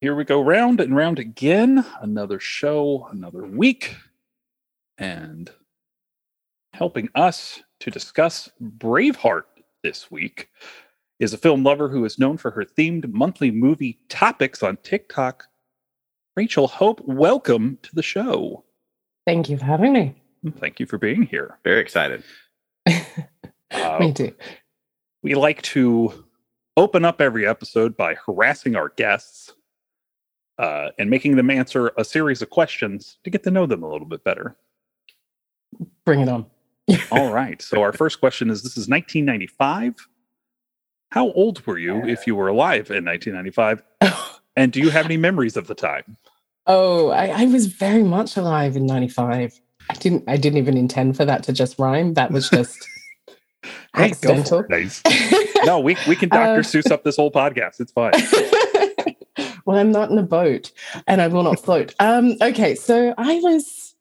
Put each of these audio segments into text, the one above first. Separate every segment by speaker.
Speaker 1: Here we go round and round again. Another show, another week. And helping us to discuss Braveheart this week is a film lover who is known for her themed monthly movie topics on TikTok. Rachel Hope, welcome to the show.
Speaker 2: Thank you for having me.
Speaker 1: Thank you for being here.
Speaker 3: Very excited.
Speaker 1: Uh,
Speaker 2: me too.
Speaker 1: we like to open up every episode by harassing our guests uh, and making them answer a series of questions to get to know them a little bit better.
Speaker 2: Bring it on.
Speaker 1: All right. So, our first question is this is 1995. How old were you if you were alive in 1995? And do you have any memories of the time?
Speaker 2: oh, I, I was very much alive in '95. I didn't. I didn't even intend for that to just rhyme. That was just
Speaker 1: Hey, go for Uh,
Speaker 2: accidental.
Speaker 1: it. Nice. No, we, we can Dr.
Speaker 2: Um,
Speaker 1: Seuss up this whole podcast. It's fine.
Speaker 2: well, I'm not in a boat, and I will not float. Um, okay, so I was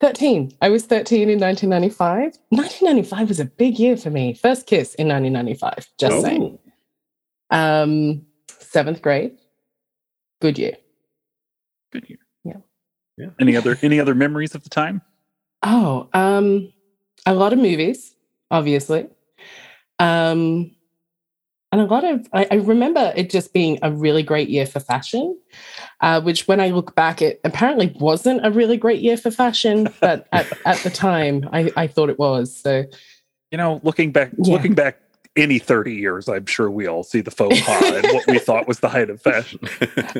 Speaker 2: 13. I was 13 in 1995. 1995 was a big year for me. First kiss in 1995. Just
Speaker 1: Oh.
Speaker 2: saying. Um, seventh grade. Good year.
Speaker 1: Good year.
Speaker 2: Yeah.
Speaker 3: Yeah.
Speaker 1: Any other any other memories of the time?
Speaker 2: Oh, um, a lot of movies, obviously. Um, and a lot of, I, I remember it just being a really great year for fashion, uh, which when I look back, it apparently wasn't a really great year for fashion, but at, at the time I, I thought it was. So,
Speaker 1: You know, looking back
Speaker 2: Yeah.
Speaker 1: looking back any 30 years, I'm sure we all see the faux pas and what we thought was the height of fashion.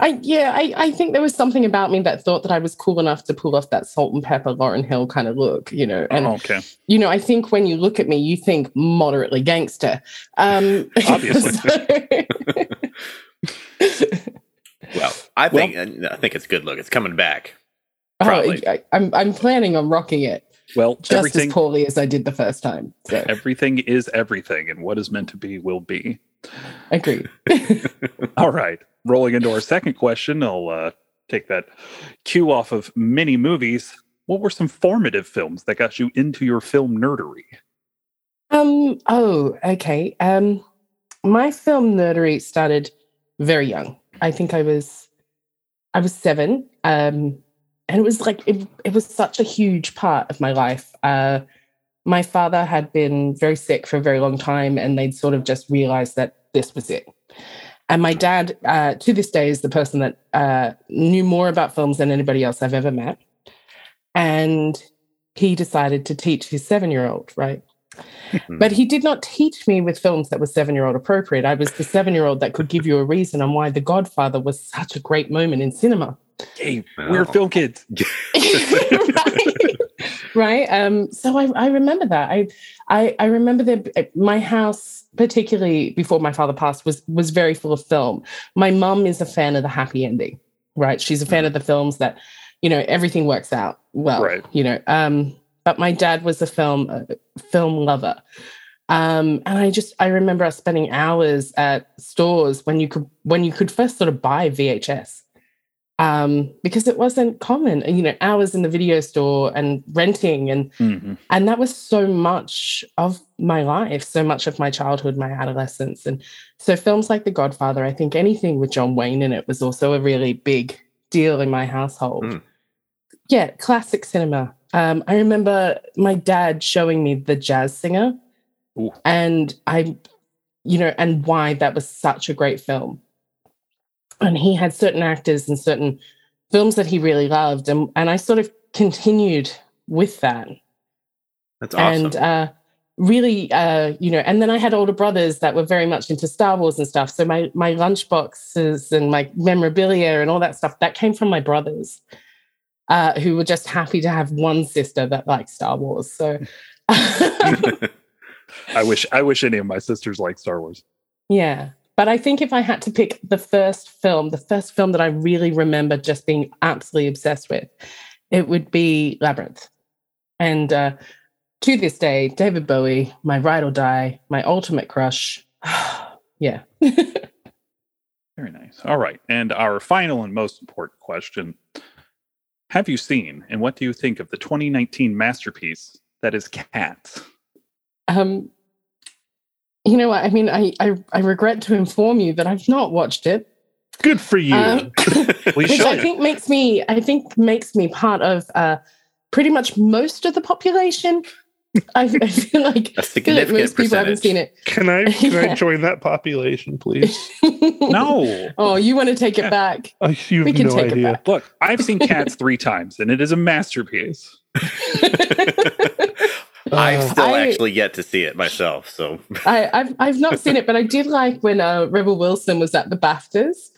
Speaker 2: I, yeah, I, I think there was something about me that thought that I was cool enough to pull off that salt and pepper Lauren Hill kind of look, you know. And,
Speaker 1: Oh, okay.
Speaker 2: you know, I think when you look at me, you think moderately gangster. Um,
Speaker 1: Obviously.
Speaker 2: so-
Speaker 3: well, I think I think it's a good look. It's coming back.
Speaker 2: Oh,
Speaker 3: Probably.
Speaker 2: I, I'm I'm planning on rocking it
Speaker 1: Well,
Speaker 2: just
Speaker 1: everything
Speaker 2: as poorly as I did the first time. So
Speaker 1: everything is everything and what is meant to be will be.
Speaker 2: agreed.
Speaker 1: All right. Rolling into our second question, I'll uh, take that cue off of mini movies. What were some formative films that got you into your film nerdery?
Speaker 2: Um. Oh, okay. Um, my film nerdery started very young. I think I was, I was seven. Um, and it was like it, it was such a huge part of my life. Uh, my father had been very sick for a very long time, and they'd sort of just realized that this was it. And my dad, uh, to this day, is the person that uh, knew more about films than anybody else I've ever met. And he decided to teach his seven-year-old, right? But he did not teach me with films that were seven year old appropriate. I was the seven year old that could give you a reason on why The Godfather was such a great moment in cinema.
Speaker 1: Hey,
Speaker 3: Wow.
Speaker 1: we're film kids.
Speaker 2: right? right? Um, so I, I remember that. I, I, I remember that uh, my house, particularly before my father passed, was was very full of film. My mum is a fan of the happy ending, right? She's a fan of the films that, you know, everything works out well.
Speaker 1: Right.
Speaker 2: You know, um, but my dad was a film a film lover. Um, and I just I remember us spending hours at stores when you could when you could first sort of buy VHS um, because it wasn't common. You know, hours in the video store and renting, and
Speaker 1: Mhm.
Speaker 2: and that was so much of my life, so much of my childhood, my adolescence, and so films like The Godfather. I think anything with John Wayne in it was also a really big deal in my household.
Speaker 3: Hmm.
Speaker 2: Yeah, classic cinema. Um, I remember my dad showing me The Jazz Singer,
Speaker 1: Ooh.
Speaker 2: and I, you know, and why that was such a great film and he had certain actors and certain films that he really loved and, and i sort of continued with that
Speaker 3: That's awesome.
Speaker 2: and uh, really uh, you know and then i had older brothers that were very much into star wars and stuff so my my lunchboxes and my memorabilia and all that stuff that came from my brothers uh, who were just happy to have one sister that liked star wars so uh,
Speaker 1: I wish I wish any of my sisters liked Star Wars.
Speaker 2: Yeah. But I think if I had to pick the first film, the first film that I really remember just being absolutely obsessed with, it would be Labyrinth. And uh, to this day, David Bowie, my ride or die, my ultimate crush. yeah.
Speaker 1: Very nice. All right. And our final and most important question Have you seen and what do you think of the 2019 masterpiece that is Cats?
Speaker 2: Um, you know what? I mean, I, I, I regret to inform you that I've not watched it.
Speaker 1: Good for you.
Speaker 2: Um,
Speaker 1: we
Speaker 2: which
Speaker 1: show
Speaker 2: I
Speaker 1: you.
Speaker 2: think makes me I think makes me part of uh, pretty much most of the population. I, I feel like,
Speaker 3: A
Speaker 2: I feel like most
Speaker 3: significant
Speaker 2: people haven't
Speaker 3: percentage.
Speaker 2: seen it.
Speaker 4: Can I can
Speaker 2: Yeah.
Speaker 4: I join that population, please?
Speaker 1: no.
Speaker 2: Oh, you want to take it
Speaker 1: Yeah.
Speaker 2: back?
Speaker 4: I, you have
Speaker 2: We can
Speaker 4: no
Speaker 2: take it
Speaker 4: idea.
Speaker 2: back.
Speaker 1: Look, I've seen cats three times, and it is a masterpiece.
Speaker 3: I've
Speaker 4: Uh,
Speaker 3: still
Speaker 2: I-
Speaker 3: actually yet to see it myself. So
Speaker 2: I, I've I've not seen it, but I did like when uh, Rebel Wilson was at the BAFTAs,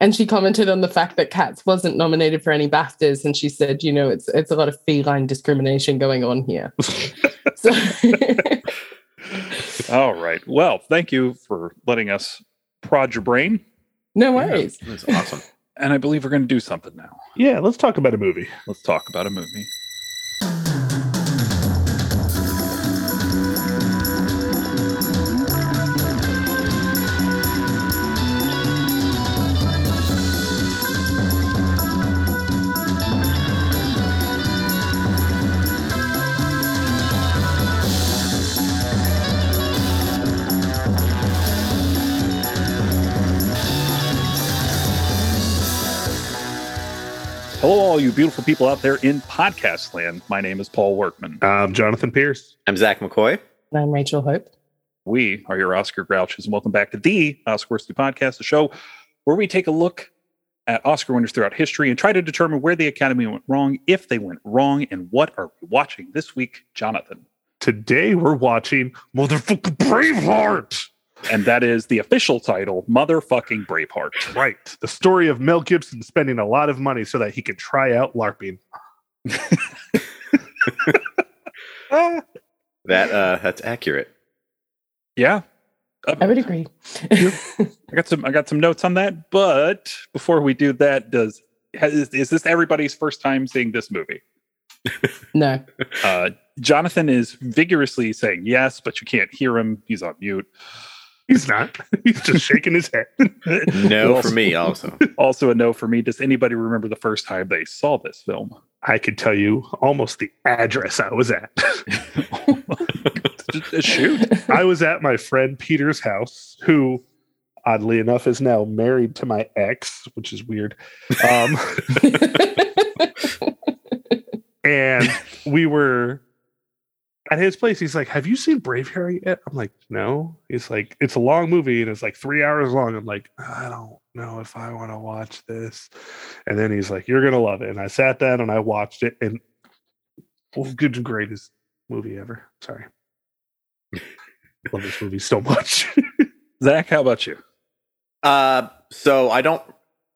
Speaker 2: and she commented on the fact that Cats wasn't nominated for any BAFTAs, and she said, you know, it's it's a lot of feline discrimination going on here. so,
Speaker 1: All right. Well, thank you for letting us prod your brain.
Speaker 2: no
Speaker 3: yeah,
Speaker 2: worries.
Speaker 3: that's awesome.
Speaker 1: And I believe we're going to do something now.
Speaker 4: yeah, let's talk about a movie.
Speaker 1: Let's talk about a movie. Hello, all you beautiful people out there in podcast land. My name is Paul Workman.
Speaker 4: Um, Jonathan Pierce.
Speaker 3: I'm Zach McCoy.
Speaker 2: And I'm Rachel Hope.
Speaker 1: We are your Oscar Grouches, and welcome back to the Oscar Worthy Podcast, the show where we take a look at Oscar winners throughout history and try to determine where the Academy went wrong, if they went wrong, and what are we watching this week, Jonathan?
Speaker 4: Today we're watching Motherfucking Braveheart.
Speaker 1: And that is the official title, Motherfucking Braveheart.
Speaker 4: Right. The story of Mel Gibson spending a lot of money so that he could try out LARPing.
Speaker 3: That uh, that's accurate.
Speaker 1: Yeah. Uh,
Speaker 2: I would agree.
Speaker 1: I got some I got some notes on that, but before we do that, does has, is this everybody's first time seeing this movie?
Speaker 2: no.
Speaker 1: Uh, Jonathan is vigorously saying yes, but you can't hear him. He's on mute.
Speaker 4: He's not. He's just shaking his head.
Speaker 3: No,
Speaker 1: Also-
Speaker 3: for me also.
Speaker 1: Also, a no for me. Does anybody remember the first time they saw this film?
Speaker 4: I could tell you almost the address I was at.
Speaker 1: Just- uh, Shoot.
Speaker 4: I was at my friend Peter's house, who oddly enough is now married to my ex, which is weird. Um, and we were at his place. He's like, Have you seen Braveheart yet? I'm like, No. He's like, It's a long movie and it's like three hours long. I'm like, I don't know if I want to watch this. And then he's like, You're going to love it. And I sat down and I watched it. And well, good and greatest movie ever. Sorry. love this movie so much.
Speaker 1: Zach, how about you?
Speaker 3: Uh, so I don't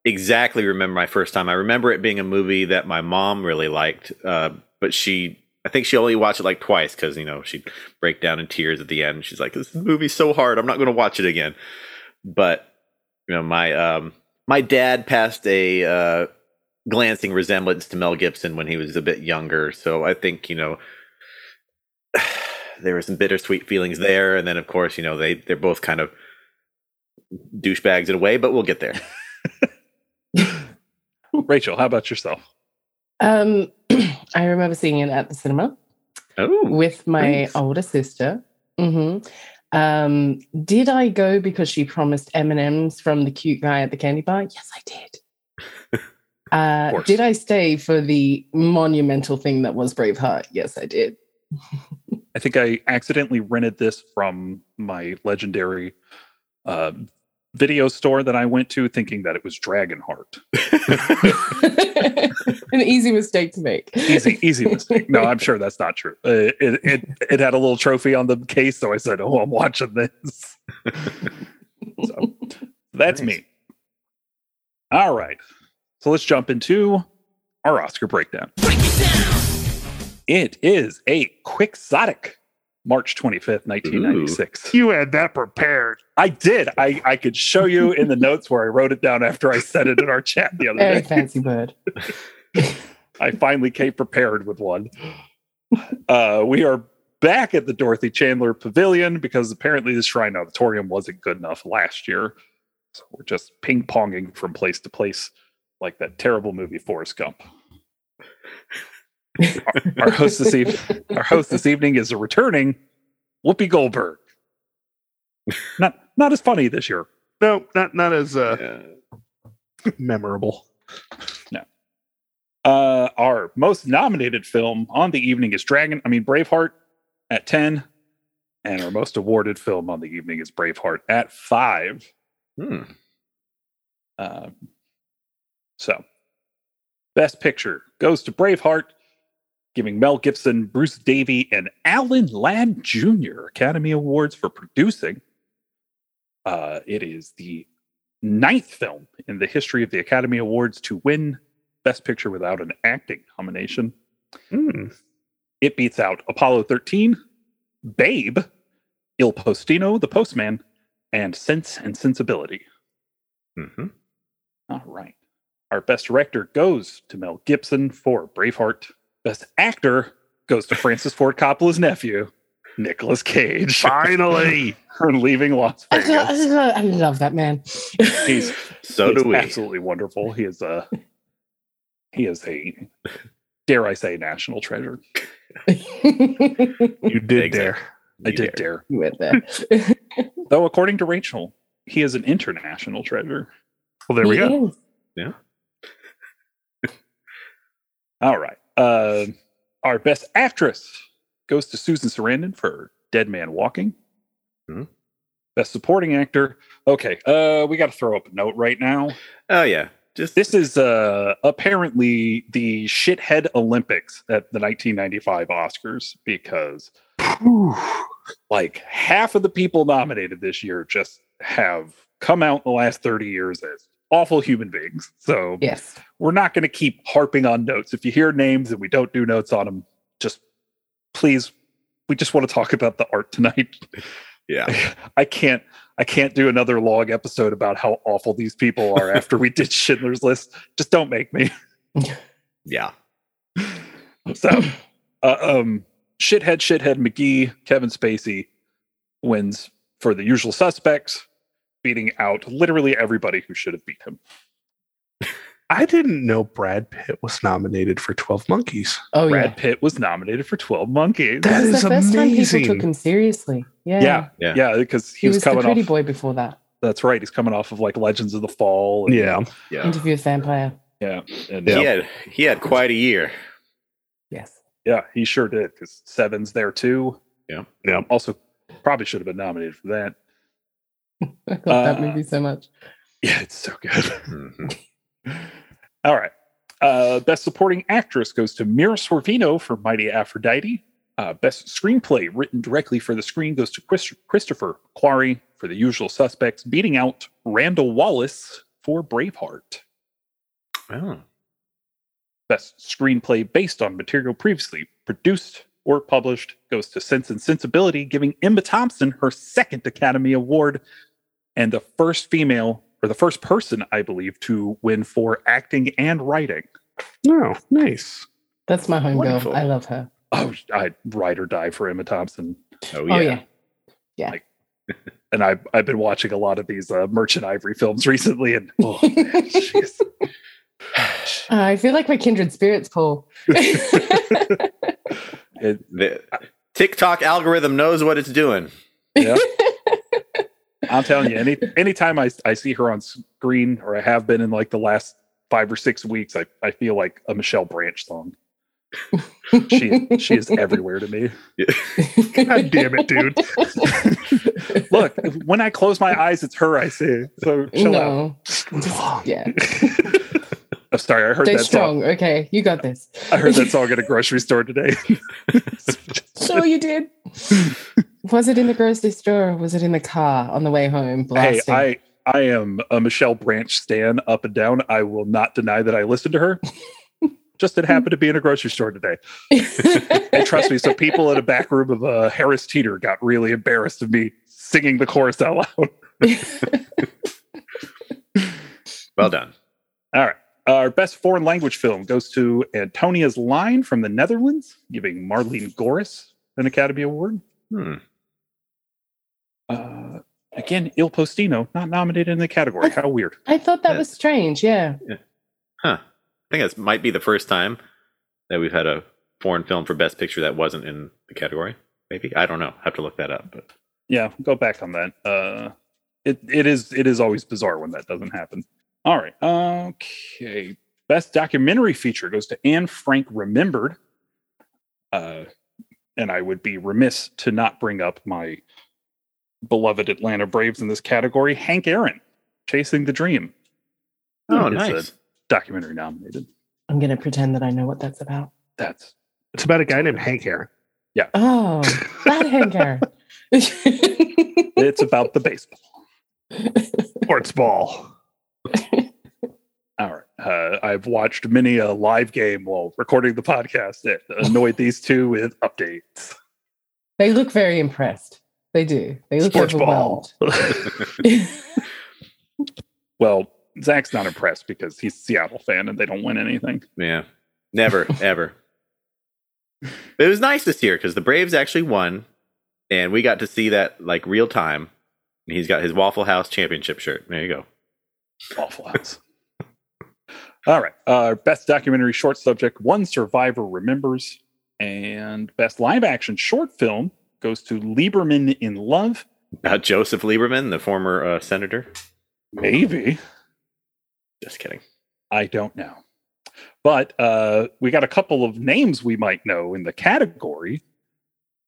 Speaker 3: exactly remember my first time. I remember it being a movie that my mom really liked, uh, but she, I think she only watched it like twice because you know she'd break down in tears at the end. She's like, "This movie's so hard. I'm not going to watch it again." But you know, my um, my dad passed a uh, glancing resemblance to Mel Gibson when he was a bit younger, so I think you know. There were some bittersweet feelings there, and then of course, you know they they're both kind of douchebags in a way, but we'll get there.
Speaker 1: Rachel, how about yourself?
Speaker 2: um, I remember seeing it at the cinema.
Speaker 3: Oh,
Speaker 2: with my
Speaker 3: Nice.
Speaker 2: older sister. hmm Um, did I go because she promised M and M's from the cute guy at the candy bar? Yes, I did. Uh,
Speaker 1: course.
Speaker 2: did I stay for the monumental thing that was Braveheart? Yes, I did.
Speaker 1: I think I accidentally rented this from my legendary uh, video store that I went to, thinking that it was Dragonheart.
Speaker 2: An easy mistake to make.
Speaker 1: Easy, easy mistake. No, I'm sure that's not true. Uh, it, it it had a little trophy on the case, so I said, "Oh, I'm watching this." so that's
Speaker 3: Nice.
Speaker 1: me. All right, so let's jump into our Oscar breakdown. It is a quixotic March 25th, 1996.
Speaker 4: you had that prepared.
Speaker 1: I did. I, I could show you in the notes where I wrote it down after I said it in our chat the other
Speaker 2: Very
Speaker 1: day.
Speaker 2: fancy word.
Speaker 1: I finally came prepared with one. Uh, we are back at the Dorothy Chandler Pavilion because apparently the Shrine Auditorium wasn't good enough last year. So we're just ping ponging from place to place like that terrible movie Forrest Gump. our, our host this evening, our host this evening is a returning Whoopi Goldberg. Not not as funny this year.
Speaker 4: No, not not as uh,
Speaker 3: Yeah.
Speaker 4: memorable.
Speaker 1: Uh, our most nominated film on the evening is Dragon. I mean Braveheart at ten, and our most awarded film on the evening is Braveheart at five.
Speaker 3: Hmm.
Speaker 1: Um, so, best picture goes to Braveheart, giving Mel Gibson, Bruce Davy, and Alan Ladd Jr. Academy Awards for producing. Uh, it is the ninth film in the history of the Academy Awards to win Best Picture without an acting nomination.
Speaker 4: Hmm.
Speaker 1: It beats out Apollo 13, Babe, Il Postino, The Postman, and Sense and Sensibility.
Speaker 3: hmm
Speaker 1: All right. Our best director goes to Mel Gibson for Braveheart. Best actor goes to Francis Ford Coppola's nephew, Nicolas Cage,
Speaker 4: Finally,
Speaker 1: for leaving Las
Speaker 2: I, lo- I
Speaker 1: Vegas.
Speaker 2: lo- I love that man.
Speaker 1: He's
Speaker 3: So
Speaker 1: He's
Speaker 3: do we.
Speaker 1: Absolutely wonderful. He is a he is a dare I say national treasure.
Speaker 2: you
Speaker 4: you did
Speaker 3: Exactly.
Speaker 4: there.
Speaker 1: I
Speaker 3: You
Speaker 1: did dare.
Speaker 2: went there.
Speaker 1: Though according to Rachel, he is an international treasure.
Speaker 4: Well, there we go.
Speaker 2: He is.
Speaker 1: All right. Uh, our best actress goes to Susan Sarandon for Dead Man Walking.
Speaker 3: Hmm.
Speaker 1: Best supporting actor. Okay, uh, we got to throw up a note right now.
Speaker 3: Oh yeah. Just
Speaker 1: This is uh, apparently the shithead Olympics at the 1995 Oscars because
Speaker 4: Whew.
Speaker 1: like half of the people nominated this year just have come out in the last 30 years as awful human beings. So
Speaker 2: Yes.
Speaker 1: we're not going to keep harping on notes. If you hear names and we don't do notes on them, just please, we just want to talk about the art tonight.
Speaker 3: yeah.
Speaker 1: I can't, I can't do another long episode about how awful these people are after we did Schindler's List. Just don't make me.
Speaker 3: Yeah.
Speaker 1: So, uh, um, shithead, shithead McGee, Kevin Spacey wins for the usual suspects, beating out literally everybody who should have beat him.
Speaker 4: I didn't know Brad Pitt was nominated for Twelve Monkeys.
Speaker 2: Oh
Speaker 1: Brad
Speaker 2: yeah.
Speaker 1: Pitt was nominated for 12 Monkeys.
Speaker 4: That
Speaker 2: This
Speaker 4: is
Speaker 2: the first time
Speaker 4: amazing.
Speaker 2: people took him seriously. Yeah.
Speaker 1: yeah,
Speaker 3: Yeah.
Speaker 1: yeah, because he,
Speaker 2: He, was,
Speaker 1: was,
Speaker 2: the
Speaker 1: coming
Speaker 2: pretty
Speaker 1: off.
Speaker 2: boy before that.
Speaker 1: That's right. He's coming off of like Legends of the Fall. and-
Speaker 4: Yeah,
Speaker 3: Yeah.
Speaker 2: Interview with Vampire.
Speaker 1: yeah, and,
Speaker 3: He had he had quite a year.
Speaker 2: Yes.
Speaker 1: yeah. He sure did. Because Seven's there too.
Speaker 4: yeah.
Speaker 1: Also, probably should have been nominated for that.
Speaker 2: I love that
Speaker 1: Uh,
Speaker 2: movie so much.
Speaker 1: Yeah, it's so good.
Speaker 3: hmm
Speaker 1: All right. Uh, best supporting actress goes to Mira Sorvino for Mighty Aphrodite. Uh, best screenplay written directly for the screen goes to Chris- Christopher Quarry for The Usual Suspects, beating out Randall Wallace for Braveheart.
Speaker 3: Oh.
Speaker 1: Best screenplay based on material previously produced or published goes to Sense and Sensibility, giving Emma Thompson her second Academy Award and the first female, or the first person, I believe, to win for acting and writing.
Speaker 4: No, Oh, nice.
Speaker 2: That's my homegirl.
Speaker 3: Wonderful.
Speaker 2: I love her.
Speaker 1: oh, I'd ride or die for Emma Thompson.
Speaker 3: Oh
Speaker 2: Oh
Speaker 3: yeah.
Speaker 2: yeah.
Speaker 1: And I, I've been watching a lot of these uh, Merchant Ivory films recently, and oh, man, she's-
Speaker 2: Uh, I feel like my kindred spirits, Paul.
Speaker 1: it-
Speaker 3: The TikTok algorithm knows what it's doing.
Speaker 1: yeah. I'm telling you, any anytime I, I see her on screen, or I have been in like the last five or six weeks, I, I feel like a Michelle Branch song. She she is everywhere to me.
Speaker 4: God damn it, dude.
Speaker 1: Look, when I close my eyes, it's her I see. So chill out.
Speaker 2: no.
Speaker 4: Long.
Speaker 2: Yeah.
Speaker 1: I'm sorry, I heard
Speaker 2: Stay
Speaker 1: that song.
Speaker 2: strong. Okay. You got this.
Speaker 1: I heard that song at a grocery store today.
Speaker 2: Sure, you did. was it in the grocery store or was it in the car on the way home?
Speaker 1: Hey,
Speaker 2: Blasting.
Speaker 1: I I am a Michelle Branch stan up and down. I will not deny that I listened to her. Just it happened to be in a grocery store today. And trust me, some people in a back room of uh, Harris Teeter got really embarrassed of me singing the chorus out loud.
Speaker 3: Well done.
Speaker 1: All right. Our best foreign language film goes to Antonia's Line from the Netherlands, giving Marlene Goris an Academy Award.
Speaker 3: Hmm.
Speaker 1: Uh, again, Il Postino, not nominated in the category. How weird.
Speaker 2: I thought that was strange. Yeah.
Speaker 3: Huh. I think this might be the first time that we've had a foreign film for Best Picture that wasn't in the category. Maybe I don't know. have to look that up. But
Speaker 1: yeah go back on that uh it it is it is always bizarre when that doesn't happen All right. Okay. Best documentary feature goes to Anne Frank Remembered. Uh, and I would be remiss to not bring up my beloved Atlanta Braves in this category, Hank Aaron, Chasing the Dream.
Speaker 3: Oh,
Speaker 1: Hmm, It's a
Speaker 3: nice.
Speaker 1: documentary nominated.
Speaker 2: I'm going to pretend that I know what that's about.
Speaker 1: That's
Speaker 4: It's about a guy named Hank Aaron.
Speaker 2: Oh, that hanger.
Speaker 1: it's about the baseball.
Speaker 4: Sports ball.
Speaker 1: All right. Uh, I've watched many a live game while recording the podcast that annoyed these two with updates.
Speaker 2: they look very impressed. They do. They look
Speaker 4: Sports
Speaker 2: overwhelmed.
Speaker 4: ball.
Speaker 1: Well, Zach's not impressed because he's a Seattle fan and they don't win anything.
Speaker 3: Yeah. Never, ever. But it was nice this year because the Braves actually won, and we got to see that like real time. And he's got his Waffle House championship shirt. There you go.
Speaker 1: Awful house. All right. Uh, best documentary short subject One Survivor Remembers. And best live action short film goes to Lieberman in Love.
Speaker 3: Now Uh, Joseph Lieberman, the former uh, senator.
Speaker 1: Maybe.
Speaker 3: Just kidding.
Speaker 1: I don't know. But uh, we got a couple of names we might know in the category.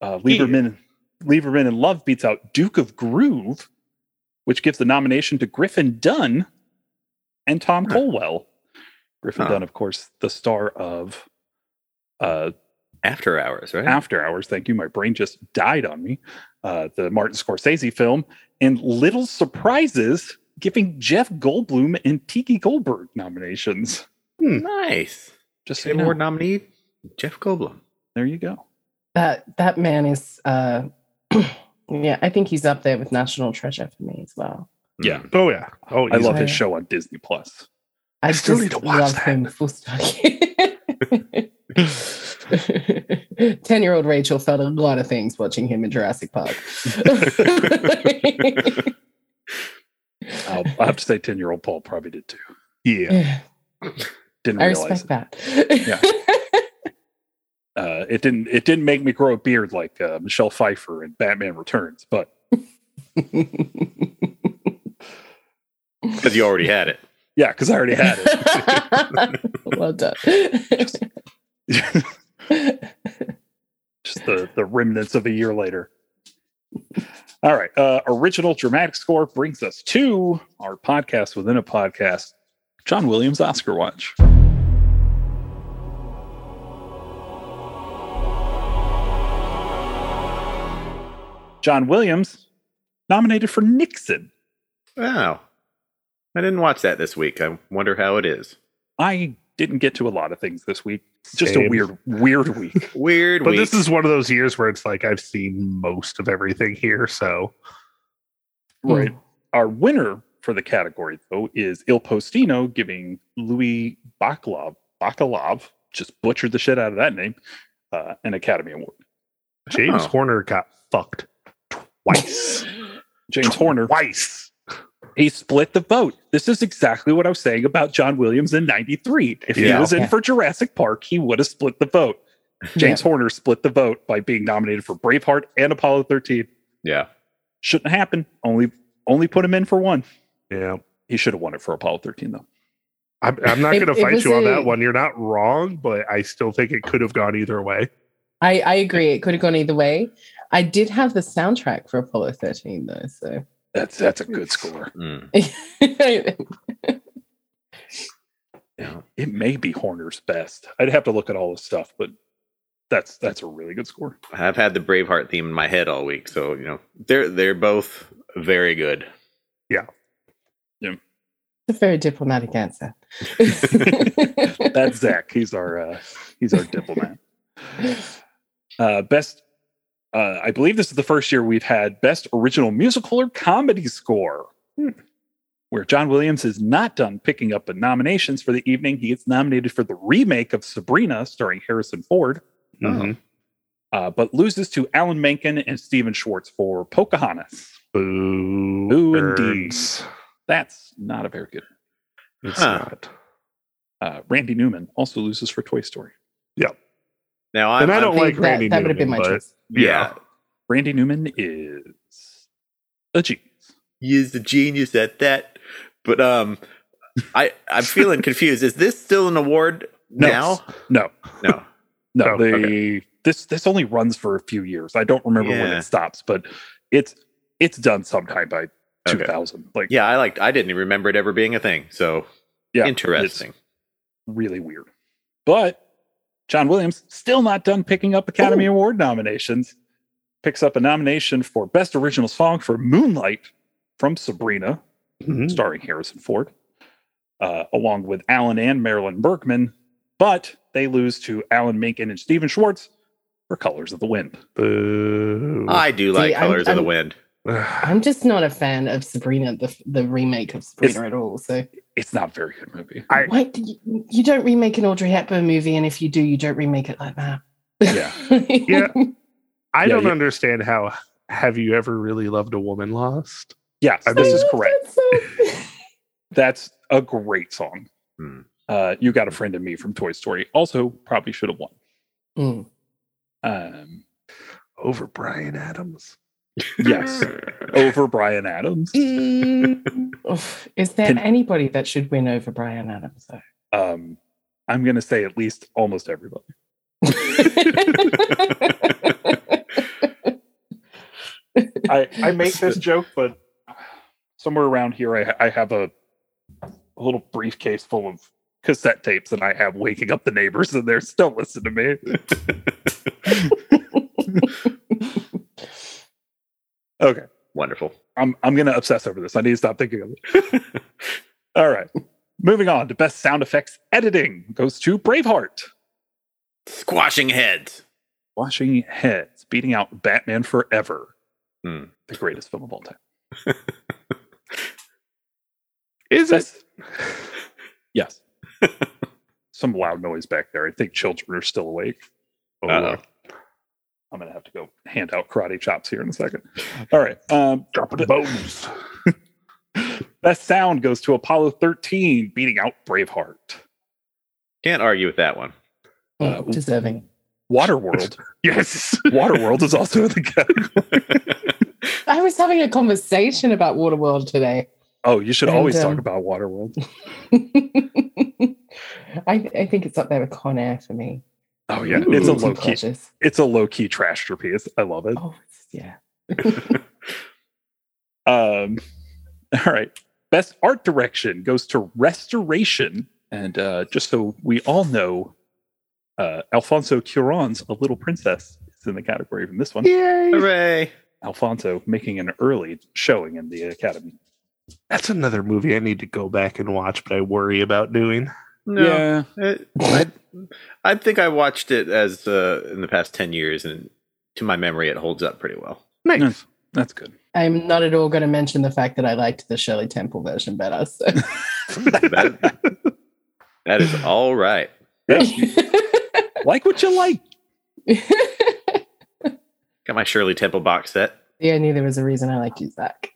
Speaker 1: Uh, Lieberman, Lieberman and Love beats out Duke of Groove, which gives the nomination to Griffin Dunn and Tom
Speaker 3: Huh.
Speaker 1: Colwell. Griffin
Speaker 3: Huh.
Speaker 1: Dunn, of course, the star of uh,
Speaker 3: After hours, right?
Speaker 1: After Hours. Thank you. My brain just died on me. Uh, the Martin Scorsese film and Little Surprises, giving Jeff Goldblum and Tiki Goldberg nominations.
Speaker 3: Hmm. nice.
Speaker 1: Just so you
Speaker 3: An
Speaker 1: know.
Speaker 3: award nominee, Jeff Goldblum.
Speaker 1: There you go.
Speaker 2: that that man is uh yeah, I think he's up there with National Treasure for me as well.
Speaker 3: Hmm.
Speaker 1: Yeah.
Speaker 4: Oh yeah. Oh,
Speaker 1: I
Speaker 4: easy.
Speaker 1: love his
Speaker 2: Yeah.
Speaker 1: show on Disney Plus.
Speaker 2: I,
Speaker 4: still
Speaker 2: just
Speaker 4: need to watch
Speaker 2: love
Speaker 4: that.
Speaker 2: him full stop. Ten year old Rachel felt a lot of things watching him in Jurassic Park.
Speaker 1: I'll, I have to say, ten-year-old Paul probably did too.
Speaker 4: Yeah.
Speaker 1: Didn't
Speaker 2: I
Speaker 1: realize
Speaker 2: respect
Speaker 1: it.
Speaker 2: that.
Speaker 1: Uh, it didn't. It didn't make me grow a beard like uh, Michelle Pfeiffer in Batman Returns. But
Speaker 3: Because you already had it.
Speaker 1: yeah, because I already had it.
Speaker 2: well done.
Speaker 1: Just the the remnants of a year later. All right. Uh, original dramatic score brings us to our podcast within a podcast. John Williams Oscar Watch. John Williams nominated for Nixon.
Speaker 3: Wow. I didn't watch that this week. I wonder how it is.
Speaker 1: I didn't get to a lot of things this week. It's just a
Speaker 4: Same.
Speaker 1: weird, weird week.
Speaker 3: Weird.
Speaker 4: But
Speaker 3: week.
Speaker 4: this is one of those years where it's like I've seen most of everything here, so
Speaker 2: Hmm.
Speaker 1: right. Our winner for the category, though, is Il Postino giving Louis Bakalov, Bakalov, just butchered the shit out of that name, uh, an Academy Award.
Speaker 4: James
Speaker 3: Oh.
Speaker 4: Horner got fucked twice.
Speaker 1: James Horner,
Speaker 4: twice.
Speaker 1: he split the vote. This is exactly what I was saying about John Williams in 93. If he
Speaker 3: Yeah.
Speaker 1: was in
Speaker 2: Yeah.
Speaker 1: for Jurassic Park, he would have split the vote. James Horner split the vote by being nominated for Braveheart and Apollo 13.
Speaker 3: yeah.
Speaker 1: Shouldn't happen. Only only put him in for one.
Speaker 4: Yeah.
Speaker 1: He should have won it for Apollo 13, though.
Speaker 4: I'm, I'm not
Speaker 2: It-
Speaker 4: going
Speaker 2: it
Speaker 4: to fight
Speaker 2: was
Speaker 4: you on
Speaker 2: a-
Speaker 4: that one. You're not wrong, but I still think it could have gone either way.
Speaker 2: I, I agree. It could have gone either way. I did have the soundtrack for Apollo 13 though, so
Speaker 1: That's that's a good score.
Speaker 3: Mm. Yeah.
Speaker 1: It may be Horner's best. I'd have to look at all this stuff, but that's that's a really good score.
Speaker 3: I've had the Braveheart theme in my head all week, so you know they're they're both very good.
Speaker 2: It's a very diplomatic answer.
Speaker 1: That's Zach. He's our uh, he's our diplomat. Uh, best, uh, I believe this is the first year we've had best original musical or comedy score, Hmm. where John Williams is not done picking up the nominations for the evening. He gets nominated for the remake of Sabrina, starring Harrison Ford, Mm-hmm.
Speaker 2: Oh.
Speaker 4: Mhm.
Speaker 1: uh, but loses to Alan Menken and Stephen Schwartz for Pocahontas.
Speaker 4: Boo.
Speaker 1: Boo
Speaker 4: birds.
Speaker 1: indeed. That's not a very good.
Speaker 4: It's
Speaker 3: Huh.
Speaker 4: not.
Speaker 1: Uh, Randy Newman also loses for Toy Story.
Speaker 3: Now I'm,
Speaker 4: And I
Speaker 3: I'm
Speaker 4: don't
Speaker 3: think-
Speaker 4: like Randy
Speaker 2: that that would have been my
Speaker 4: Newman, but-
Speaker 2: choice.
Speaker 3: yeah.
Speaker 1: Randy Newman is a G.
Speaker 3: He is the genius at that. But um, I I'm feeling confused. Is this still an award
Speaker 1: No.
Speaker 3: now?
Speaker 1: No,
Speaker 3: No.
Speaker 1: no,
Speaker 4: Oh,
Speaker 1: they this this only runs for a few years. I don't remember when
Speaker 3: Yeah.
Speaker 1: it stops, but it's it's done sometime by
Speaker 3: Okay.
Speaker 1: 2000. Like
Speaker 3: Yeah, I liked. I didn't remember it ever being a thing. So
Speaker 1: Yeah,
Speaker 3: interesting.
Speaker 1: really weird. But John Williams still not done picking up Academy
Speaker 3: Oh.
Speaker 4: Ooh.
Speaker 1: Award nominations. Picks up a nomination for Best Original Song for Moonlight from Sabrina,
Speaker 4: Mm-hmm. Mm.
Speaker 1: starring Harrison Ford, uh, along with Alan and Marilyn Berkman. But they lose to Alan Menken and Stephen Schwartz for Colors of the Wind.
Speaker 4: Boo.
Speaker 3: I do like
Speaker 2: See, I'm-
Speaker 3: Colors of the
Speaker 2: I'm-
Speaker 3: Wind.
Speaker 2: I'm just not a fan of Sabrina, the the remake of Sabrina
Speaker 1: It's-
Speaker 2: at all. So
Speaker 1: It's not a very good movie.
Speaker 4: I-
Speaker 2: why do you, you don't remake an Audrey Hepburn movie, and if you do, you don't remake it like that.
Speaker 1: Yeah.
Speaker 4: Yeah. I
Speaker 1: Yeah,
Speaker 4: don't
Speaker 1: yeah.
Speaker 4: understand how have you ever really loved a woman lost?
Speaker 1: yes,
Speaker 4: I
Speaker 1: this
Speaker 4: mean-
Speaker 1: is correct. That's a great song.
Speaker 3: Hmm.
Speaker 1: Uh, you got a friend in me from Toy Story. Also, probably should have won.
Speaker 2: Mm.
Speaker 1: Um,
Speaker 4: Over Brian Adams.
Speaker 1: yes, over Brian Adams.
Speaker 2: Mm. Oof. Is there
Speaker 1: Can-
Speaker 2: anybody that should win over Brian Adams? Though?
Speaker 1: Um, I'm going to say at least almost everybody. I, I make this joke, but somewhere around here, I, I have a, a little briefcase full of cassette tapes, and I have waking up the neighbors, and they're still listening to me. Okay,
Speaker 3: Wonderful.
Speaker 1: I'm I'm going to obsess over this. I need to stop thinking of it. All right, moving on to best sound effects editing goes to Braveheart.
Speaker 3: Squashing heads.
Speaker 1: Washing heads, beating out Batman Forever,
Speaker 3: Hmm.
Speaker 1: the greatest film of all time.
Speaker 4: Is it?
Speaker 1: That's- yes. Some loud noise back there. I think children are still awake. Oh,
Speaker 3: Uh-oh.
Speaker 1: Lord. I'm gonna have to go hand out karate chops here in a second. All right. Um,
Speaker 4: Dropping bones.
Speaker 1: best sound goes to Apollo 13, beating out Braveheart.
Speaker 3: Can't argue with that one.
Speaker 1: Uh,
Speaker 2: Deserving.
Speaker 1: Waterworld.
Speaker 4: Yes.
Speaker 1: Waterworld is also in the category.
Speaker 2: I was having a conversation about Waterworld today.
Speaker 1: Oh, you should
Speaker 2: And,
Speaker 1: always talk
Speaker 2: um,
Speaker 1: about Waterworld.
Speaker 2: I, I think it's up there with Con Air for me.
Speaker 1: Oh yeah, it's a
Speaker 3: Ooh.
Speaker 1: low
Speaker 2: Guilty
Speaker 1: key.
Speaker 2: pleasures.
Speaker 1: It's a low key trash piece. I love it.
Speaker 2: Oh, it's, yeah.
Speaker 1: Um, all right. Best art direction goes to restoration. And uh, just so we all know, uh, Alfonso Cuarón's A Little Princess is in the category from this one.
Speaker 4: Yay.
Speaker 3: Hooray.
Speaker 1: Alfonso making an early showing in the Academy.
Speaker 4: That's another movie I need to go back and watch, but I worry about doing.
Speaker 3: No. It- Uh, I, I think I watched it as uh, in the past 10 years, and to my memory, it holds up pretty well.
Speaker 1: Nice. that's good.
Speaker 2: I'm not at all going to mention the fact that I liked the Shirley Temple version better. So.
Speaker 3: That, that is all right.
Speaker 1: Like what you like.
Speaker 3: Got my Shirley Temple box set.
Speaker 2: yeah, I knew there was a reason I liked you, Zach.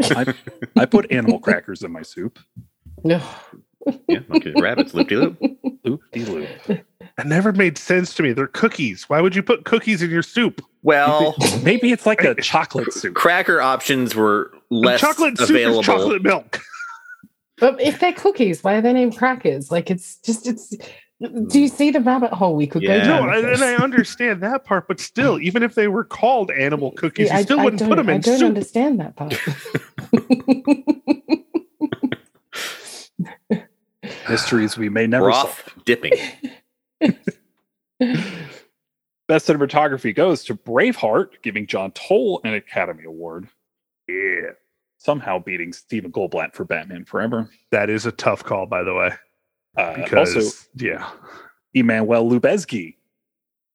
Speaker 1: I put animal crackers in my soup.
Speaker 3: Yeah, look at rabbits, loop de loop.
Speaker 1: Loop de loop.
Speaker 4: That never made sense to me. They're cookies. Why would you put cookies in your soup?
Speaker 3: Well,
Speaker 1: Maybe it's like a chocolate soup.
Speaker 3: cracker options were less
Speaker 4: chocolate soup
Speaker 3: available.
Speaker 4: is chocolate milk.
Speaker 2: but if they're cookies, why are they named crackers? Like, it's just, it's. Do you see the rabbit hole we could go
Speaker 3: Yeah.
Speaker 4: No,
Speaker 2: down? with
Speaker 4: Oh, and, and I
Speaker 2: this?
Speaker 4: understand that part, but still, even if they were called animal cookies,
Speaker 2: Yeah,
Speaker 4: you still wouldn't
Speaker 2: don't,
Speaker 4: put them
Speaker 2: I
Speaker 4: in
Speaker 2: don't
Speaker 4: soup.
Speaker 2: understand that part.
Speaker 1: Mysteries we may never solve.
Speaker 3: Broth dipping.
Speaker 1: Best cinematography goes to Braveheart, giving John Toll an Academy Award.
Speaker 4: Yeah,
Speaker 1: somehow beating Steven Goldblatt for Batman Forever.
Speaker 4: that is a tough call, by the way.
Speaker 1: Uh,
Speaker 4: Because
Speaker 1: also,
Speaker 4: yeah,
Speaker 1: Emmanuel Lubezki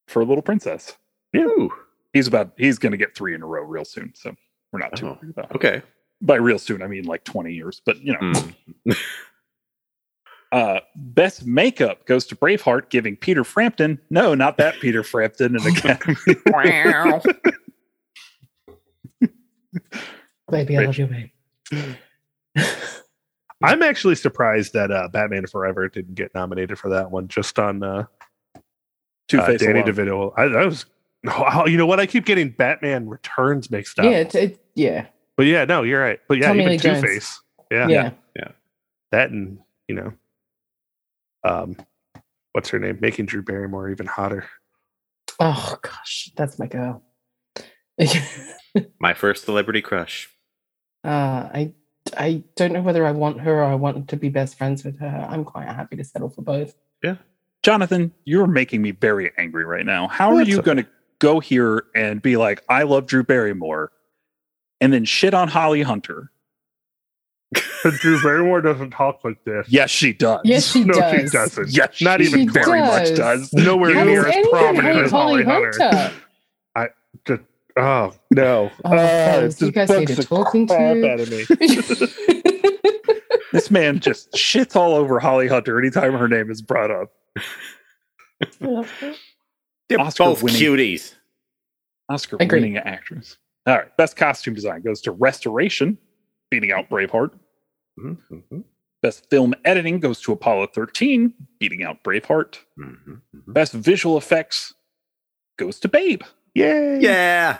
Speaker 1: for Little Princess.
Speaker 3: Ooh,
Speaker 1: He's about he's going to get three in a row real soon, so we're not too
Speaker 3: Oh,
Speaker 1: worried about. it.
Speaker 3: okay.
Speaker 1: By real soon, I mean like twenty years. But you know,
Speaker 3: Mm.
Speaker 1: uh, best makeup goes to Braveheart, giving Peter Frampton. No, not that Peter Frampton. And again,
Speaker 2: Baby, I love you, babe.
Speaker 4: I'm actually surprised that uh, Batman Forever didn't get nominated for that one. Just on uh,
Speaker 1: Two
Speaker 4: uh,
Speaker 1: Face
Speaker 4: Danny DeVito, I, that was. Oh, you know what? I keep getting Batman Returns mixed up.
Speaker 2: Yeah, it, it, yeah,
Speaker 4: But yeah, no, you're right. But yeah,
Speaker 2: Tommy
Speaker 4: even
Speaker 2: Lee
Speaker 4: Two
Speaker 2: Jones.
Speaker 4: Face.
Speaker 2: yeah.
Speaker 4: Yeah, that and you know, um, what's her name? Making Drew Barrymore even hotter.
Speaker 2: Oh gosh, that's my girl.
Speaker 3: My first celebrity crush.
Speaker 2: Uh, I I don't know whether I want her or I want to be best friends with her. I'm quite happy to settle for both.
Speaker 1: Jonathan, you're making me very angry right now. How are
Speaker 4: That's
Speaker 1: you
Speaker 4: okay.
Speaker 1: going to go here and be like, I love Drew Barrymore, and then shit on Holly Hunter?
Speaker 4: But Drew Barrymore doesn't talk like this.
Speaker 1: Yes, she does.
Speaker 2: Yes, she
Speaker 4: no,
Speaker 2: does.
Speaker 4: she doesn't.
Speaker 1: Yes,
Speaker 4: Not
Speaker 1: she
Speaker 4: even
Speaker 1: very
Speaker 2: does.
Speaker 1: much does.
Speaker 4: Nowhere
Speaker 2: How
Speaker 4: near
Speaker 2: does
Speaker 4: as
Speaker 2: anyone
Speaker 4: prominent
Speaker 2: hate
Speaker 4: as Holly
Speaker 2: Holly
Speaker 4: Hunter.
Speaker 2: Hunter?
Speaker 4: Oh no!
Speaker 2: Oh, fellas, you
Speaker 4: just
Speaker 2: guys need
Speaker 4: bugs
Speaker 2: a
Speaker 4: the
Speaker 2: talking
Speaker 4: crap
Speaker 2: to.
Speaker 4: out of me.
Speaker 1: This man just shits all over Holly Hunter anytime her name is brought up.
Speaker 3: They're
Speaker 1: Oscar
Speaker 3: both
Speaker 1: winning.
Speaker 3: cuties.
Speaker 1: Oscar
Speaker 2: Agreed.
Speaker 1: winning actress. All right. Best costume design goes to Restoration, beating out Braveheart.
Speaker 3: Mhm, mhm,
Speaker 1: Best film editing goes to Apollo 13, beating out Braveheart.
Speaker 3: mhm, mhm.
Speaker 1: Best visual effects goes to Babe.
Speaker 4: Yay!
Speaker 3: Yeah,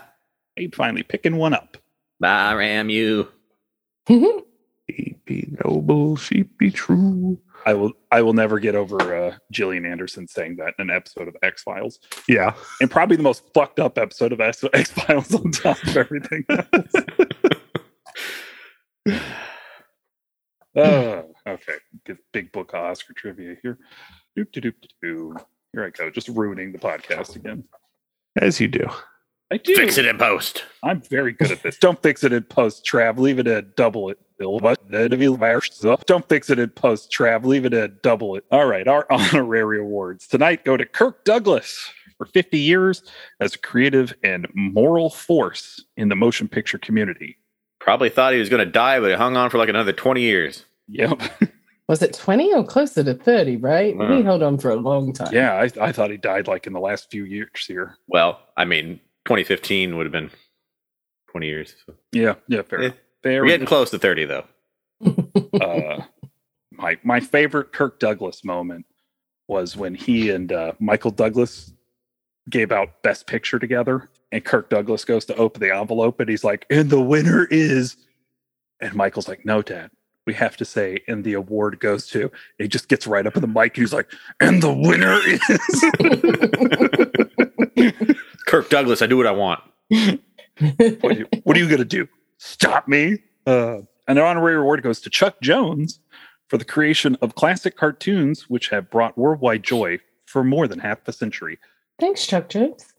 Speaker 1: Babe finally picking one up.
Speaker 3: I ram you.
Speaker 4: She be noble, she be true.
Speaker 1: I will I will never get over uh, Gillian Anderson saying that in an episode of X Files,
Speaker 4: Yeah.
Speaker 1: and probably the most fucked up episode of X Files on top of everything. Else. Oh, okay. Get big book of Oscar trivia here. Doop doop doop doo. Here I go, just ruining the podcast again.
Speaker 4: As you do.
Speaker 1: I do.
Speaker 3: Fix it in post.
Speaker 1: I'm very good at this. Don't fix it in post, Trav. Leave it at double it. Bill. But then if you mash this up, Don't fix it in post, Trav. Leave it at double it. All right, our honorary awards tonight go to Kirk Douglas for 50 years as a creative and moral force in the motion picture community.
Speaker 3: Probably thought he was going to die, but it hung on for like another twenty years.
Speaker 1: Yep.
Speaker 2: Was it 20 or closer to 30, right?
Speaker 3: Yeah.
Speaker 2: We held on for a long time.
Speaker 1: Yeah, I, I thought he died like in the last few years here.
Speaker 3: Well, I mean, 2015 would have been 20 years. so.
Speaker 1: Yeah, yeah, fair.
Speaker 3: Eh,
Speaker 1: enough. Fair.
Speaker 3: We're
Speaker 1: enough.
Speaker 3: getting close to 30 though.
Speaker 1: uh, my my favorite Kirk Douglas moment was when he and uh, Michael Douglas gave out Best Picture together, and Kirk Douglas goes to open the envelope, and he's like, "And the winner is," and Michael's like, "No, Dad." We have to say, and the award goes to. and He just gets right up in the mic. And he's like, and the winner is.
Speaker 3: Kirk Douglas, I do what I want.
Speaker 1: what, are you, what are you gonna do? Stop me? Uh, an honorary award goes to Chuck Jones for the creation of classic cartoons, which have brought worldwide joy for more than half a century.
Speaker 2: Thanks, Chuck Jones.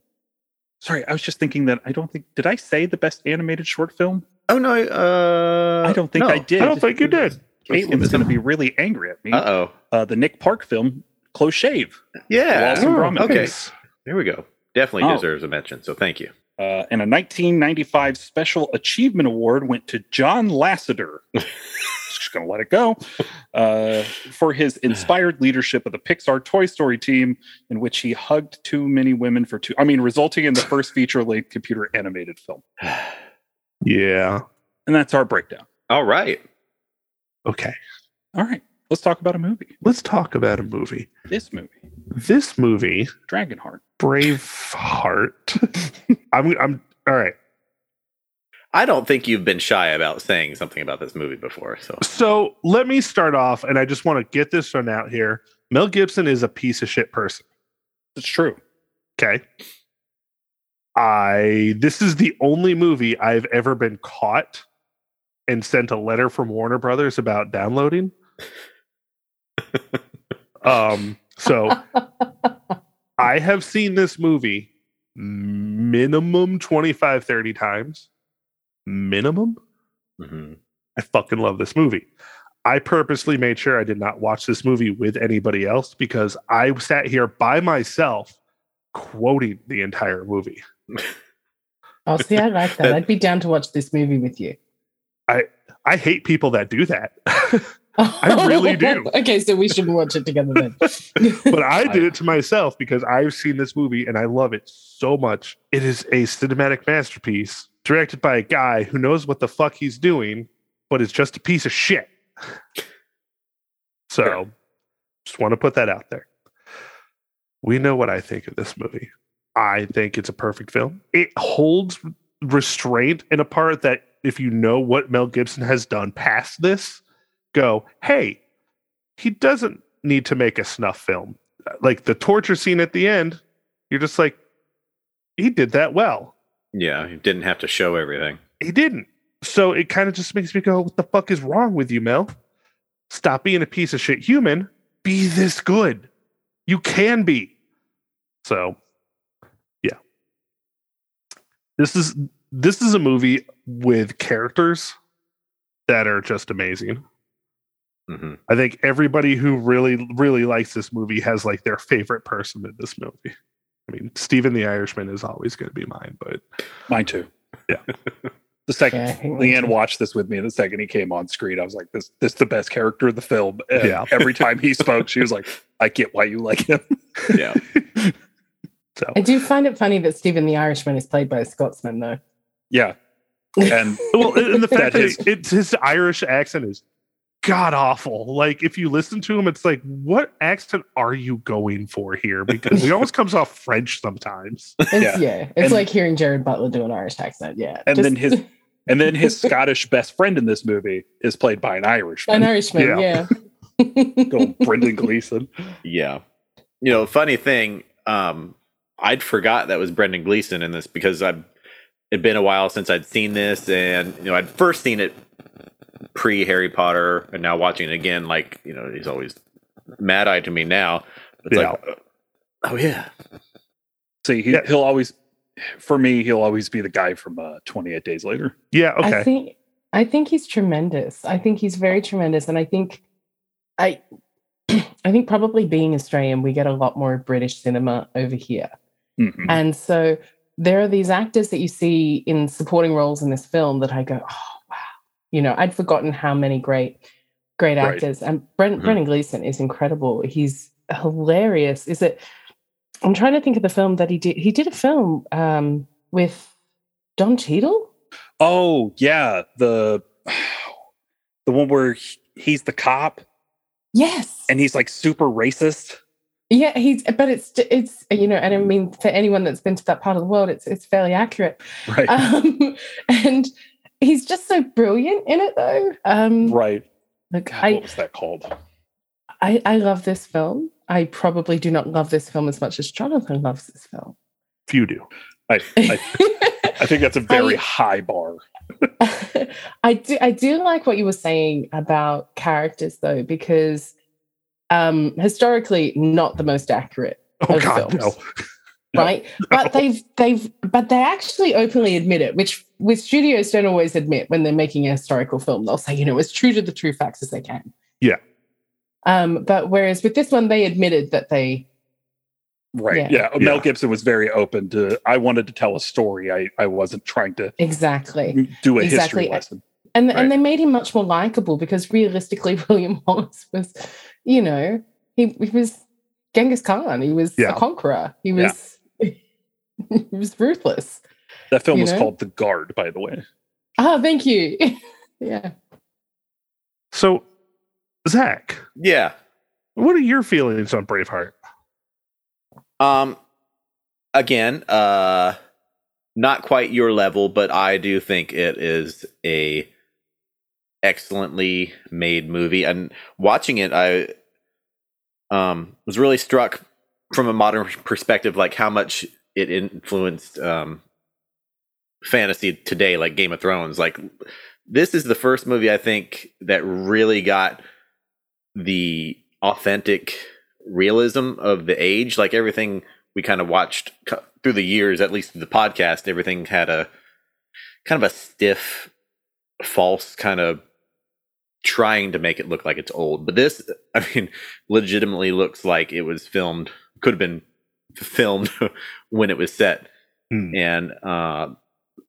Speaker 1: Sorry, I was just thinking that I don't think did I say the best animated short film?
Speaker 3: Oh no, uh
Speaker 1: I don't think I did.
Speaker 4: I don't think you did.
Speaker 1: Caitlin is going to be really angry at me.
Speaker 3: Uh
Speaker 1: uh
Speaker 3: oh.
Speaker 1: the Nick Park film, Close Shave,
Speaker 3: Yeah.
Speaker 1: Awesome ramen.
Speaker 3: okay.
Speaker 4: Nice.
Speaker 3: There we go. Definitely
Speaker 1: Oh.
Speaker 3: deserves a mention. So thank you.
Speaker 1: uh, and a 1995 Special Achievement Award went to John Lasseter. Just gonna let it go uh, for his inspired leadership of the Pixar Toy Story team, in which he hugged too many women for two. I mean, resulting in the first feature-length computer animated film.
Speaker 4: Yeah.
Speaker 1: And that's our breakdown.
Speaker 3: All right.
Speaker 4: Okay.
Speaker 1: All right, let's talk about a movie.
Speaker 4: Let's talk about a movie.
Speaker 1: This movie,
Speaker 4: This movie
Speaker 1: Dragonheart.
Speaker 4: Braveheart. I'm I'm all right.
Speaker 3: I don't think you've been shy about saying something about this movie before. So
Speaker 4: So let me start off and I just want to get this one out here. Mel Gibson is a piece of shit person.
Speaker 1: It's true.
Speaker 4: Okay. I this is the only movie I've ever been caught and sent a letter from Warner Brothers about downloading. um so I have seen this movie minimum 25 30 times. Minimum?
Speaker 3: Mhm.
Speaker 4: I fucking love this movie. I purposely made sure I did not watch this movie with anybody else because I sat here by myself quoting the entire movie.
Speaker 2: Oh, see, I like that. I'd be down to watch this movie with you.
Speaker 4: I hate people that do that, really do.
Speaker 2: okay, so we shouldn't watch it together then.
Speaker 4: but I did it to myself because I've seen this movie and I love it so much. It is a cinematic masterpiece directed by a guy who knows what the fuck he's doing, but is just a piece of shit. So just want to put that out there. We know what I think of this movie. I think it's a perfect film. It holds restraint in a part that if you know what Mel Gibson has done past this, go, hey, he doesn't need to make a snuff film. Like the torture scene at the end, you're just like, he did that well.
Speaker 3: Yeah, you didn't have to show everything.
Speaker 4: He didn't. So it kind of just makes me go, what the fuck is wrong with you, Mel? Stop being a piece of shit human. Be this good. You can be. So, yeah. This is this is a movie with characters that are just amazing.
Speaker 3: hmm
Speaker 4: I think everybody who really, really likes this movie has like their favorite person in this movie. I mean, Steven the Irishman is always going to be mine, but
Speaker 1: Mine too.
Speaker 4: Yeah.
Speaker 1: The second
Speaker 2: Yeah, I think mine
Speaker 1: Leanne
Speaker 2: too.
Speaker 1: watched this with me, and the second he came on screen, I was like, "This, this the best character of the film." And
Speaker 4: Yeah.
Speaker 1: Every time he spoke, she was like, "I get why you like him."
Speaker 3: Yeah.
Speaker 4: so
Speaker 2: I do find it funny that Stephen the Irishman is played by a Scotsman, though.
Speaker 1: Yeah, and
Speaker 4: well, and the
Speaker 1: That
Speaker 4: fact that,
Speaker 1: is-
Speaker 4: it's his Irish accent is god awful. Like if you listen to him, it's like, what accent are you going for here? Because he almost comes off French sometimes.
Speaker 2: It's, yeah. it's
Speaker 1: And-
Speaker 2: like hearing Jared Butler do an Irish accent. Yeah,
Speaker 1: And
Speaker 2: Just
Speaker 1: then his- and then his Scottish best friend in this movie is played by an
Speaker 2: an
Speaker 1: Irishman,
Speaker 2: Irishman.
Speaker 4: Yeah.
Speaker 2: Yeah,
Speaker 1: Good old Brendan Gleeson.
Speaker 3: Yeah. You know, funny thing, um, I'd forgot that was Brendan Gleeson in this because I it'd been a while since I'd seen this and you know, I'd first seen it pre Harry Potter and now watching it again, like, you know, he's always mad eye to me now. It's like oh yeah.
Speaker 1: See, he,
Speaker 4: Yeah.
Speaker 1: he'll always, for me, he'll always be the guy from uh, Twenty Eight Days Later.
Speaker 4: Yeah,
Speaker 2: I
Speaker 4: okay.
Speaker 2: think I think he's tremendous. I think he's very tremendous, and I think I I think probably being Australian, we get a lot more British cinema over here,
Speaker 4: Mm-hmm.
Speaker 1: Mhm.
Speaker 2: and so there are these actors that you see in supporting roles in this film that I go, oh wow, you know, I'd forgotten how many great great
Speaker 1: Right.
Speaker 2: actors, and Brent,
Speaker 3: Mhm.
Speaker 2: Brendan Gleeson is incredible. He's hilarious. Is it? I'm trying to think of the film that he did. He did a film um, with Don Cheadle.
Speaker 1: Oh yeah, the the one where he- he's the cop
Speaker 2: Yes.
Speaker 1: and he's like super racist.
Speaker 2: Yeah, he's but it's it's you know, and I mean for anyone that's been to that part of the world, it's it's fairly accurate.
Speaker 1: Right.
Speaker 2: Um, and he's just so brilliant in it though. Um,
Speaker 1: right.
Speaker 2: look,
Speaker 1: God,
Speaker 2: I,
Speaker 1: what was that called?
Speaker 2: I I love this film. I probably do not love this film as much as Jonathan loves this film.
Speaker 4: If you do.
Speaker 1: I, I, I think that's a very high bar.
Speaker 2: I do I do like what you were saying about characters though, because um historically not the most accurate
Speaker 4: Oh
Speaker 2: Of
Speaker 4: god,
Speaker 2: films.
Speaker 4: no.
Speaker 1: No,
Speaker 2: right? But they've they've but they actually openly admit it, which which studios don't always admit when they're making a historical film. They'll say, you know, as true to the true facts as they can.
Speaker 4: Yeah.
Speaker 2: Um, but whereas with this one, they admitted that they
Speaker 1: Right. Yeah.
Speaker 2: Yeah.
Speaker 1: Mel
Speaker 4: Yeah.
Speaker 1: Gibson was very open to I wanted to tell a story. I, I wasn't trying to
Speaker 2: exactly
Speaker 1: do a history
Speaker 2: Exactly.
Speaker 1: lesson.
Speaker 2: and
Speaker 3: Right.
Speaker 2: and they made him much more likable because realistically, William Wallace was, you know, he, he was Genghis Khan. He was a
Speaker 4: Yeah.
Speaker 2: conqueror. He
Speaker 1: Yeah.
Speaker 2: was he was ruthless.
Speaker 1: That film
Speaker 2: You
Speaker 1: was
Speaker 2: know?
Speaker 1: called The Guard, by the way.
Speaker 2: Ah, thank you. yeah.
Speaker 4: So Zach,
Speaker 3: Yeah.
Speaker 4: what are your feelings on Braveheart?
Speaker 3: Um again, uh not quite your level, but I do think it is a excellently made movie. And watching it, I um was really struck from a modern perspective like how much it influenced um fantasy today like Game of Thrones. Like this is the first movie I think that really got the authentic realism of the age. Like everything we kind of watched cu- through the years, at least the podcast, everything had a kind of a stiff, false kind of trying to make it look like it's old. But this, I mean, legitimately looks like it was filmed, could have been filmed when it was set
Speaker 4: Hmm.
Speaker 3: and uh,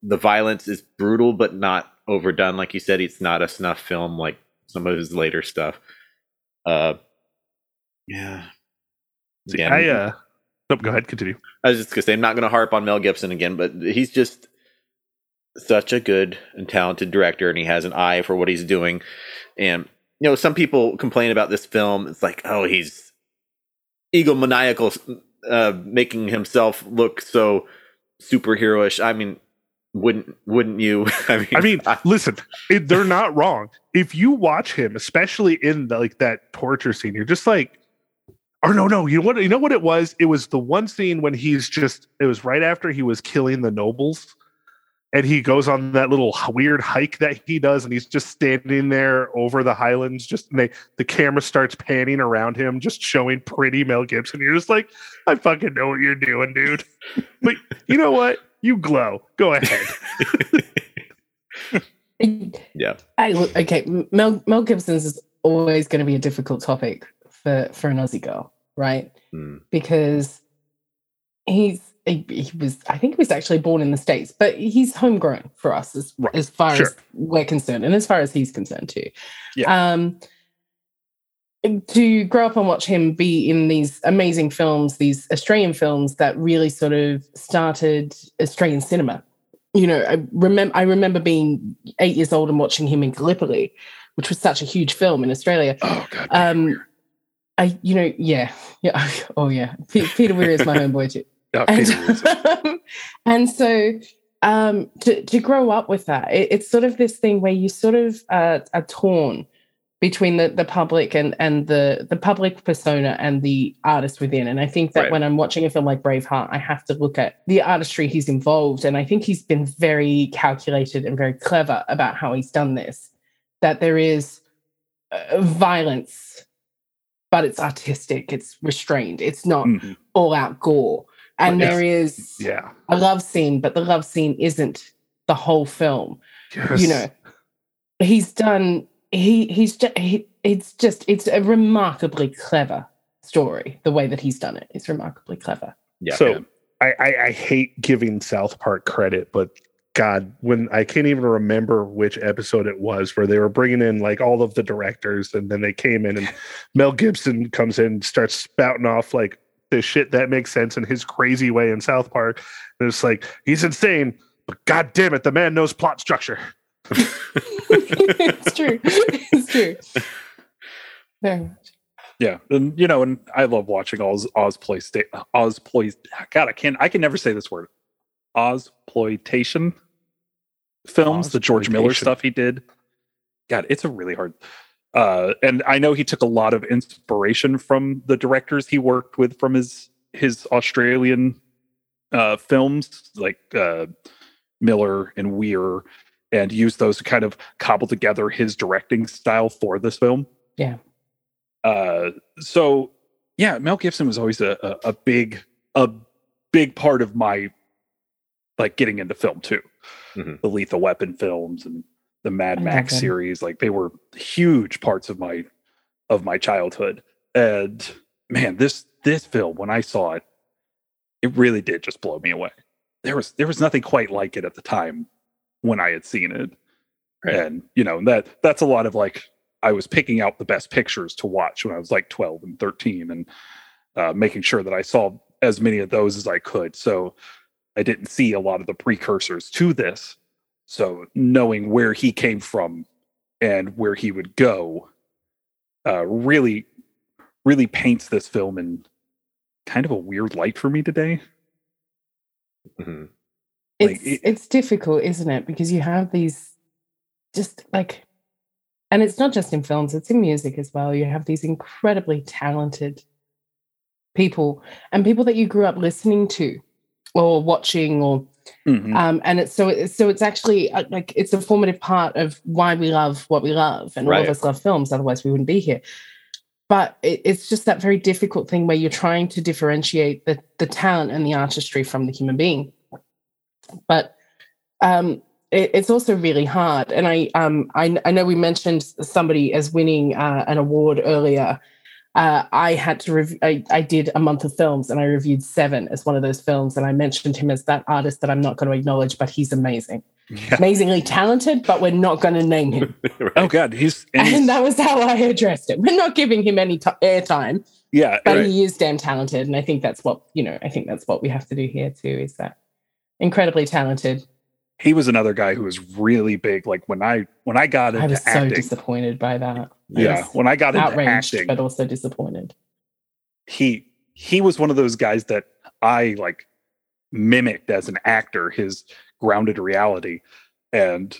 Speaker 3: the violence is brutal but not overdone. Like you said, it's not a snuff film like some of his later stuff. Uh, yeah.
Speaker 4: See,
Speaker 3: Again,
Speaker 4: I uh nope, go ahead, continue.
Speaker 3: I was just gonna say I'm not gonna harp on Mel Gibson again, but he's just such a good and talented director, and he has an eye for what he's doing. And you know, some people complain about this film. It's like, oh, he's egomaniacal, uh, making himself look so superheroish. I mean, wouldn't wouldn't you? I mean,
Speaker 4: I mean, listen, it, they're not wrong. If you watch him, especially in the, like that torture scene, you're just like, or no, no, you know what? You know what it was? It was the one scene when he's just. It was right after he was killing the nobles, and he goes on that little h- weird hike that he does, and he's just standing there over the highlands. Just and they, the camera starts panning around him, just showing pretty Mel Gibson. You're just like, I fucking know what you're doing, dude. but you know what? You glow. Go ahead.
Speaker 3: yeah,
Speaker 2: I, look, okay, Mel, Mel Gibson's is always going to be a difficult topic for, for an Aussie girl, right?
Speaker 3: Mm.
Speaker 2: Because he's he, he was I think he was actually born in the states, but he's homegrown for us as
Speaker 4: Right,
Speaker 2: as far
Speaker 4: sure.
Speaker 2: as we're concerned, and as far as he's concerned too.
Speaker 1: Yeah.
Speaker 2: Um, to grow up and watch him be in these amazing films, these Australian films that really sort of started Australian cinema. You know, I remember I remember being eight years old and watching him in Gallipoli, which was such a huge film in Australia.
Speaker 1: Oh god.
Speaker 2: Um, I, you know, yeah, yeah, oh yeah. Pe- Peter Weir is my homeboy too
Speaker 1: Oh,
Speaker 2: and,
Speaker 1: Peter Weir's-
Speaker 2: and so um to, to grow up with that it, it's sort of this thing where you sort of uh, are torn between the the public and and the the public persona and the artist within and i think that
Speaker 3: Right.
Speaker 2: when i'm watching a film like braveheart i have to look at the artistry he's involved and i think he's been very calculated and very clever about how he's done this that there is uh, violence but it's artistic it's restrained it's not
Speaker 1: Mhm.
Speaker 2: all out gore. And
Speaker 4: But
Speaker 2: there is
Speaker 4: yeah.
Speaker 2: a love scene, but the love scene isn't the whole film. You know, he's done. He he's just he, it's just it's a remarkably clever story. The way that he's done it, it's remarkably clever.
Speaker 3: yeah.
Speaker 4: so
Speaker 1: yeah.
Speaker 4: I, I I hate giving South Park credit, but God, when I can't even remember which episode it was where they were bringing in like all of the directors, and then they came in and Mel Gibson comes in, and starts spouting off like the shit that makes sense in his crazy way in South Park, and it's like he's insane, but God damn it, the man knows plot structure.
Speaker 2: it's true. It's true. Very much.
Speaker 1: Yeah, and you know, and I love watching Oz Ozploitation. Ozploit. God, I can not I can never say this word. Ozploitation films, the George Miller
Speaker 4: Ozploitation.
Speaker 1: stuff he did. God, it's a really hard. Uh, and I know he took a lot of inspiration from the directors he worked with from his his Australian uh, films, like uh, Miller and Weir, and used those to kind of cobble together his directing style for this film.
Speaker 2: Yeah.
Speaker 1: Uh, so yeah, Mel Gibson was always a, a, a big a big part of my like getting into film too.
Speaker 3: Mhm.
Speaker 1: The Lethal Weapon films and the Mad
Speaker 2: I
Speaker 1: Max
Speaker 2: love them.
Speaker 1: series, like they were huge parts of my of my childhood. And man, this this film when I saw it, it really did just blow me away. There was there was nothing quite like it at the time when I had seen it.
Speaker 3: Right.
Speaker 1: And you know, that that's a lot of like I was picking out the best pictures to watch when I was like 12 and 13 and uh, making sure that I saw as many of those as I could. So I didn't see a lot of the precursors to this. So knowing where he came from and where he would go uh, really, really paints this film in kind of a weird light for me today.
Speaker 3: Mhm.
Speaker 1: Like,
Speaker 2: It's
Speaker 1: it-
Speaker 2: it's difficult, isn't it? Because you have these just like, and it's not just in films; it's in music as well. You have these incredibly talented people and people that you grew up listening to or watching or
Speaker 1: Mm.
Speaker 2: um and it's so it's so it's actually uh, like it's a formative part of why we love what we love and all of
Speaker 3: Right.
Speaker 2: us love films otherwise we wouldn't be here but it, it's just that very difficult thing where you're trying to differentiate the the talent and the artistry from the human being but um it, it's also really hard and i um I, I know we mentioned somebody as winning uh, an award earlier uh, I had to rev- I, I did a month of films and I reviewed seven as one of those films and I mentioned him as that artist that I'm not going to acknowledge but he's amazing
Speaker 1: Yeah.
Speaker 2: amazingly talented but we're not going to name him
Speaker 3: Right.
Speaker 4: Uh,
Speaker 1: Oh God, he's and he's-
Speaker 2: and that was how I addressed it we're not giving him any t- airtime
Speaker 1: yeah,
Speaker 2: but
Speaker 1: right.
Speaker 2: he is damn talented and I think that's what you know I think that's what we have to do here too is that incredibly talented
Speaker 1: he was another guy who was really big. Like when I when I got into
Speaker 2: I was so
Speaker 1: acting,
Speaker 2: disappointed by that I
Speaker 1: yeah,
Speaker 2: was
Speaker 1: when I got into
Speaker 2: outraged
Speaker 1: acting,
Speaker 2: but also disappointed
Speaker 1: he he was one of those guys that I like mimicked as an actor his grounded reality, and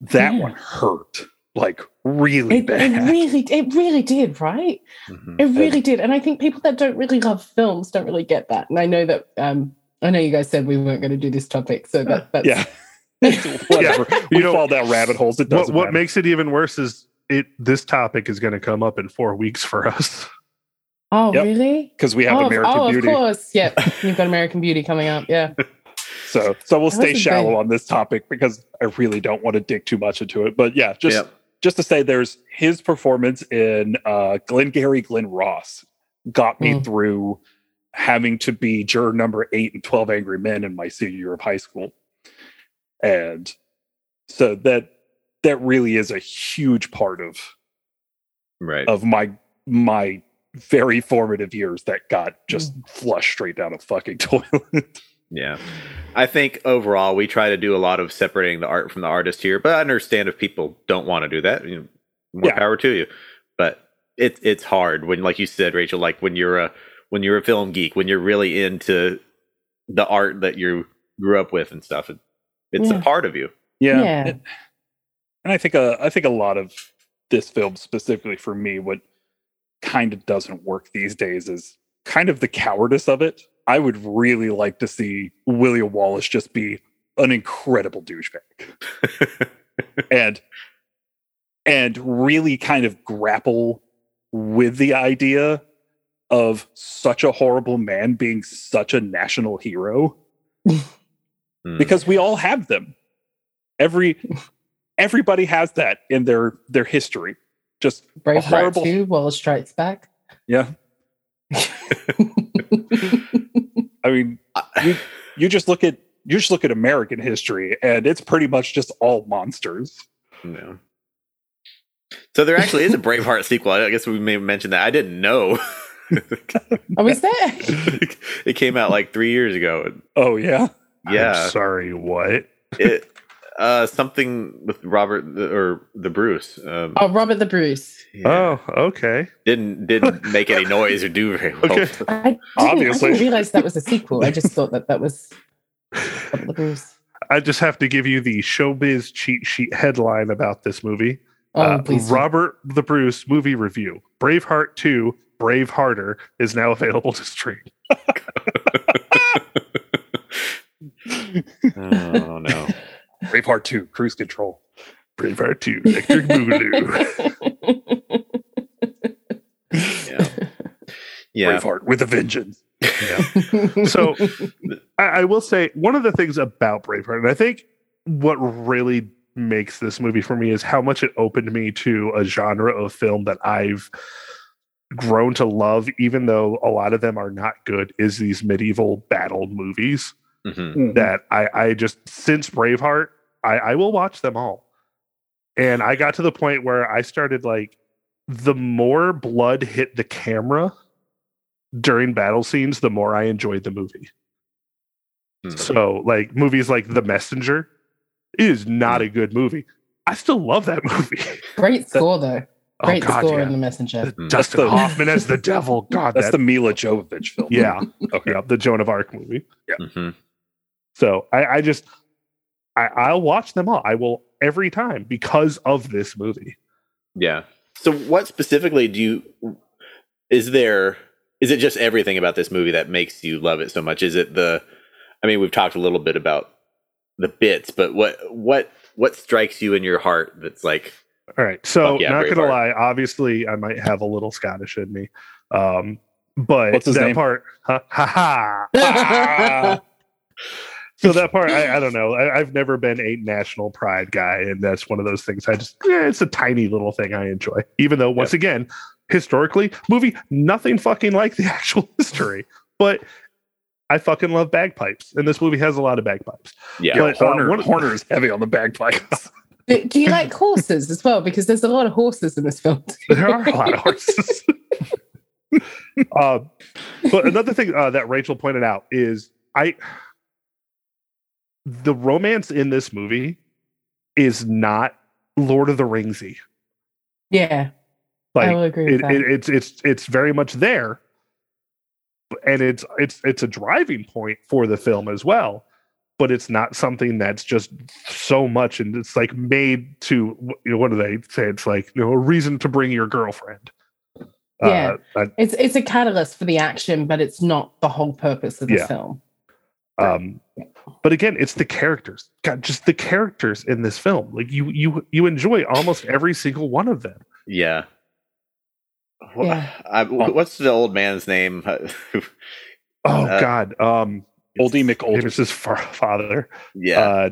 Speaker 1: that
Speaker 2: Yeah.
Speaker 1: one hurt like really
Speaker 2: It,
Speaker 1: bad. Mm,
Speaker 2: it really, it really did, right?
Speaker 3: Mhm.
Speaker 2: It really did, and I think people that don't really love films don't really get that. And I know that. Um, I know you guys said we weren't going to do this topic, so that, that's
Speaker 1: yeah, whatever. We
Speaker 4: You know,
Speaker 1: fall down rabbit holes. It
Speaker 4: What,
Speaker 1: doesn't
Speaker 4: what
Speaker 1: matter.
Speaker 4: makes it even worse is it. This topic is going to come up in four weeks for us.
Speaker 2: Oh,
Speaker 1: Yep.
Speaker 2: really?
Speaker 1: because we have
Speaker 2: oh,
Speaker 1: American
Speaker 2: oh,
Speaker 1: Beauty.
Speaker 2: of course. Yep, you've got American Beauty coming up. Yeah.
Speaker 1: So so we'll
Speaker 2: That
Speaker 1: stay
Speaker 2: was a
Speaker 1: shallow
Speaker 2: big-
Speaker 1: on this topic because I really don't want to dig too much into it. But yeah, just
Speaker 3: Yep.
Speaker 1: just to say there's his performance in uh Glengarry Glenn Ross got me
Speaker 2: Mm.
Speaker 1: through having to be juror number 8 and 12 Angry Men in my senior year of high school. And so that that really is a huge part of
Speaker 3: right.
Speaker 1: of my my very formative years that got just flushed straight down a fucking toilet.
Speaker 3: Yeah. I think overall we try to do a lot of separating the art from the artist here, but I understand if people don't want to do that. You know, more
Speaker 1: Yeah.
Speaker 3: power to you. But it's it's hard when, like you said, Rachel, like when you're a when you're a film geek, when you're really into the art that you grew up with and stuff. It, it's
Speaker 2: Yeah.
Speaker 3: a part of you.
Speaker 1: Yeah.
Speaker 2: Yeah.
Speaker 1: And, and I think uh, I think a lot of this film specifically for me, what kind of doesn't work these days is kind of the cowardice of it. I would really like to see William Wallace just be an incredible douchebag and and really kind of grapple with the idea of such a horrible man being such a national hero
Speaker 3: Mm.
Speaker 1: because we all have them every everybody has that in their their history just
Speaker 2: Braveheart
Speaker 1: horrible-
Speaker 2: 2, Wallace Strikes Back.
Speaker 1: yeah i mean you just look at you just look at american history and it's pretty much just all monsters
Speaker 3: No. So there actually is a Braveheart sequel. I guess we may mention that. I didn't know.
Speaker 2: Oh, is there?
Speaker 3: it came out like three years ago.
Speaker 1: oh yeah
Speaker 4: I'm
Speaker 3: Yeah.
Speaker 4: sorry. What?
Speaker 3: it uh something with Robert the, or the Bruce. Um,
Speaker 2: Oh, Robert the Bruce.
Speaker 3: yeah.
Speaker 4: Oh, okay.
Speaker 3: didn't didn't make any noise or do very well.
Speaker 4: Okay.
Speaker 2: I didn't,
Speaker 1: Obviously.
Speaker 2: I didn't realize that was a sequel. I just thought that that was Robert the Bruce.
Speaker 4: I just have to give you the showbiz cheat sheet headline about this movie.
Speaker 2: Oh,
Speaker 4: Uh,
Speaker 2: please. do.
Speaker 4: Robert the Bruce movie review. Braveheart 2, Bravehearter is now available to stream.
Speaker 3: oh no.
Speaker 1: braveheart 2 cruise control
Speaker 4: Braveheart 2, Electric Boogaloo.
Speaker 3: Yeah. Yeah.
Speaker 1: braveheart with a vengeance
Speaker 4: So I, I will say one of the things about Braveheart, and I think what really makes this movie for me is how much it opened me to a genre of film that I've grown to love, even though a lot of them are not good, is these medieval battle movies
Speaker 3: Mhm.
Speaker 4: that I, I just since Braveheart, I, I will watch them all. And I got to the point where I started like the more blood hit the camera during battle scenes, the more I enjoyed the movie.
Speaker 1: Hmm.
Speaker 3: Mhm.
Speaker 4: So like movies like The Messenger it is not
Speaker 1: Hmm.
Speaker 4: a good movie. I still love that movie.
Speaker 2: Great score, though.
Speaker 4: Oh
Speaker 2: Great
Speaker 4: god,
Speaker 2: score
Speaker 4: yeah.
Speaker 2: in The Messenger.
Speaker 4: The
Speaker 3: That's
Speaker 4: Dustin
Speaker 1: the-
Speaker 4: Hoffman as the devil. God,
Speaker 1: Hmm. that's
Speaker 4: that,
Speaker 1: the mila jovovich film
Speaker 4: yeah,
Speaker 1: okay
Speaker 4: yeah, the Joan of Arc movie.
Speaker 3: Mhm.
Speaker 4: So I, I just I, I'll watch them all. I will every time because of this movie.
Speaker 3: Yeah. So what specifically do you is there is it just everything about this movie that makes you love it so much? Is it the I mean we've talked a little bit about the bits, but what what what strikes you in your heart that's like
Speaker 4: All right. So
Speaker 1: Oh,
Speaker 3: Fuck yeah,
Speaker 4: not gonna
Speaker 3: Braveheart.
Speaker 4: lie, obviously I might have a little Scottish in me. Um but
Speaker 1: What's his
Speaker 4: that
Speaker 1: name?
Speaker 4: part ha ha ha.
Speaker 1: Ah.
Speaker 4: So that part I, I don't know. I, I've never been a national pride guy, and that's one of those things I just yeah, it's a tiny little thing I enjoy. Even though once again, historically, movie nothing fucking like the actual history. But I fucking love bagpipes, and this movie has a lot of bagpipes.
Speaker 3: yeah.
Speaker 4: But, uh,
Speaker 1: Horner,
Speaker 4: one-
Speaker 1: Horner is heavy on the bagpipes.
Speaker 2: Do do you like horses as well? Because there's a lot of horses in this film.
Speaker 4: There are a lot of horses. uh, but another thing uh, that Rachel pointed out is I the romance in this movie is not Lord of the Ringsy.
Speaker 2: Yeah,
Speaker 4: Like
Speaker 2: I will agree with
Speaker 4: it,
Speaker 2: that.
Speaker 4: it, it's it's it's very much there and it's it's it's a driving point for the film as well but it's not something that's just so much and it's like made to you know what do they say it's like you know a reason to bring your girlfriend
Speaker 2: Yeah.
Speaker 4: uh, I-
Speaker 2: It's it's a catalyst for the action, but it's not the whole purpose of the
Speaker 4: Yeah.
Speaker 2: film.
Speaker 4: um but again it's the characters god just the characters in this film like you you you enjoy almost every single one of them
Speaker 3: Yeah. Wh-
Speaker 2: Yeah.
Speaker 1: Um,
Speaker 3: I- wh- what's the old man's name?
Speaker 4: oh
Speaker 3: Uh,
Speaker 4: god um
Speaker 1: Oldie
Speaker 4: Davis
Speaker 1: McOld,
Speaker 4: is fa- father
Speaker 3: yeah,
Speaker 4: uh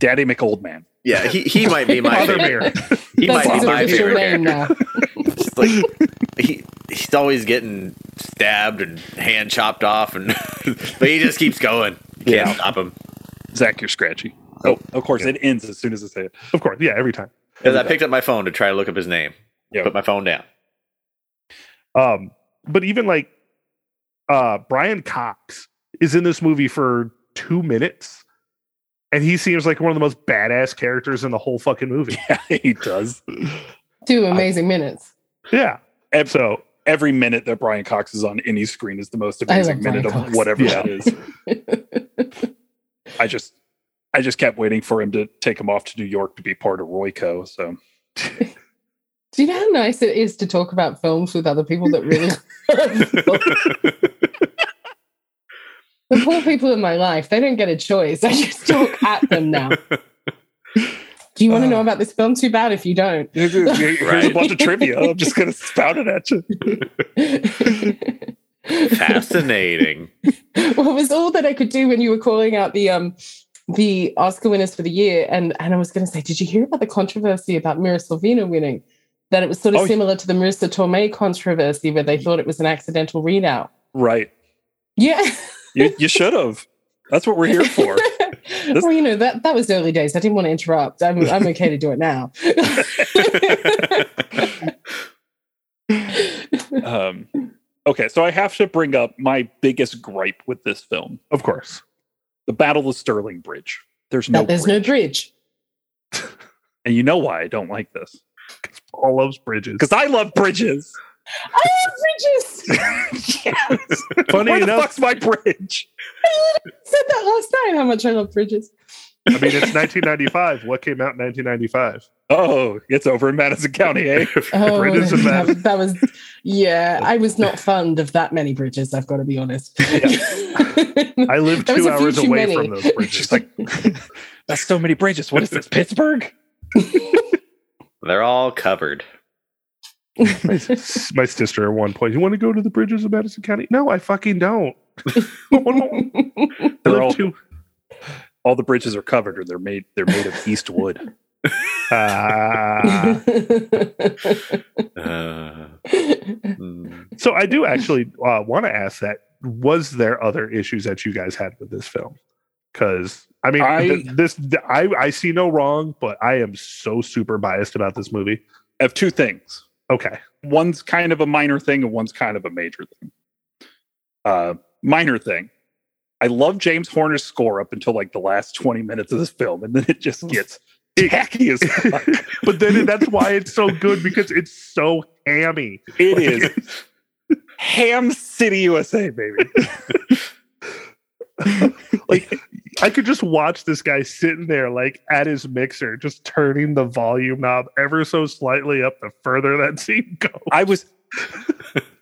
Speaker 1: Daddy McOldman.
Speaker 3: yeah. He he might be my
Speaker 4: father
Speaker 3: favorite.
Speaker 4: bear
Speaker 3: He
Speaker 2: That's
Speaker 3: might
Speaker 2: his
Speaker 3: be my
Speaker 2: official
Speaker 3: favorite
Speaker 2: name
Speaker 3: character.
Speaker 2: now.
Speaker 3: It's like, he he's always getting stabbed and hand chopped off, and but he just keeps going. You can't
Speaker 1: Yeah.
Speaker 3: stop him.
Speaker 1: Zach, you're scratchy.
Speaker 3: Oh.
Speaker 1: Oh, of course,
Speaker 4: Yeah.
Speaker 1: it ends as soon as I say it.
Speaker 4: of course yeah every time
Speaker 3: Because I picked up my phone to try to look up his name.
Speaker 1: Yeah.
Speaker 3: Put my phone down.
Speaker 4: um but even like uh brian cox is in this movie for two minutes and he seems like one of the most badass characters in the whole fucking movie
Speaker 1: he does.
Speaker 2: Two amazing minutes.
Speaker 4: yeah
Speaker 1: Ev-
Speaker 4: so
Speaker 1: Every minute that Brian Cox is on any screen is the most
Speaker 2: I love
Speaker 1: amazing minute
Speaker 2: Brian
Speaker 1: of
Speaker 2: Cox.
Speaker 1: whatever
Speaker 4: Yeah.
Speaker 1: that is. I just, I just kept waiting for him to take him off to New York to be part of Royco. So
Speaker 2: Do you know how nice it is to talk about films with other people that really love films? The poor people in my life, they don't get a choice. I just talk at them now. Do you want to know about this film? Too bad if you don't.
Speaker 1: here's, here's a
Speaker 3: Right.
Speaker 1: bunch of trivia. I'm just gonna spout it at you.
Speaker 3: Fascinating.
Speaker 2: well, it was all that I could do when you were calling out the um the Oscar winners for the year, and and I was going to say, did you hear about the controversy about Mira Sorvino winning? That it was sort of
Speaker 1: Oh, yeah.
Speaker 2: similar to the Marissa Tomei controversy, where they thought it was an accidental readout.
Speaker 1: Right.
Speaker 2: Yeah,
Speaker 1: You you should have. That's what we're here for.
Speaker 2: well, you know that that was early days. I didn't want to interrupt. I'm I'm okay to do it now.
Speaker 1: Um, okay, so I have to bring up my biggest gripe with this film:
Speaker 4: of course
Speaker 1: the Battle of Sterling Bridge. There's no,
Speaker 2: That there's
Speaker 1: bridge.
Speaker 2: no bridge.
Speaker 1: and you know why I don't like this.
Speaker 4: all loves bridges
Speaker 1: because I love bridges.
Speaker 2: I love bridges.
Speaker 4: funny
Speaker 1: Where the
Speaker 4: enough
Speaker 1: fuck's my bridge?
Speaker 2: said that last night. How much I love bridges.
Speaker 4: i mean it's 1995 what came out in 1995
Speaker 1: Oh, it's over in Madison County, eh?
Speaker 2: Oh,
Speaker 4: Bridges and
Speaker 2: that,
Speaker 4: Madison.
Speaker 2: that was yeah. I was not fond of that many bridges. I've got to be honest.
Speaker 4: i
Speaker 2: That was
Speaker 4: live two
Speaker 2: a few
Speaker 4: hours
Speaker 2: too
Speaker 4: away
Speaker 2: many.
Speaker 4: from those bridges
Speaker 1: She's like, that's so many bridges. What is this, Pittsburgh?
Speaker 3: They're all covered.
Speaker 4: my, s- my sister at one point you want to go to the bridges of madison county no i fucking don't I
Speaker 1: They're all-
Speaker 4: live two
Speaker 1: All the bridges are covered, or they're made. They're made of east wood.
Speaker 4: Ah.
Speaker 3: Uh, mm.
Speaker 4: So I do actually uh, want to ask that: Was there other issues that you guys had with this film? Because I mean,
Speaker 1: I-
Speaker 4: th- this th- I I see no wrong, but I am so super biased about this movie.
Speaker 1: I have two things.
Speaker 4: Okay,
Speaker 1: One's kind of a minor thing, and one's kind of a major thing. Uh, minor thing. I love James Horner's score up until like the last twenty minutes of this film, and then it just gets tacky as fuck.
Speaker 4: but then that's why it's so good because it's so hammy.
Speaker 1: It is Ham City, USA, baby.
Speaker 4: Like I could just watch this guy sitting there, like at his mixer, just turning the volume knob ever so slightly up the further that scene goes.
Speaker 1: I was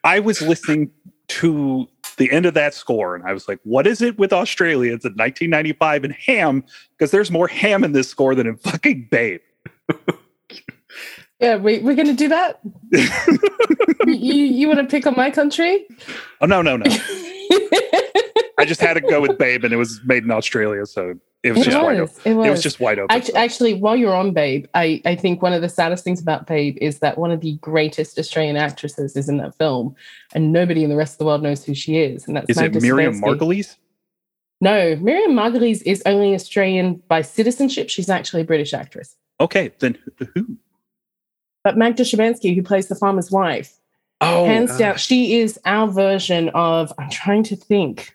Speaker 1: I was listening to the end of that score and I was like, what is it with Australians in 1995 and ham? Because there's more ham in this score than in fucking Babe.
Speaker 2: yeah, we, we're going to do that. you you want to pick on my country?
Speaker 1: Oh no, no, no. I just had to go with Babe and it was made in Australia, so it was
Speaker 2: It
Speaker 1: just wide open.
Speaker 2: was, it was.
Speaker 1: It was just wide open.
Speaker 2: Act- Actually, while you're on Babe, I, I think one of the saddest things about Babe is that one of the greatest Australian actresses is in that film, and nobody in the rest of the world knows who she is. And that's
Speaker 1: is it
Speaker 2: Magda
Speaker 1: Miriam
Speaker 2: Swansky.
Speaker 1: Margulies?
Speaker 2: No, Miriam Margulies is only Australian by citizenship. She's actually a British actress.
Speaker 1: Okay, then who?
Speaker 2: But Magda Shabansky, who plays the farmer's wife,
Speaker 1: Oh,
Speaker 2: hands down, she is our version of. I'm trying to think.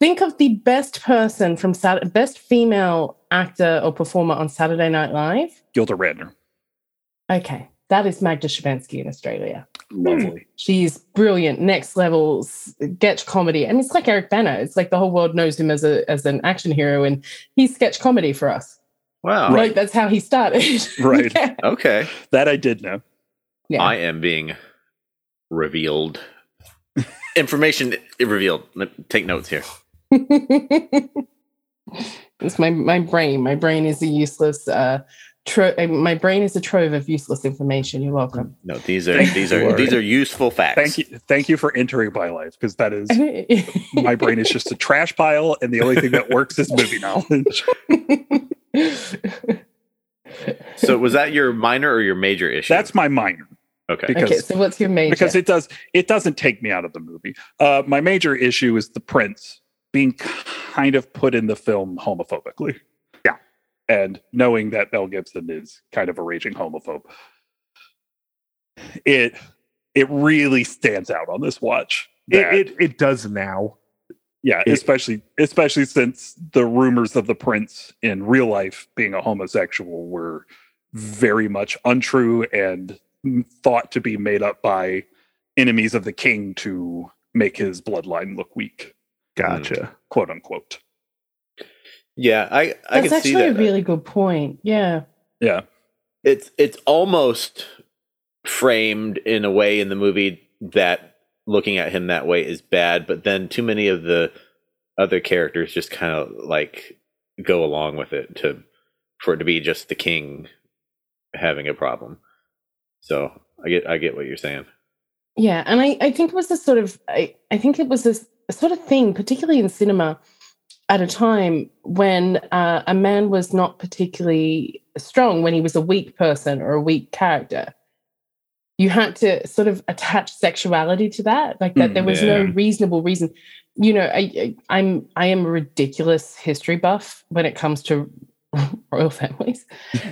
Speaker 2: Think of the best person from Sat- best female actor or performer on Saturday Night Live.
Speaker 1: Gilda Radner.
Speaker 2: Okay, that is Magda Shabansky in Australia.
Speaker 1: Lovely.
Speaker 2: She's brilliant, next levels, sketch comedy. And it's like Eric Banner. It's like the whole world knows him as a as an action hero and he's sketch comedy for us.
Speaker 3: Wow.
Speaker 2: Like that's how he started.
Speaker 1: Right.
Speaker 2: Yeah.
Speaker 3: Okay.
Speaker 1: That I did know.
Speaker 2: Yeah.
Speaker 3: I am being revealed. Information i- revealed. Let- Take notes here.
Speaker 2: it's my my brain. My brain is a useless uh tro- uh, my brain is a trove of useless information. You're welcome.
Speaker 3: No, these are
Speaker 1: Thank
Speaker 3: these
Speaker 1: you,
Speaker 3: are
Speaker 1: Lord.
Speaker 3: these are useful facts.
Speaker 1: Thank you. Thank you for entering my life because that is my brain is just a trash pile, and the only thing that works is movie knowledge.
Speaker 3: So was that your minor or your major issue?
Speaker 1: That's my minor
Speaker 3: okay.
Speaker 1: because
Speaker 2: okay, so what's your major?
Speaker 1: because it does it doesn't take me out of the movie. Uh, my major issue is the prince being kind of put in the film homophobically. Yeah, and knowing that Mel Gibson is kind of a raging homophobe, it it really stands out on this watch. that-
Speaker 4: It, it it does now.
Speaker 1: yeah,
Speaker 4: It-
Speaker 1: especially especially since the rumors of the prince in real life being a homosexual were very much untrue and thought to be made up by enemies of the king to make his bloodline look weak, Mm.
Speaker 4: Gotcha.
Speaker 1: quote unquote.
Speaker 3: Yeah, I I
Speaker 2: That's
Speaker 3: can see
Speaker 2: actually
Speaker 3: that.
Speaker 1: uh,
Speaker 2: a really good point. Yeah.
Speaker 1: Yeah,
Speaker 3: it's it's almost framed in a way in the movie that looking at him that way is bad, but then too many of the other characters just kind of like go along with it to for it to be just the king having a problem. So I get I get what you're saying.
Speaker 2: Yeah, and I, I think it was a sort of I, I think it was this sort of thing, particularly in cinema, at a time when uh, a man was not particularly strong, when he was a weak person or a weak character. You had to sort of attach sexuality to that, like that.
Speaker 1: Mm,
Speaker 2: there was no
Speaker 1: yeah.
Speaker 2: reasonable reason. You know, I, I, I'm I am a ridiculous history buff when it comes to royal families.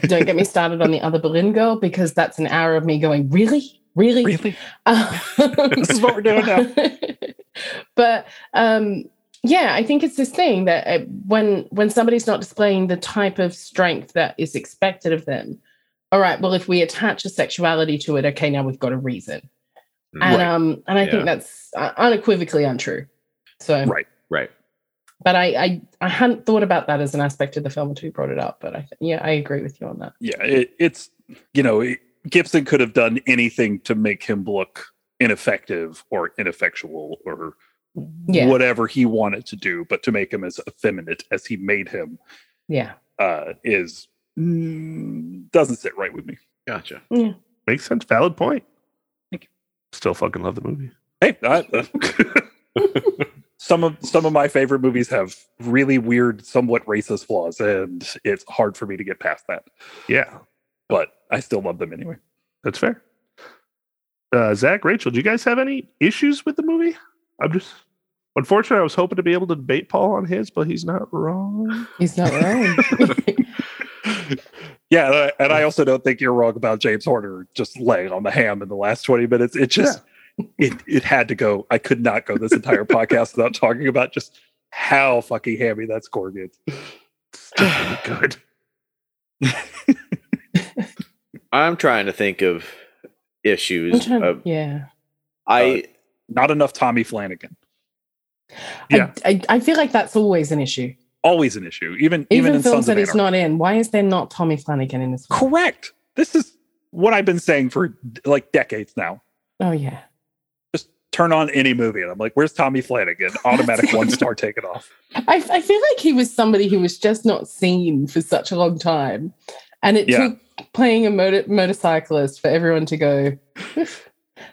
Speaker 2: Don't get me started on the other Boleyn girl because that's an hour of me going really, really,
Speaker 1: really.
Speaker 2: um,
Speaker 1: This is what we're doing now.
Speaker 2: but um, yeah, I think it's this thing that uh, when when somebody's not displaying the type of strength that is expected of them, all right, well, if we attach a sexuality to it, okay, now we've got a reason, and
Speaker 1: Right.
Speaker 2: um, and I
Speaker 3: Yeah.
Speaker 2: think that's uh, unequivocally untrue. So,
Speaker 1: Right.
Speaker 3: Right.
Speaker 2: but I, I I hadn't thought about that as an aspect of the film until you brought it up. But I th- yeah, I agree with you on that.
Speaker 1: Yeah, it, it's you know it, Gibson could have done anything to make him look ineffective or ineffectual or
Speaker 2: Yeah.
Speaker 1: whatever he wanted to do, but to make him as effeminate as he made him
Speaker 2: Yeah,
Speaker 1: uh, is mm, doesn't sit right with me.
Speaker 3: Gotcha.
Speaker 4: Makes sense. Valid point.
Speaker 1: Thank you.
Speaker 4: Still fucking love the movie.
Speaker 1: Hey, I, uh, some of some of my favorite movies have really weird, somewhat racist flaws, and it's hard for me to get past that.
Speaker 4: Yeah,
Speaker 1: But I still love them anyway.
Speaker 4: that's fair. Uh, Zach, Rachel, do you guys have any issues with the movie? I'm just unfortunately, I was hoping to be able to debate Paul on his, but he's not wrong.
Speaker 2: he's not wrong.
Speaker 1: Yeah, and I- and I also don't think you're wrong about James Horner just laying on the ham in the last 20 minutes. It just it it had to go. I could not go this entire podcast without talking about just how fucking hammy that score gets.
Speaker 4: Still really good.
Speaker 3: I'm trying to think of
Speaker 2: I'm
Speaker 3: issues.
Speaker 2: trying-
Speaker 3: Uh,
Speaker 2: yeah.
Speaker 3: I
Speaker 1: Not enough Tommy Flanagan.
Speaker 4: Yeah.
Speaker 2: I, I, I feel like that's always an issue.
Speaker 1: Always an issue. Even even,
Speaker 2: Even,
Speaker 1: in
Speaker 2: films
Speaker 1: Sons
Speaker 2: that
Speaker 1: of
Speaker 2: he's
Speaker 1: Anarchy.
Speaker 2: not in. Why is there not Tommy Flanagan in this film?
Speaker 1: Correct. This is what I've been saying for like decades now.
Speaker 2: Oh yeah.
Speaker 1: Just turn on any movie, and I'm like, "Where's Tommy Flanagan?" Automatic one star taken off.
Speaker 2: I, I feel like he was somebody who was just not seen for such a long time, and it
Speaker 1: Yeah.
Speaker 2: took playing a motor, motorcyclist for everyone to go. "Oof."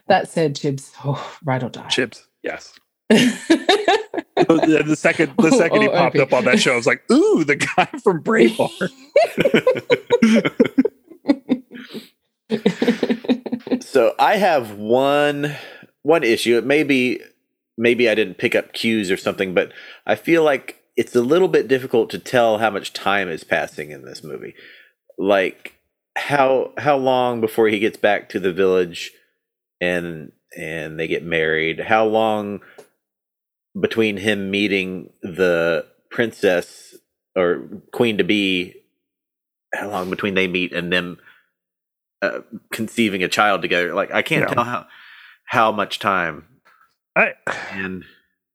Speaker 2: that said, Chibs, oh, ride or die.
Speaker 1: Chips. Yes. the, the second the
Speaker 2: Oh,
Speaker 1: second he
Speaker 2: oh,
Speaker 1: popped
Speaker 2: okay.
Speaker 1: up on that show, I was like, "Ooh, the guy from Braveheart."
Speaker 3: so I have one one issue. It may be maybe I didn't pick up cues or something, but I feel like it's a little bit difficult to tell how much time is passing in this movie. Like how how long before he gets back to the village and and they get married? How long between him meeting the princess or queen to be? How long between they meet and them conceiving a child together. Like I can't
Speaker 4: Yeah.
Speaker 3: tell how how much time
Speaker 4: I
Speaker 3: and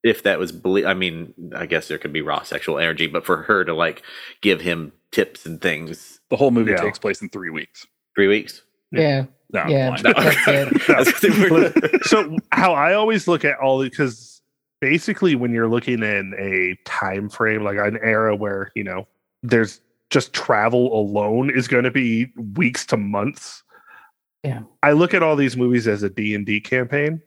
Speaker 3: if that was belie- i mean i guess there could be raw sexual energy but for her to like give him tips and things
Speaker 1: The whole movie
Speaker 4: Yeah.
Speaker 1: takes place in three weeks.
Speaker 3: three weeks
Speaker 2: Yeah.
Speaker 1: No,
Speaker 2: Yeah.
Speaker 1: blind.
Speaker 3: No.
Speaker 2: That's it.
Speaker 3: I was gonna say, we're-
Speaker 4: so how I always look at all because basically when you're looking in a time frame like an era where you know there's just travel alone is going to be weeks to months.
Speaker 2: Yeah.
Speaker 4: I look at all these movies as a D and D campaign.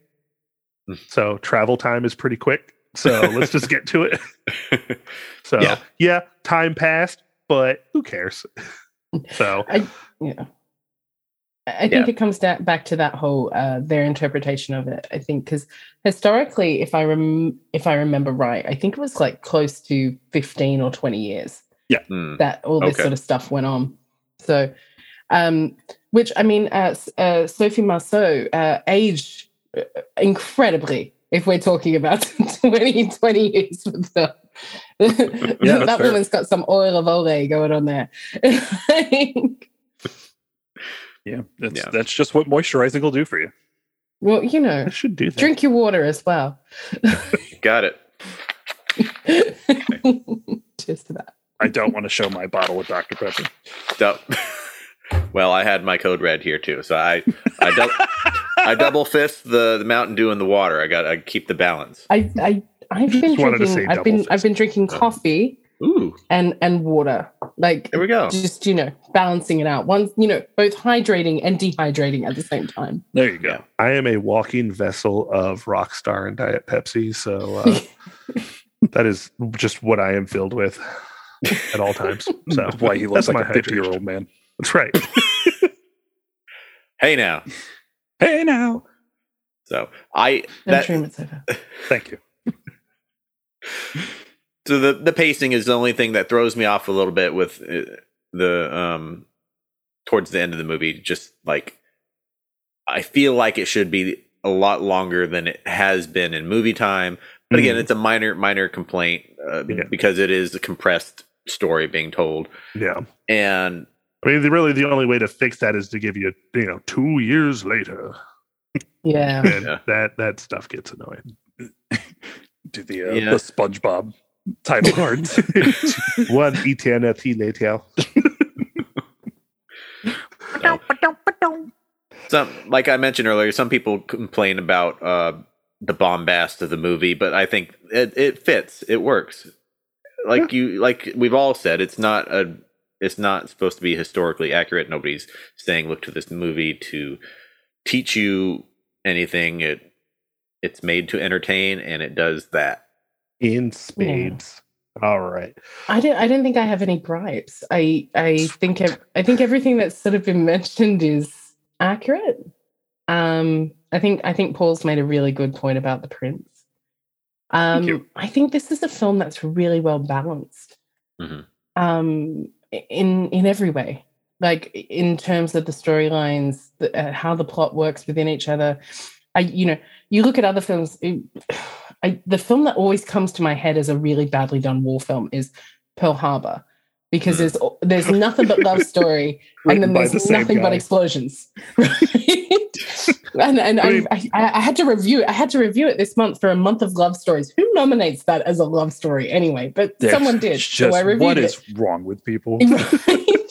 Speaker 3: Mm.
Speaker 4: So travel time is pretty quick. So let's just get to it. So
Speaker 3: Yeah.
Speaker 4: yeah, time passed, but who cares? so
Speaker 2: Yeah. I I think it comes da- back to that whole uh, their interpretation of it. I think because historically, if I rem- if I remember right, I think it was like close to fifteen or twenty years
Speaker 3: Hmm.
Speaker 2: that all this
Speaker 3: Okay.
Speaker 2: sort of stuff went on. So, um, which I mean, uh, S- uh, Sophie Marceau uh, aged uh, incredibly. If we're talking about 20, 20 years with them,
Speaker 1: that's
Speaker 2: that
Speaker 1: fair.
Speaker 2: woman's got some oil of ole going on there.
Speaker 1: Yeah, that's
Speaker 3: Yeah.
Speaker 1: that's just what moisturizing will do for you.
Speaker 2: well, you know,
Speaker 4: I should do that.
Speaker 2: drink your water as well.
Speaker 3: got it
Speaker 2: Cheers to that.
Speaker 1: I don't want to show my bottle of Dr Pepper.
Speaker 3: Dou- well i had my code red here too so i i, dou- I double fist the, the mountain dew and the water i got i keep the balance
Speaker 2: I, I, I've been
Speaker 4: Just wanted to say
Speaker 2: drinking. I've
Speaker 4: double
Speaker 2: been,
Speaker 4: fist.
Speaker 2: I've been drinking
Speaker 3: Um,
Speaker 2: coffee
Speaker 3: ooh
Speaker 2: and and water. Like
Speaker 3: here we go
Speaker 2: just you know balancing it out one you know both hydrating and dehydrating at the same time
Speaker 1: There you go.
Speaker 3: Yeah.
Speaker 4: I am a walking vessel of Rockstar and Diet Pepsi, so uh, that is just what I am filled with at all times. So
Speaker 1: That's why he looks
Speaker 4: that's
Speaker 1: like
Speaker 4: my
Speaker 1: a fifty-year-old
Speaker 4: hydration.
Speaker 1: man.
Speaker 4: That's right.
Speaker 3: hey now
Speaker 1: Hey, now,
Speaker 3: so i
Speaker 2: no
Speaker 3: that
Speaker 2: treatment's over
Speaker 1: thank you.
Speaker 3: so the the pacing is the only thing that throws me off a little bit with uh, the um towards the end of the movie just like i feel like it should be a lot longer than it has been in movie time but again it's a minor minor complaint uh,
Speaker 4: Yeah.
Speaker 3: because it is a compressed story being told
Speaker 4: yeah.
Speaker 3: and
Speaker 4: I mean, the- really, the only way to fix that is to give you, you know, two years later,
Speaker 2: yeah
Speaker 4: and
Speaker 3: Yeah.
Speaker 4: that that stuff gets annoying.
Speaker 1: Do the uh,
Speaker 3: Yeah.
Speaker 1: the SpongeBob title cards.
Speaker 4: One eternity later.
Speaker 3: some like i mentioned earlier some people complain about uh the bombast of the movie but i think it, it fits it works like you like we've all said it's not a it's not supposed to be historically accurate nobody's saying look to this movie to teach you anything it it's made to entertain and it does that
Speaker 4: in spades. All right.
Speaker 2: i don't i don't think i have any gripes i i think ev- i think everything that's sort of been mentioned is accurate um i think i think paul's made a really good point about the prince
Speaker 1: Thank
Speaker 2: um
Speaker 1: you.
Speaker 2: i think this is a film that's really well balanced
Speaker 3: Mhm.
Speaker 1: Mm-hmm.
Speaker 2: um in in every way like in terms of the storylines the- uh, how the plot works within each other i you know you look at other films it- I, the film that always comes to my head as a really badly done war film is pearl harbor because there's there's nothing but love story and
Speaker 4: Mm. Written
Speaker 2: then
Speaker 4: by
Speaker 2: there's
Speaker 4: the same
Speaker 2: nothing but
Speaker 4: guy.
Speaker 2: explosions right? and and
Speaker 4: I
Speaker 2: I,
Speaker 4: mean-
Speaker 2: I, I had to review I had to review it this month for a month of love stories. Who nominates that as a love story anyway? But someone did,
Speaker 1: It's
Speaker 2: so I reviewed
Speaker 1: what
Speaker 2: it.
Speaker 1: is wrong with people?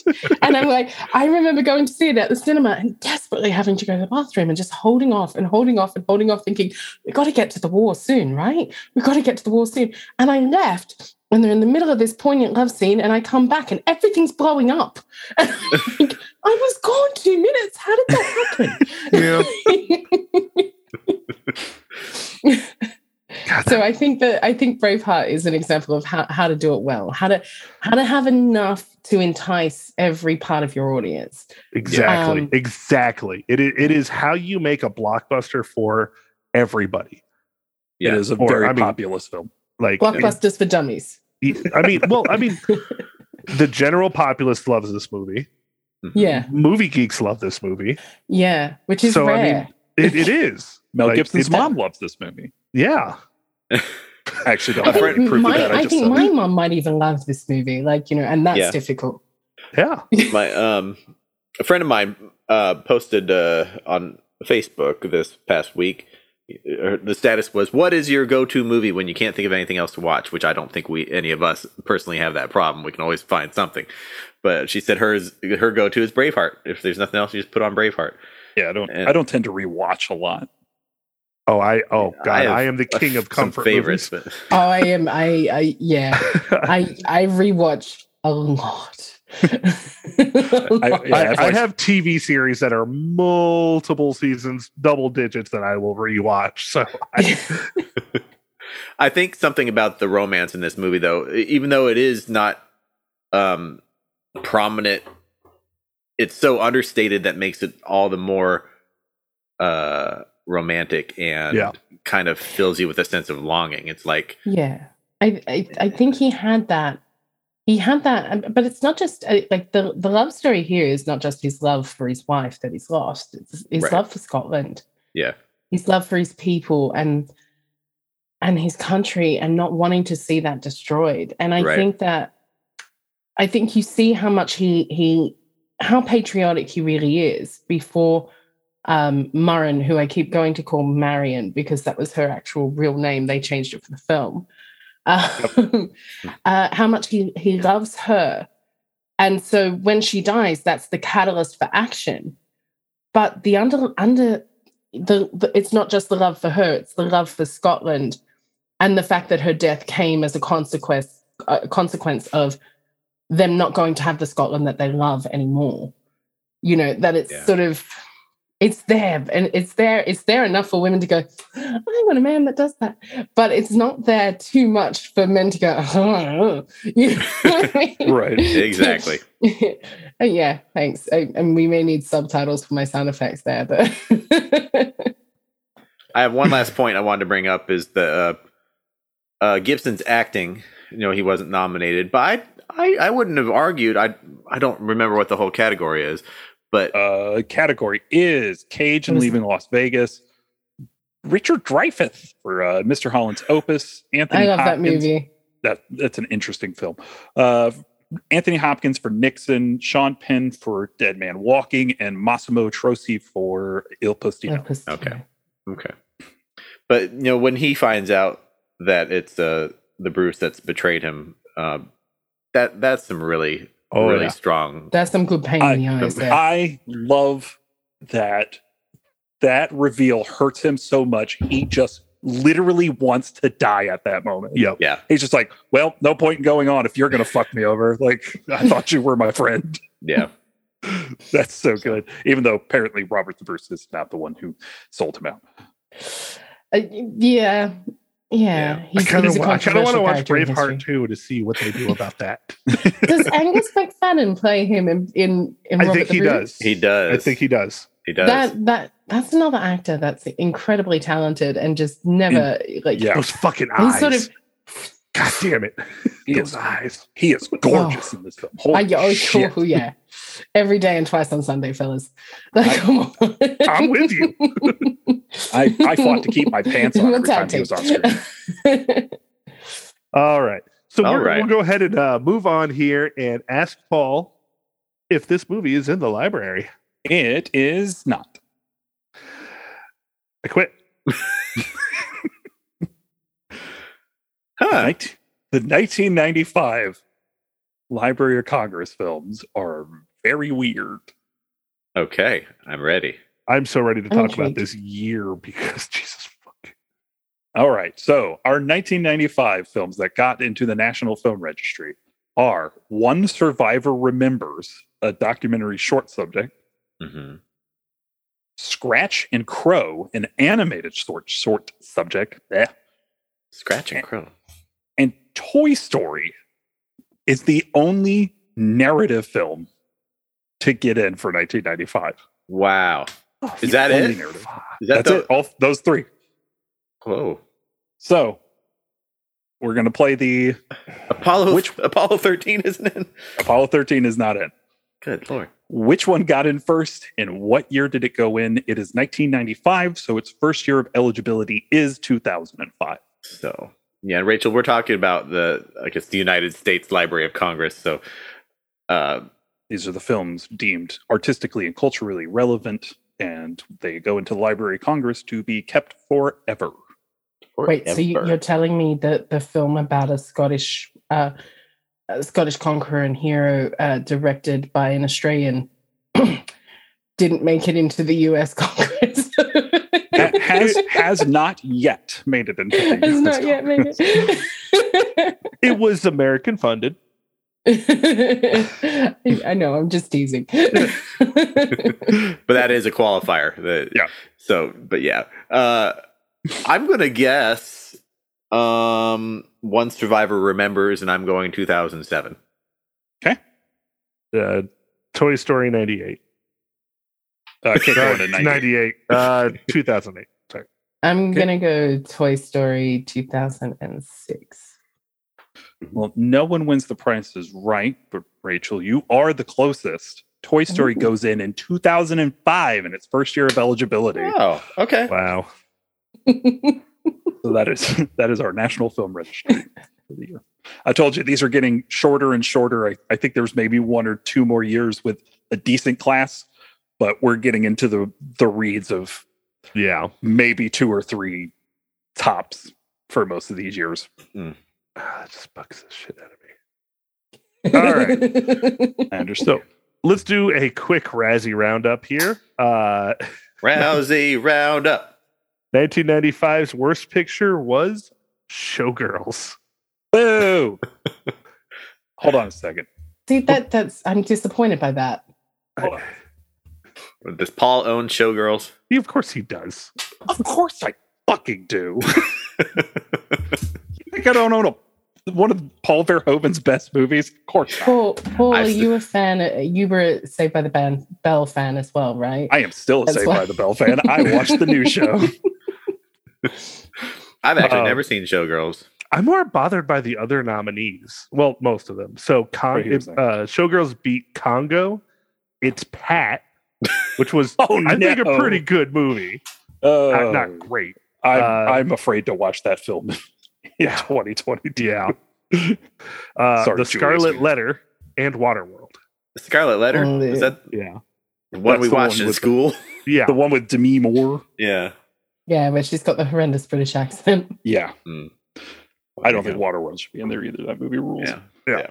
Speaker 2: Right? and I'm like, I remember going to see it at the cinema and desperately having to go to the bathroom and just holding off and holding off and holding off, thinking, we got to get to the war soon, right? we got to get to the war soon. And I left and they're in the middle of this poignant love scene and I come back and everything's blowing up. And I'm like, I was gone two minutes. How did that happen? Yeah.
Speaker 4: God,
Speaker 2: so I think that I think Braveheart is an example of how, how to do it well, how to how to have enough to entice every part of your audience.
Speaker 4: Exactly.
Speaker 2: Um,
Speaker 4: exactly. It i- it is how you make a blockbuster for everybody.
Speaker 3: Yeah.
Speaker 1: It is a
Speaker 4: Or,
Speaker 1: very
Speaker 4: I mean-
Speaker 1: populous film.
Speaker 4: Like
Speaker 2: Blockbusters for dummies.
Speaker 4: it- I mean, well, I mean the general populace loves this movie.
Speaker 3: Mhm.
Speaker 2: Yeah,
Speaker 4: Movie geeks love this movie.
Speaker 2: yeah, which is
Speaker 4: So, I mean-
Speaker 2: rare.
Speaker 4: It, it is.
Speaker 1: Mel
Speaker 4: Like,
Speaker 1: Gibson's
Speaker 4: it's-
Speaker 1: mom loves this movie.
Speaker 4: Yeah.
Speaker 1: I actually don't
Speaker 3: A
Speaker 1: have
Speaker 2: I
Speaker 3: friend
Speaker 1: any
Speaker 2: think,
Speaker 1: proof of
Speaker 2: my,
Speaker 1: that.
Speaker 2: I
Speaker 1: I just
Speaker 2: think
Speaker 1: saw
Speaker 2: my
Speaker 1: it.
Speaker 2: mom might even love this movie, like you know, and that's
Speaker 3: Yeah.
Speaker 2: difficult.
Speaker 4: Yeah.
Speaker 3: my um a friend of mine uh posted uh on Facebook this past week. Uh, The status was, "What is your go-to movie when you can't think of anything else to watch?" Which I don't think we, any of us, personally have that problem. We can always find something. But she said hers, her go-to is Braveheart. If there's nothing else, you just put on Braveheart.
Speaker 1: Yeah, I don't.
Speaker 3: And-
Speaker 1: I don't tend to rewatch a lot.
Speaker 4: Oh, I oh
Speaker 3: I
Speaker 4: god, I,
Speaker 3: have
Speaker 4: am the king of
Speaker 3: Some
Speaker 4: comfort
Speaker 3: favorites,
Speaker 4: favorites.
Speaker 3: but
Speaker 2: Oh, I am. I, I yeah. I I rewatch a lot. A
Speaker 1: I-
Speaker 2: lot.
Speaker 1: yeah, I've
Speaker 4: I, I
Speaker 1: always-
Speaker 4: have TV series that are multiple seasons, double digits that I will rewatch. So I,
Speaker 3: I think something about the romance in this movie, though, e- even though it is not um, prominent, it's so understated that makes it all the more uh, romantic and
Speaker 4: Yeah.
Speaker 3: kind of fills you with a sense of longing. It's like,
Speaker 2: yeah. I, I I think he had that. He had that, um, but it's not just uh, like the the love story here is not just his love for his wife that he's lost. It's his
Speaker 3: Right.
Speaker 2: love for Scotland.
Speaker 3: yeah,
Speaker 2: his love for his people and and his country and not wanting to see that destroyed and i
Speaker 3: Right.
Speaker 2: think that i think you see how much he he how patriotic he really is before um murren who i keep going to call marion because that was her actual real name they changed it for the film um, uh, how much he he loves her and so when she dies that's the catalyst for action but the under under the, the it's not just the love for her it's the love for scotland and the fact that her death came as a consequence uh, consequence of them not going to have the scotland that they love anymore you know that it's
Speaker 3: Yeah.
Speaker 2: sort of it's there and it's there it's there enough for women to go i want a man that does that but it's not there too much for men to go "Oh, you know what I mean?
Speaker 4: Right,
Speaker 3: exactly.
Speaker 2: Oh, yeah, thanks. I, and we may need subtitles for my sound effects there, but
Speaker 3: I have one last point I wanted to bring up is the uh, uh, Gibson's acting. You know, he wasn't nominated, but I, I, I wouldn't have argued. I, I don't remember what the whole category is, but
Speaker 1: Uh, category is Cage and
Speaker 2: What is
Speaker 1: Leaving Las Vegas. Richard Dreyfuss for uh, Mr. Holland's Opus. Anthony
Speaker 2: I love that
Speaker 1: Hopkins-
Speaker 2: movie.
Speaker 1: That that's an interesting film. Uh, Anthony Hopkins for Nixon, Sean Penn for Dead Man Walking, and Massimo Troisi for Il Postino.
Speaker 2: Opus
Speaker 3: Okay.
Speaker 2: Dei.
Speaker 3: Okay. But you know, when he finds out that it's uh the Bruce that's betrayed him, uh, that that's some really
Speaker 4: oh
Speaker 3: really
Speaker 4: yeah.
Speaker 3: strong.
Speaker 2: That's some good pain in the eyes there. Uh,
Speaker 1: I love that that reveal hurts him so much. He just literally wants to die at that moment.
Speaker 4: Yep.
Speaker 3: yeah,
Speaker 1: He's just like, well, no point in going on if you're going to fuck me over. Like, I thought you were my friend.
Speaker 3: yeah,
Speaker 1: That's so good. Even though apparently Robert the Bruce is not the one who sold him out.
Speaker 2: Uh, yeah. Yeah,
Speaker 3: Yeah.
Speaker 4: I
Speaker 2: he's-
Speaker 4: kind
Speaker 2: he's
Speaker 4: of
Speaker 2: a
Speaker 4: I kind of want
Speaker 2: controversial
Speaker 4: to watch
Speaker 2: character in
Speaker 4: Braveheart
Speaker 2: history.
Speaker 4: too to see what they do about that.
Speaker 2: Does Angus McFadden play him in in? in
Speaker 4: I
Speaker 2: Robert
Speaker 4: think
Speaker 2: the
Speaker 4: he
Speaker 2: Bruce?
Speaker 4: does.
Speaker 3: he does.
Speaker 4: I think he does.
Speaker 3: he does.
Speaker 2: That that that's another actor that's incredibly talented and just never like
Speaker 1: Yeah.
Speaker 4: Those fucking eyes.
Speaker 2: he's sort of
Speaker 4: God damn it!
Speaker 1: He
Speaker 4: Those
Speaker 1: is,
Speaker 4: eyes.
Speaker 1: he is gorgeous in this film. Holy
Speaker 2: I, oh,
Speaker 1: shit.
Speaker 2: cool, yeah. Every day and twice on Sunday, fellas. Like, come on.
Speaker 4: I'm with you.
Speaker 1: I, I fought to keep my pants on every time he was on screen.
Speaker 4: All right. So
Speaker 3: All
Speaker 4: we're,
Speaker 3: right.
Speaker 4: we'll go ahead and uh, move on here and ask Paul if this movie is in the library.
Speaker 1: It is not.
Speaker 4: I quit.
Speaker 1: The
Speaker 3: huh.
Speaker 1: night- the 1995 Library of Congress films are very weird.
Speaker 3: Okay, I'm ready.
Speaker 4: I'm so ready to
Speaker 2: I'm
Speaker 4: talk about
Speaker 2: intrigued.
Speaker 4: this year because Jesus fuck.
Speaker 1: All right. So our 1995 films that got into the National Film Registry are One Survivor Remembers, a documentary short subject,
Speaker 3: hmm
Speaker 1: Scratch and Crow, an animated short, short subject, eh,
Speaker 3: Scratch
Speaker 4: Eh.
Speaker 3: and crow.
Speaker 1: and Toy Story is the only narrative film to get in for 1995.
Speaker 3: Wow, Is that
Speaker 1: Only
Speaker 3: it?
Speaker 1: narrative.
Speaker 3: is that
Speaker 1: That's
Speaker 3: the?
Speaker 1: it. All those three.
Speaker 3: Whoa,
Speaker 1: So we're going to play the
Speaker 3: Apollo.
Speaker 1: Which-
Speaker 3: Which Apollo 13 isn't in?
Speaker 1: Apollo 13 is not in.
Speaker 3: Good lord.
Speaker 1: Which one got in first and what year did it go in? It is 1995, so its first year of eligibility is 2005.
Speaker 3: So yeah, and Rachel, we're talking about the I guess the United States Library of Congress. So, uh,
Speaker 1: These are the films deemed artistically and culturally relevant and they go into the Library of Congress to be kept forever.
Speaker 2: Wait, so you,
Speaker 3: Forever.
Speaker 2: you're telling me that the film about a Scottish uh, a Scottish conqueror and hero uh, directed by an Australian didn't make it into the US Congress?
Speaker 1: That has has not yet made it into the
Speaker 2: Has
Speaker 1: US
Speaker 2: not yet made
Speaker 1: Congress.
Speaker 2: it.
Speaker 4: It was American funded.
Speaker 2: I know, I'm just teasing.
Speaker 3: but that is a qualifier. The-
Speaker 1: Yeah.
Speaker 3: So, but yeah, uh, I'm gonna guess um, one survivor remembers, and I'm going 2007.
Speaker 4: Uh, Toy Story 98.
Speaker 1: Uh, I can't go into 90.
Speaker 4: 98. Uh, 2008. Sorry.
Speaker 2: I'm gonna go Toy Story 2006.
Speaker 1: Well, no one wins the prizes right, but Rachel, you are the closest. Toy Story
Speaker 2: Ooh.
Speaker 1: goes in in 2005 in its first year of eligibility.
Speaker 3: Oh, okay.
Speaker 4: Wow.
Speaker 1: So that is that is our national film registry for the year. I told you these are getting shorter and shorter. I, I think there's maybe one or two more years with a decent class, but we're getting into the the reads of
Speaker 4: Yeah.
Speaker 1: maybe two or three tops for most of these years.
Speaker 4: Ah, it just bugs the shit out of me. All
Speaker 1: I understand.
Speaker 4: So let's do a quick Razzie roundup here. Uh,
Speaker 3: Rousey roundup.
Speaker 4: 1995's worst picture was Showgirls.
Speaker 1: Boo! Hold on a second.
Speaker 2: See that that's I'm disappointed by that.
Speaker 1: Hold on.
Speaker 3: Does Paul own Showgirls?
Speaker 4: Yeah, of course he does.
Speaker 1: Of course I fucking do. you think I don't own a, one of Paul Verhoeven's best movies? Of course not.
Speaker 2: Paul, Paul,
Speaker 3: I
Speaker 2: are
Speaker 3: see.
Speaker 2: you a fan? uh, You were a Saved by the Ban- Bell fan as well, right?
Speaker 1: I am still a
Speaker 2: That's
Speaker 1: Saved
Speaker 2: why-
Speaker 1: by the Bell fan. I watched the new show.
Speaker 3: I've actually
Speaker 4: Um,
Speaker 3: never seen Showgirls.
Speaker 4: I'm more bothered by the other nominees. Well, most of them. So, Con-
Speaker 1: Right here,
Speaker 4: it-
Speaker 1: sorry.
Speaker 4: uh, Showgirls beat Congo. It's Pat, which was
Speaker 1: Oh,
Speaker 4: I think
Speaker 1: no.
Speaker 4: a pretty good movie.
Speaker 1: Oh,
Speaker 4: Uh, Not, not great.
Speaker 1: I'm,
Speaker 4: uh,
Speaker 1: I'm afraid to watch that film in
Speaker 4: Yeah.
Speaker 1: 2020.
Speaker 4: Yeah. Uh,
Speaker 1: Sorry,
Speaker 4: the
Speaker 1: Julius.
Speaker 4: Scarlet Letter and Waterworld.
Speaker 3: Scarlet Letter.
Speaker 2: Oh,
Speaker 3: Is
Speaker 2: yeah.
Speaker 3: that
Speaker 4: Yeah.
Speaker 3: the one
Speaker 1: That's
Speaker 3: we
Speaker 1: the
Speaker 3: watched
Speaker 1: one with
Speaker 3: in
Speaker 1: the-
Speaker 3: school?
Speaker 4: Yeah.
Speaker 1: The one with Demi Moore.
Speaker 3: yeah.
Speaker 2: yeah, but she's got the horrendous British accent.
Speaker 1: Yeah.
Speaker 3: Hmm.
Speaker 1: I don't think Waterworld should be in there either. That movie rules.
Speaker 3: Yeah.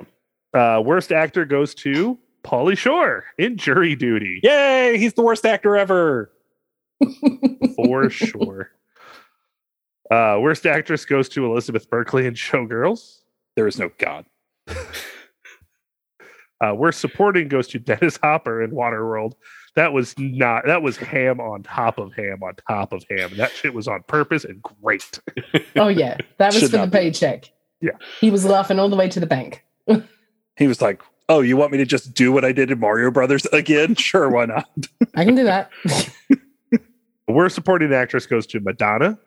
Speaker 4: Uh, worst actor goes to Paulie Shore in Jury Duty
Speaker 1: Yay! He's the worst actor ever.
Speaker 4: for sure. Uh, worst actress goes to Elizabeth Berkley in Showgirls.
Speaker 1: There is no God.
Speaker 4: Uh, worst supporting goes to Dennis Hopper in Waterworld. That was not. That was ham on top of ham on top of ham. That shit was on purpose and great.
Speaker 2: oh yeah, that was
Speaker 1: Should
Speaker 2: for the
Speaker 1: not be.
Speaker 2: paycheck.
Speaker 4: Yeah.
Speaker 2: he was laughing all the way to the bank.
Speaker 1: He was like, "Oh, you want me to just do what I did in Mario Brothers again? Sure, why not?"
Speaker 2: I can do that.
Speaker 4: Worst supporting actress goes to Madonna.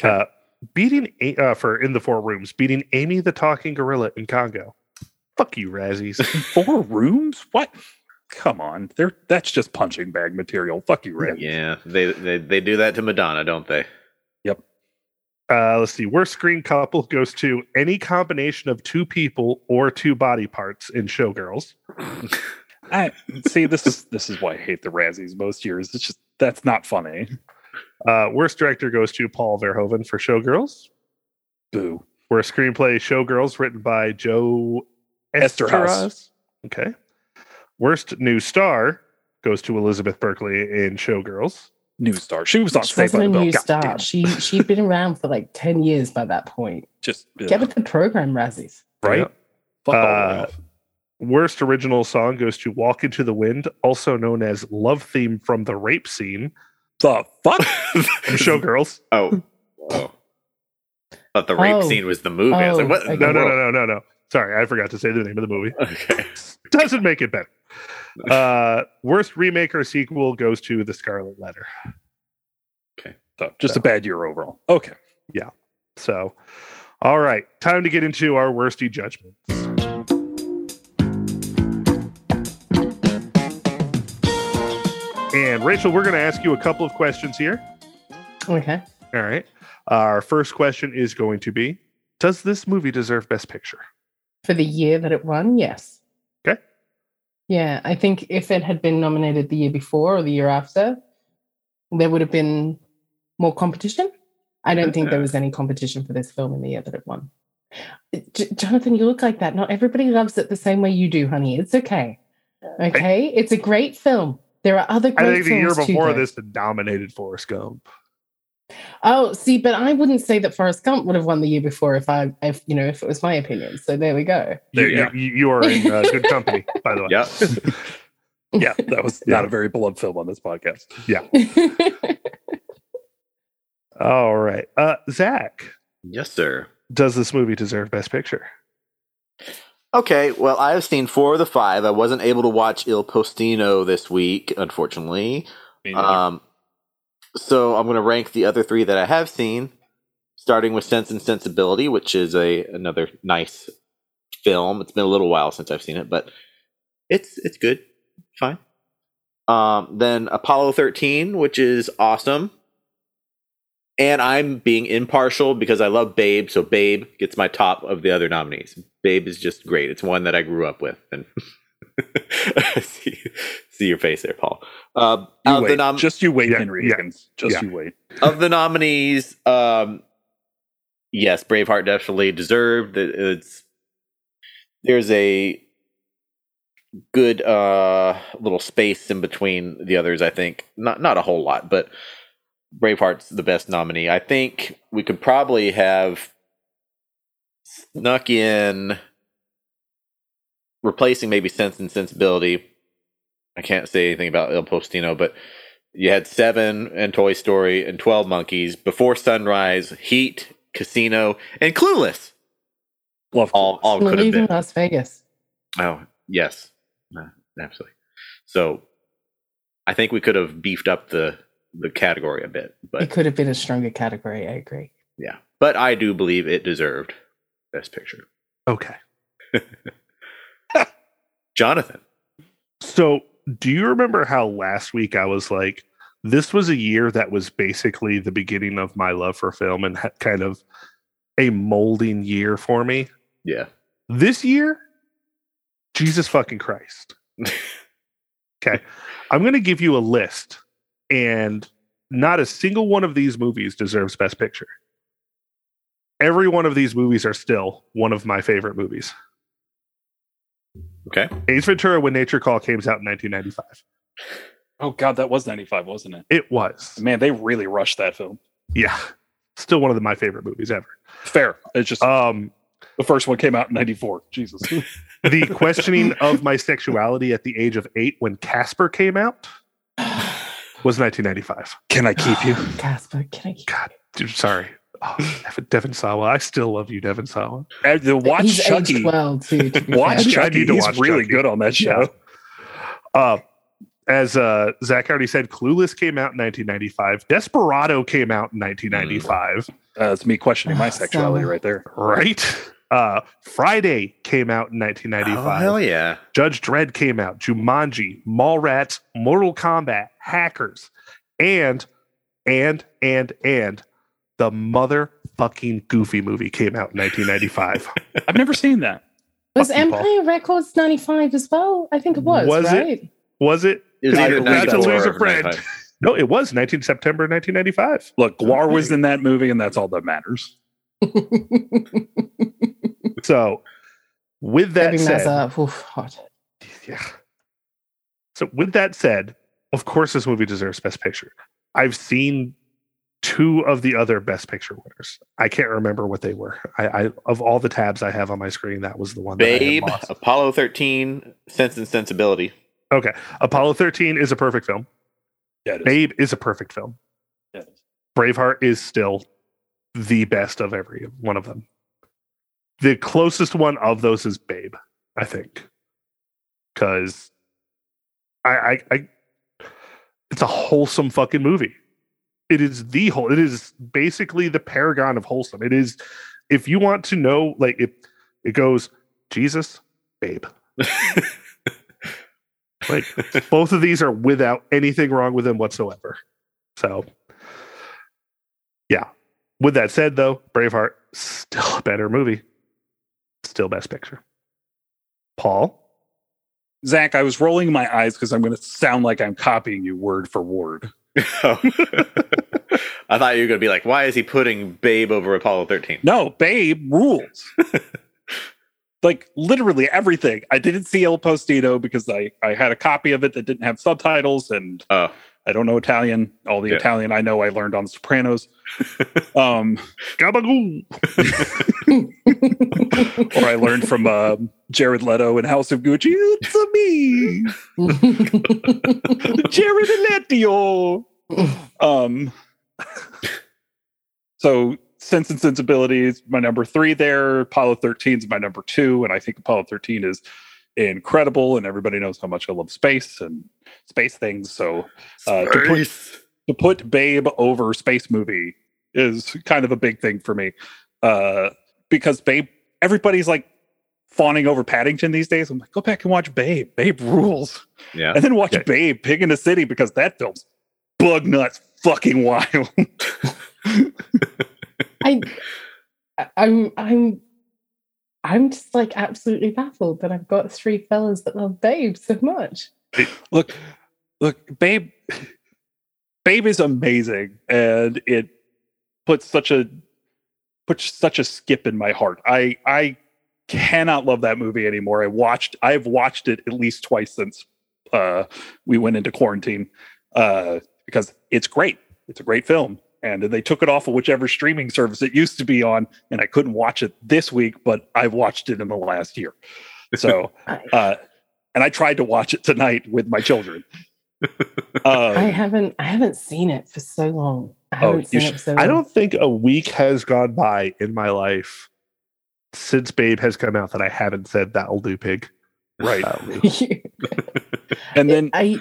Speaker 4: Uh, beating A- uh, for in the four rooms, beating Amy the talking gorilla in Congo. Fuck you, Razzies.
Speaker 1: Four rooms? What? Come on, they're that's just punching bag material. Fuck you, Ray.
Speaker 3: Yeah. They, they they do that to Madonna, don't they?
Speaker 4: Uh, let's see. Worst screen couple goes to any combination of two people or two body parts in Showgirls.
Speaker 1: I see. This is this is why I hate the Razzies most years. It's just that's not funny.
Speaker 4: Uh, worst director goes to Paul Verhoeven for Showgirls.
Speaker 1: Boo.
Speaker 4: Worst screenplay Showgirls written by Joe
Speaker 1: Esterhaus.
Speaker 4: Esterhaus. Okay. Worst new star goes to Elizabeth Berkley in Showgirls.
Speaker 1: New star. She was on
Speaker 2: she
Speaker 1: Saved by
Speaker 2: wasn't
Speaker 1: the
Speaker 2: a
Speaker 1: Bell.
Speaker 2: new
Speaker 1: God damn
Speaker 2: star.
Speaker 1: it.
Speaker 2: She she'd been around for like ten years by that point.
Speaker 1: Just
Speaker 2: Get
Speaker 1: ugh,
Speaker 2: with the program, Razzies.
Speaker 1: right.
Speaker 4: Yeah.
Speaker 1: Fuck all
Speaker 4: Uh,
Speaker 1: that.
Speaker 4: Worst original song goes to Walk into the Wind, also known as Love Theme from the Rape Scene
Speaker 1: Uh, the fuck.
Speaker 4: from Showgirls.
Speaker 3: Oh. Oh. But the rape
Speaker 2: Oh.
Speaker 3: scene was the movie. I was
Speaker 2: Oh,
Speaker 3: like, what? in
Speaker 2: okay.
Speaker 3: the
Speaker 4: No, no,
Speaker 3: world?
Speaker 4: no, no, no, no. Sorry, I forgot to say the name of the movie.
Speaker 3: Okay.
Speaker 4: Doesn't make it better. Uh, worst remake or sequel goes to The Scarlet Letter.
Speaker 1: So, just a bad year overall. Okay.
Speaker 4: So, all right, time to get into our worsty judgments. And Rachel, we're going to ask you a couple of questions here.
Speaker 2: Okay.
Speaker 4: All right. Our first question is going to be Does this movie deserve Best Picture?
Speaker 2: For the year that it won, yes. Yeah, I think if it had been nominated the year before or the year after, there would have been more competition. I don't think there was any competition for this film in the year that it won. J- Jonathan, you look like that. Not everybody loves it the same way you do, honey. It's okay. Okay, it's a great film. There are other
Speaker 4: I
Speaker 2: great
Speaker 4: think the year
Speaker 2: films too,
Speaker 4: before
Speaker 2: though.
Speaker 4: this, it dominated Forrest Gump.
Speaker 2: Oh, see, but I wouldn't say that Forrest Gump would have won the year before if I, if you know, if it was my opinion. So there we go.
Speaker 3: There
Speaker 4: There you,
Speaker 3: you go.
Speaker 4: you, you are in uh, good company, by the way.
Speaker 3: Yep.
Speaker 1: yeah, that was not
Speaker 4: Yeah.
Speaker 1: a very beloved film on this podcast.
Speaker 4: All right. Uh, Zach,
Speaker 3: yes, sir.
Speaker 4: does this movie deserve Best Picture?
Speaker 3: Okay, well, I've seen four of the five. I wasn't able to watch Il Postino this week, unfortunately. Um, so I'm going to rank the other three that I have seen, starting with Sense and Sensibility, which is a another nice film. It's been a little while since I've seen it, but it's it's good, fine. Um, then Apollo 13, which is awesome. And I'm being impartial because I love Babe, so Babe gets my top of the other nominees. Babe is just great. It's one that I grew up with, and see, see your face there, Paul. Uh,
Speaker 1: You
Speaker 3: out of the
Speaker 1: wait.
Speaker 3: nom-
Speaker 1: just you wait,
Speaker 4: Yeah,
Speaker 1: Henry
Speaker 4: yeah,
Speaker 1: Higgins. Just
Speaker 4: yeah.
Speaker 1: you wait.
Speaker 3: of the nominees, um, yes, Braveheart definitely deserved. It- It's there's a good uh, little space in between the others. I think not not a whole lot, but Braveheart's the best nominee. I think we could probably have snuck in replacing maybe Sense and Sensibility. I can't say anything about Il Postino, but you had Seven and Toy Story and Twelve Monkeys, Before Sunrise, Heat, Casino, and Clueless.
Speaker 1: Love
Speaker 3: All all
Speaker 2: We're
Speaker 3: could have
Speaker 2: leaving
Speaker 3: been.
Speaker 2: Las Vegas.
Speaker 3: Oh yes, Uh, absolutely. So I think we could have beefed up the the category a bit,
Speaker 2: it
Speaker 3: but
Speaker 2: could have been a stronger category. I agree.
Speaker 3: yeah. But I do believe it deserved Best Picture.
Speaker 4: Okay.
Speaker 3: Jonathan,
Speaker 4: So, do you remember how last week I was like, this was a year that was basically the beginning of my love for film and ha- kind of a molding year for me?
Speaker 3: yeah,
Speaker 4: This year, Jesus fucking Christ. okay. I'm going to give you a list, and not a single one of these movies deserves Best Picture. Every one of these movies are still one of my favorite movies.
Speaker 3: okay,
Speaker 4: Ace Ventura When Nature Call came out in 1995.
Speaker 1: Oh God, that was ninety five, wasn't it?
Speaker 4: It was.
Speaker 1: Man, they really rushed that film.
Speaker 4: Yeah. Still one of the, my favorite movies ever.
Speaker 1: Fair. It's just
Speaker 4: Um,
Speaker 1: the first one came out in ninety four. Jesus.
Speaker 4: the questioning of my sexuality at the age of eight when Casper came out was 1995.
Speaker 1: Can I keep you?
Speaker 2: Casper. Can I keep?
Speaker 4: Dude, sorry. Oh, Devin, Devin Sawa. I still love you, Devin Sawa.
Speaker 1: Uh, the watch
Speaker 2: He's
Speaker 1: Chucky.
Speaker 2: aged well too. to be
Speaker 1: Watch
Speaker 4: I
Speaker 2: fair.
Speaker 4: need- I
Speaker 1: Chucky.
Speaker 4: need to
Speaker 1: He's
Speaker 4: watch
Speaker 1: really
Speaker 4: Chucky.
Speaker 1: good on that show.
Speaker 4: Uh, as uh, Zach already said, Clueless came out in 1995. Desperado came out in 1995.
Speaker 1: Uh, it's me questioning my
Speaker 2: Oh,
Speaker 1: sexuality
Speaker 2: so-
Speaker 1: right there.
Speaker 4: Right? Uh, Friday came out in 1995.
Speaker 3: oh, hell yeah,
Speaker 4: Judge Dredd came out, Jumanji, Mallrats, Mortal Kombat, Hackers, and and and and the motherfucking Goofy movie came out in 1995.
Speaker 1: I've never seen that.
Speaker 2: Was
Speaker 4: fucking
Speaker 2: Empire
Speaker 4: Paul.
Speaker 2: Records '95 as well? I think it was.
Speaker 4: Was it?
Speaker 2: right?
Speaker 4: was it?
Speaker 3: it was
Speaker 1: Did
Speaker 3: either
Speaker 1: I believe
Speaker 3: that
Speaker 1: that?
Speaker 3: or
Speaker 4: Lose a friend.
Speaker 3: 95.
Speaker 4: No, it was 19 September 1995.
Speaker 1: Look, Guar was in that movie, and that's all that matters.
Speaker 4: So, with that
Speaker 2: Maybe
Speaker 4: said,
Speaker 2: Mazza. Oof, hot.
Speaker 4: yeah. So with that said, of course this movie deserves best picture. I've seen two of the other best picture winners. I can't remember what they were. I, I of all the tabs I have on my screen, that was the one that I had
Speaker 3: Babe,
Speaker 4: lost.
Speaker 3: Apollo thirteen, Sense and Sensibility.
Speaker 4: Okay. Apollo 13 is a perfect film.
Speaker 1: Yeah, it is.
Speaker 4: Babe is a perfect film.
Speaker 1: Yeah, it is.
Speaker 4: Braveheart is still the best of every one of them. The closest one of those is Babe, I think, because I, I, I, it's a wholesome fucking movie. It is the whole. It is basically the paragon of wholesome. It is, if you want to know, like it, it goes Jesus, Babe. Like both of these are without anything wrong with them whatsoever. So, yeah. With that said, though, Braveheart still a better movie, still best picture. Paul,
Speaker 1: Zach, I was rolling my eyes because I'm going to sound like I'm copying you word for word.
Speaker 3: Oh. I thought you were going to be like, why is he putting Babe over Apollo 13?
Speaker 1: No, babe rules. like literally everything. I didn't see El Postino because I, I had a copy of it that didn't have subtitles and
Speaker 3: Oh.
Speaker 1: I don't know Italian. All the
Speaker 3: Yeah.
Speaker 1: Italian I know I learned on The Sopranos. um,
Speaker 4: Gabagool.
Speaker 1: or I learned from uh, Jared Leto in House of Gucci. It's a me, Jared Leto. Um, so Sense and Sensibility is my number three there. Apollo 13 is my number two. And I think Apollo 13 is incredible. And everybody knows how much I love space and space things. So Uh, to put-
Speaker 3: Space.
Speaker 1: to put Babe over space movie is kind of a big thing for me. Uh, because Babe, everybody's like fawning over Paddington these days. I'm like, go back and watch Babe. Babe rules.
Speaker 3: yeah.
Speaker 1: And then watch
Speaker 4: Yeah.
Speaker 1: Babe, Pig in the City, because that film's bug nuts fucking wild.
Speaker 2: I, I- I'm, I'm, I'm just like absolutely baffled that I've got three fellas that love Babe so much.
Speaker 1: look, look, Babe, Babe is amazing. And it puts such a, puts such a skip in my heart. I, I cannot love that movie anymore. I watched, I've watched it at least twice since uh, we went into quarantine uh, because it's great. It's a great film. And they took it off of whichever streaming service it used to be on. And I couldn't watch it this week, but I've watched it in the last year. So,
Speaker 2: I-
Speaker 1: uh, and I tried to watch it tonight with my children.
Speaker 2: I
Speaker 1: Uh,
Speaker 2: haven't, I haven't seen it for so long. I
Speaker 1: Oh,
Speaker 2: haven't
Speaker 1: you
Speaker 2: seen
Speaker 1: should-
Speaker 2: it for so long.
Speaker 4: I don't think a week has gone by in my life since Babe has come out that I haven't said that'll do, pig.
Speaker 1: right.
Speaker 4: That'll do.
Speaker 1: And then
Speaker 2: I,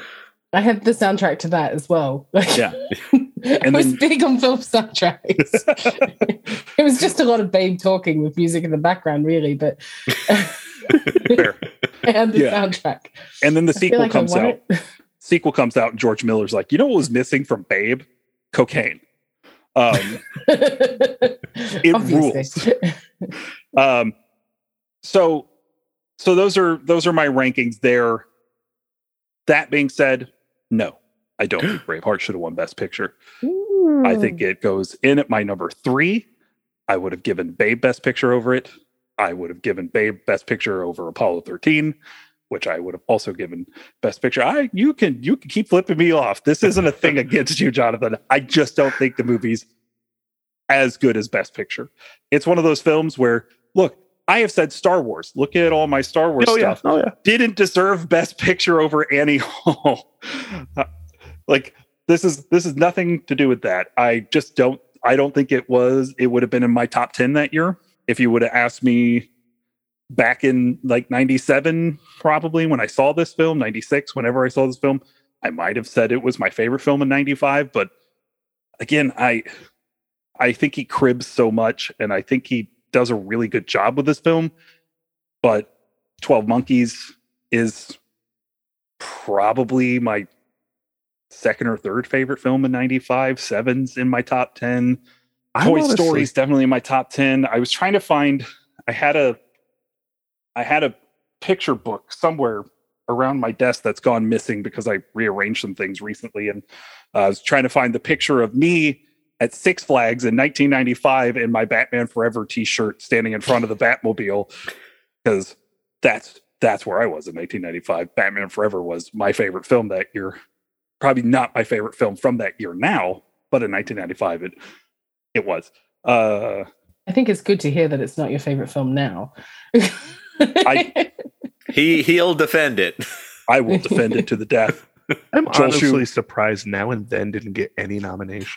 Speaker 2: I had the soundtrack to that as well. Like,
Speaker 1: Yeah.
Speaker 2: I
Speaker 1: And
Speaker 2: was
Speaker 1: then-
Speaker 2: big on film soundtracks. it was just a lot of Babe talking with music in the background, really. But
Speaker 1: Fair.
Speaker 2: I had the
Speaker 1: Yeah.
Speaker 2: soundtrack.
Speaker 1: and then the
Speaker 2: I feel
Speaker 1: sequel
Speaker 2: like I
Speaker 1: comes
Speaker 2: want
Speaker 1: out.
Speaker 2: it.
Speaker 1: Sequel comes out. And George Miller's like, you know what was missing from Babe? Cocaine. Um,
Speaker 2: Obviously.
Speaker 1: um so so those are those are my rankings there that being said no i don't think braveheart should have won best picture i think
Speaker 4: Hmm.
Speaker 1: it goes in at my number three i would have given babe best picture over it i would have given babe best picture over apollo 13 which i would have also given best picture i you can you can keep flipping me off this isn't a thing against you jonathan i just don't think the movie's as good as best picture it's one of those films where look i have said star wars look at all my star wars
Speaker 4: Oh,
Speaker 1: stuff
Speaker 4: yeah. Oh, yeah.
Speaker 1: didn't deserve best picture over Annie Hall. Uh, like this is this is nothing to do with that. I just don't I don't think it was it would have been in my top 10 that year if you would have asked me back in like 97 probably when I saw this film, 96 whenever I saw this film, I might have said it was my favorite film in 95, but again, I I think he cribs so much and I think he does a really good job with this film, but 12 Monkeys is probably my second or third favorite film in 95. Seven's in my top 10.
Speaker 4: I'm
Speaker 1: Toy
Speaker 4: honestly-
Speaker 1: Story's definitely in my top 10. I was trying to find I had a I had a picture book somewhere around my desk that's gone missing because I rearranged some things recently and uh, I was trying to find the picture of me at Six Flags in 1995 in my Batman Forever t-shirt standing in front of the Batmobile cuz that's that's where I was in 1995. Batman Forever was my favorite film that year. Probably not my favorite film from that year now, but in 1995 it it was. Uh
Speaker 2: I think it's good to hear that it's not your favorite film now.
Speaker 1: I-
Speaker 3: He he'll defend it.
Speaker 1: I will defend it to the death.
Speaker 4: I'm
Speaker 1: Joel Schuh.
Speaker 4: honestly surprised now and then didn't get any nomination.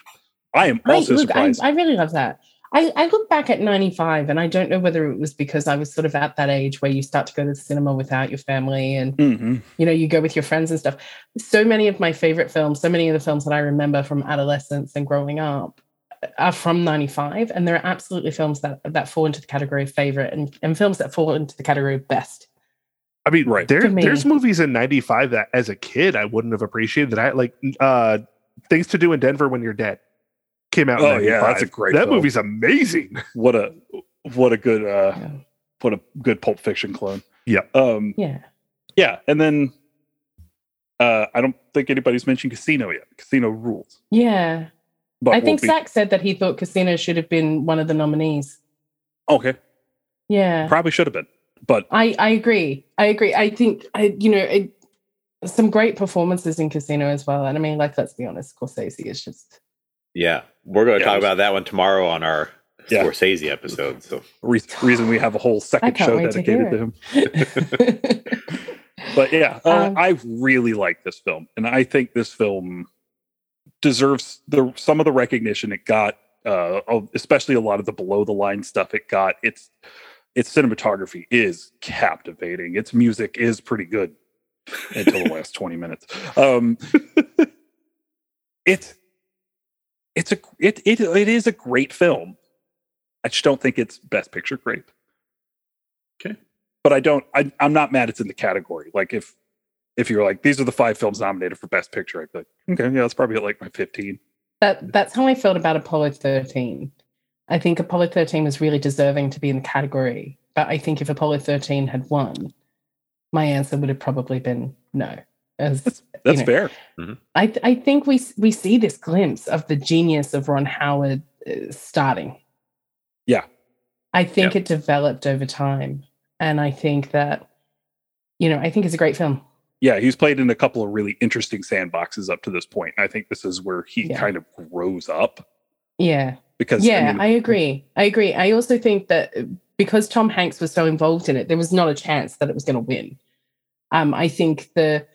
Speaker 1: I am
Speaker 2: I,
Speaker 1: also
Speaker 2: look, I,
Speaker 1: surprised.
Speaker 2: I really love that. I, I look back at 95 and I don't know whether it was because I was sort of at that age where you start to go to the cinema without your family and
Speaker 1: Mhm.
Speaker 2: you know you go with your friends and stuff. So many of my favorite films, so many of the films that I remember from adolescence and growing up uh, are from 95 and there are absolutely films that that fall into the category of favorite and, and films that fall into the category of best.
Speaker 4: I mean,
Speaker 1: Right.
Speaker 4: there,
Speaker 2: For me.
Speaker 4: there's movies in 95 that as a kid I wouldn't have appreciated that I like uh Things to Do in Denver When You're Dead came out. in
Speaker 1: Oh, yeah,
Speaker 4: 95.
Speaker 1: that's a great
Speaker 4: That
Speaker 1: film.
Speaker 4: movie's amazing.
Speaker 1: What a what a good uh
Speaker 2: Yeah.
Speaker 1: what a good Pulp Fiction clone.
Speaker 4: Yeah.
Speaker 1: Um
Speaker 2: Yeah.
Speaker 1: Yeah, and then uh, I don't think anybody's mentioned Casino yet. Casino rules,
Speaker 2: Yeah.
Speaker 1: but
Speaker 2: I think
Speaker 1: we'll be-
Speaker 2: Zach said that he thought Casino should have been one of the nominees.
Speaker 1: Okay,
Speaker 2: Yeah.
Speaker 1: probably should have been, but
Speaker 2: I, I agree. I agree. I think, I, you know, it, some great performances in Casino as well. And I mean, like, let's be honest, Scorsese is just.
Speaker 3: Yeah, we're going to
Speaker 1: Yeah,
Speaker 3: talk
Speaker 1: it was-
Speaker 3: about that one tomorrow on our
Speaker 1: Yeah.
Speaker 3: Scorsese episode. So
Speaker 1: re- reason we have a whole second
Speaker 2: can't
Speaker 1: show
Speaker 2: wait to
Speaker 1: dedicated
Speaker 2: hear
Speaker 1: to
Speaker 2: it.
Speaker 1: him. But yeah, uh,
Speaker 2: Um,
Speaker 1: I really like this film, and I think this film deserves the some of the recognition it got, uh, of- especially a lot of the below the line stuff it got. It's its cinematography is captivating. Its music is pretty good until the last twenty minutes. Um, it's it's a it, it it is a great film. I just don't think it's best picture great.
Speaker 3: Okay.
Speaker 1: But I don't I I'm not mad it's in the category. Like if if you're like these are the five films nominated for best picture, I'd be like, okay, yeah, that's probably at like my 15.
Speaker 2: that That's how I felt about Apollo 13. I think Apollo 13 was really deserving to be in the category. But I think if Apollo 13 had won, my answer would have probably been no. As
Speaker 1: That's
Speaker 2: know,
Speaker 1: fair.
Speaker 2: I, th- I think we s- we see this glimpse of the genius of Ron Howard uh, starting.
Speaker 1: Yeah.
Speaker 2: I think it developed over time, and I think that you know I think it's a great film.
Speaker 1: Yeah, he's played in a couple of really interesting sandboxes up to this point. I think this is where he
Speaker 2: Yeah.
Speaker 1: kind of grows up
Speaker 2: Yeah,
Speaker 1: because I
Speaker 2: yeah,
Speaker 1: mean,
Speaker 2: I agree. I agree. I also think that uh, because Tom Hanks was so involved in it, there was not a chance that it was going to win. Um, I think the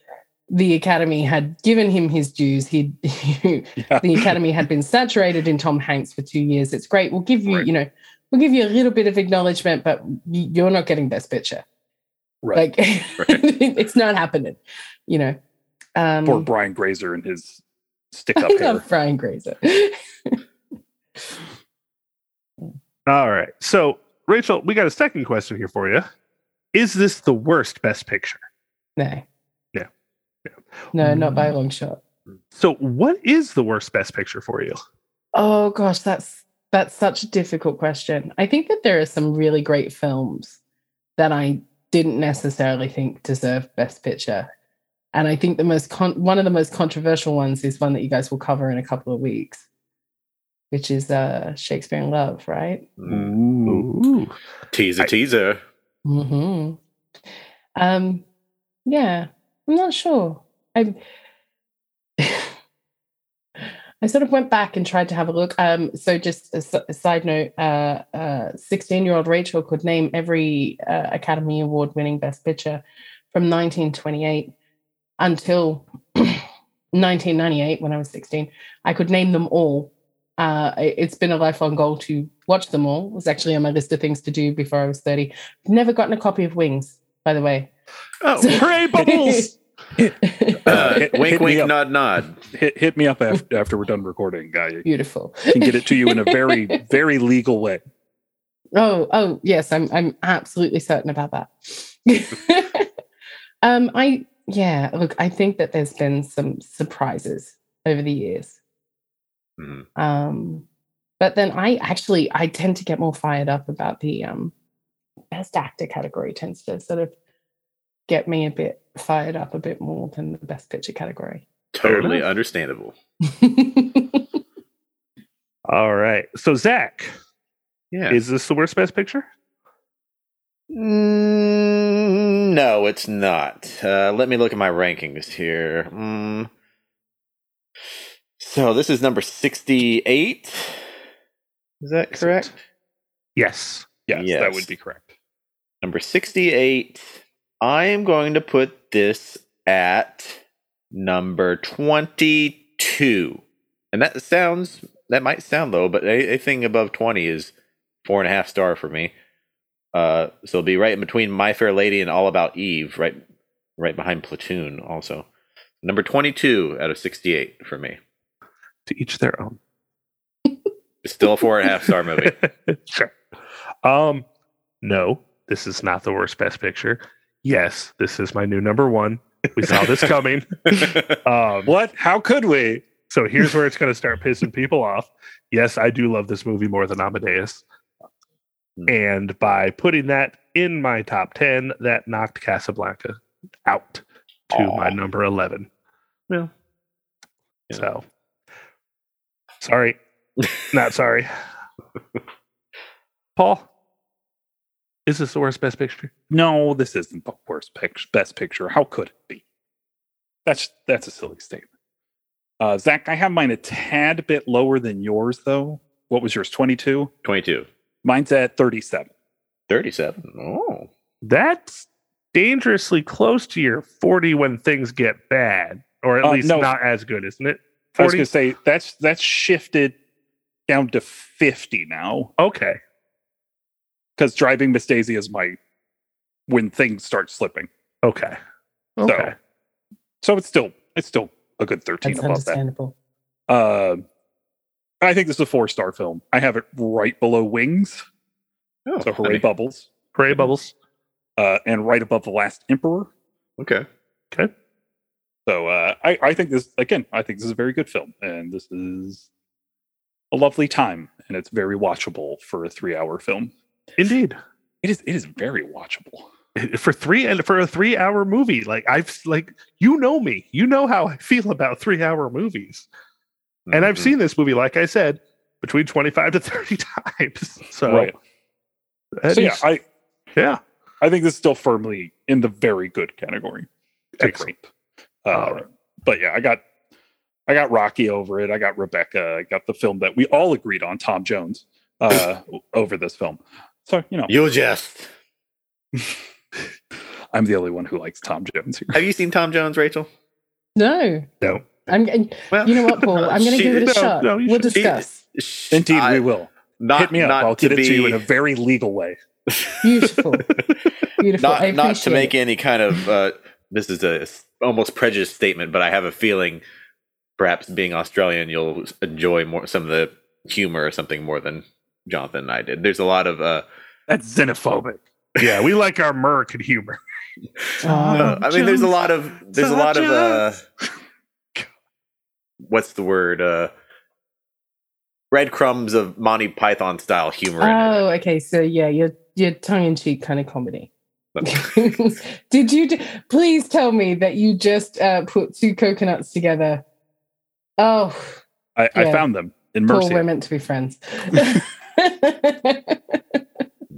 Speaker 2: the Academy had given him his dues. He
Speaker 1: yeah.
Speaker 2: the academy had been saturated in Tom Hanks for two years. It's great. We'll give you,
Speaker 1: Right.
Speaker 2: you know, we'll give you a little bit of acknowledgement, but y- you're not getting Best Picture.
Speaker 1: right.
Speaker 2: Like, it's not happening. You know, um,
Speaker 1: Poor Brian Grazer and his stick
Speaker 2: I
Speaker 1: up hair.
Speaker 2: love Brian Grazer.
Speaker 4: All right. So, Rachel, we got a second question here for you. Is this the worst best picture?
Speaker 2: No.
Speaker 4: Yeah. Yeah.
Speaker 2: No, not
Speaker 1: Mm.
Speaker 2: by a long shot.
Speaker 4: So, what is the worst best picture for you?
Speaker 2: Oh gosh, that's that's such a difficult question. I think that there are some really great films that I didn't necessarily think deserve Best Picture, and I think the most con- one of the most controversial ones is one that you guys will cover in a couple of weeks, which is uh, Shakespeare in Love, right?
Speaker 1: Mm-hmm.
Speaker 3: mm,
Speaker 4: Ooh.
Speaker 3: teaser,
Speaker 4: I-
Speaker 3: teaser.
Speaker 2: Hmm. Um. Yeah, I'm not sure. I I sort of went back and tried to have a look. Um. So just a, s- a side note. Uh. Uh. Sixteen-year-old Rachel could name every uh, Academy Award-winning Best Picture from 1928 until 1998 when I was 16. I could name them all. Uh, it- it's been a lifelong goal to watch them all. It was actually on my list of things to do before I was 30. Never gotten a copy of Wings, by the way.
Speaker 3: Oh,
Speaker 4: Hooray, Bubbles!
Speaker 3: uh,
Speaker 1: Hit-
Speaker 3: wink,
Speaker 1: hit me
Speaker 3: wink,
Speaker 1: up.
Speaker 3: nod, nod.
Speaker 1: Hit, hit me up after, after we're done recording, guy.
Speaker 2: Beautiful.
Speaker 1: I can get it to you in a very, very legal way.
Speaker 2: Oh, oh yes, I'm I'm absolutely certain about that. um, I yeah, look, I think that there's been some surprises over the years.
Speaker 3: Mm.
Speaker 2: Um, but then I actually I tend to get more fired up about the um best actor category tends to sort of get me a bit fired up a bit more than the best picture category.
Speaker 3: Totally
Speaker 4: enough.
Speaker 3: understandable.
Speaker 4: All right. So, Zach,
Speaker 3: Yeah.
Speaker 4: is this the worst best picture?
Speaker 3: Mm, no, it's not. Uh, let me look at my rankings here. Mm. So this is number 68. Is that correct?
Speaker 4: Yes.
Speaker 1: Yes, that
Speaker 3: Yes.
Speaker 1: would be correct.
Speaker 3: Number 68. I am going to put this at number 22. And that sounds, that might sound low, but a- anything above 20 is four and a half star for me. Uh, so it'll be right in between My Fair Lady and All About Eve, right, right behind Platoon also. Number 22 out of 68 for me.
Speaker 4: To each their own.
Speaker 3: It's still a four and a half star movie.
Speaker 4: sure. Um, no, this is not the worst best picture. Yes, this is my new number one. We saw this coming. Um,
Speaker 1: What? How could we?
Speaker 4: so here's where it's going to start pissing people off. Yes, I do love this movie more than Amadeus.
Speaker 3: Hmm.
Speaker 4: And by putting that in my top 10, that knocked Casablanca out to my
Speaker 1: Aw.
Speaker 4: number 11. Yeah.
Speaker 3: Yeah.
Speaker 4: So, sorry. Not sorry. Paul, is this the worst best picture?
Speaker 1: No, this isn't the worst picture. Best picture. How could it be? That's that's a silly statement. Uh, Zach, I have mine a tad bit lower than yours, though. What was yours? Twenty-two.
Speaker 3: 22.
Speaker 1: Mine's at thirty-seven.
Speaker 3: 37. Oh.
Speaker 4: That's dangerously close to your 40 when things get bad, or at
Speaker 1: Uh,
Speaker 4: least
Speaker 1: no.
Speaker 4: not as good, isn't it?
Speaker 1: I was
Speaker 4: 40?
Speaker 1: gonna say that's that's shifted down to fifty now
Speaker 4: Okay.
Speaker 1: because driving Miss Daisy is my when things start slipping.
Speaker 4: Okay. Okay.
Speaker 1: So it's still it's still a good thirteen
Speaker 2: That's
Speaker 1: above that.
Speaker 2: understandable.
Speaker 1: Uh, I think this is a four-star film. I have it right below Wings.
Speaker 3: Oh,
Speaker 1: So hooray,
Speaker 3: honey.
Speaker 1: bubbles.
Speaker 4: Gray bubbles.
Speaker 1: uh, and right above the last emperor.
Speaker 3: Okay.
Speaker 4: Okay.
Speaker 1: So uh, I, I think this again. I think this is a very good film, and this is a lovely time, and it's very watchable for a three-hour film.
Speaker 4: Indeed.
Speaker 1: It is. It is very watchable.
Speaker 4: for three and for a three hour movie like i've like you know me you know how i feel about three hour movies and i've
Speaker 3: Mhm.
Speaker 4: seen this movie like i said between 25 to 30 times so,
Speaker 1: right.
Speaker 4: that
Speaker 1: So yeah,
Speaker 4: is-
Speaker 1: I
Speaker 4: yeah
Speaker 1: I think this is still firmly in the very good category. To
Speaker 4: Excellent.
Speaker 1: great. Uh,
Speaker 4: All right.
Speaker 1: But yeah, I got I got Rocky over it. I got Rebecca. I got the film that we all agreed on, Tom Jones, uh, over this film. So you know,
Speaker 3: You'll just.
Speaker 1: I'm the only one who likes Tom Jones here.
Speaker 3: Have you seen Tom Jones, Rachel?
Speaker 2: No,
Speaker 4: no
Speaker 2: I'm. You
Speaker 3: Well,
Speaker 2: know what, Paul? I'm going to
Speaker 3: she-
Speaker 2: give it a
Speaker 4: Oh, no,
Speaker 2: shot.
Speaker 4: no, you
Speaker 2: we'll
Speaker 4: should-
Speaker 3: she-
Speaker 2: discuss.
Speaker 3: sh-
Speaker 1: Indeed,
Speaker 3: I-
Speaker 1: we will.
Speaker 3: Not,
Speaker 1: Hit me up.
Speaker 3: not
Speaker 1: I'll get
Speaker 3: to
Speaker 1: it to you in
Speaker 3: be-
Speaker 1: a very legal way.
Speaker 2: Beautiful, beautiful. I
Speaker 3: not not to
Speaker 2: appreciate
Speaker 3: make
Speaker 2: it.
Speaker 3: any kind of uh, this is a s- almost prejudiced statement, but I have a feeling perhaps being Australian, you'll s- enjoy more some of the humor or something more than Jonathan and I did. There's a lot of uh,
Speaker 1: That's xenophobic.
Speaker 4: yeah we like our american humor
Speaker 2: Oh,
Speaker 3: uh, I mean, there's a lot of there's a lot of uh, what's the word uh, breadcrumbs of Monty Python style humor. in it.
Speaker 2: oh, okay. So yeah, your your tongue in cheek kind of comedy.
Speaker 3: But-
Speaker 2: Did you d- please tell me that you just uh, put two coconuts together? Oh,
Speaker 1: I, I
Speaker 2: Yeah.
Speaker 1: found them in
Speaker 2: Paul, we're
Speaker 1: Mercia.
Speaker 2: meant to be friends.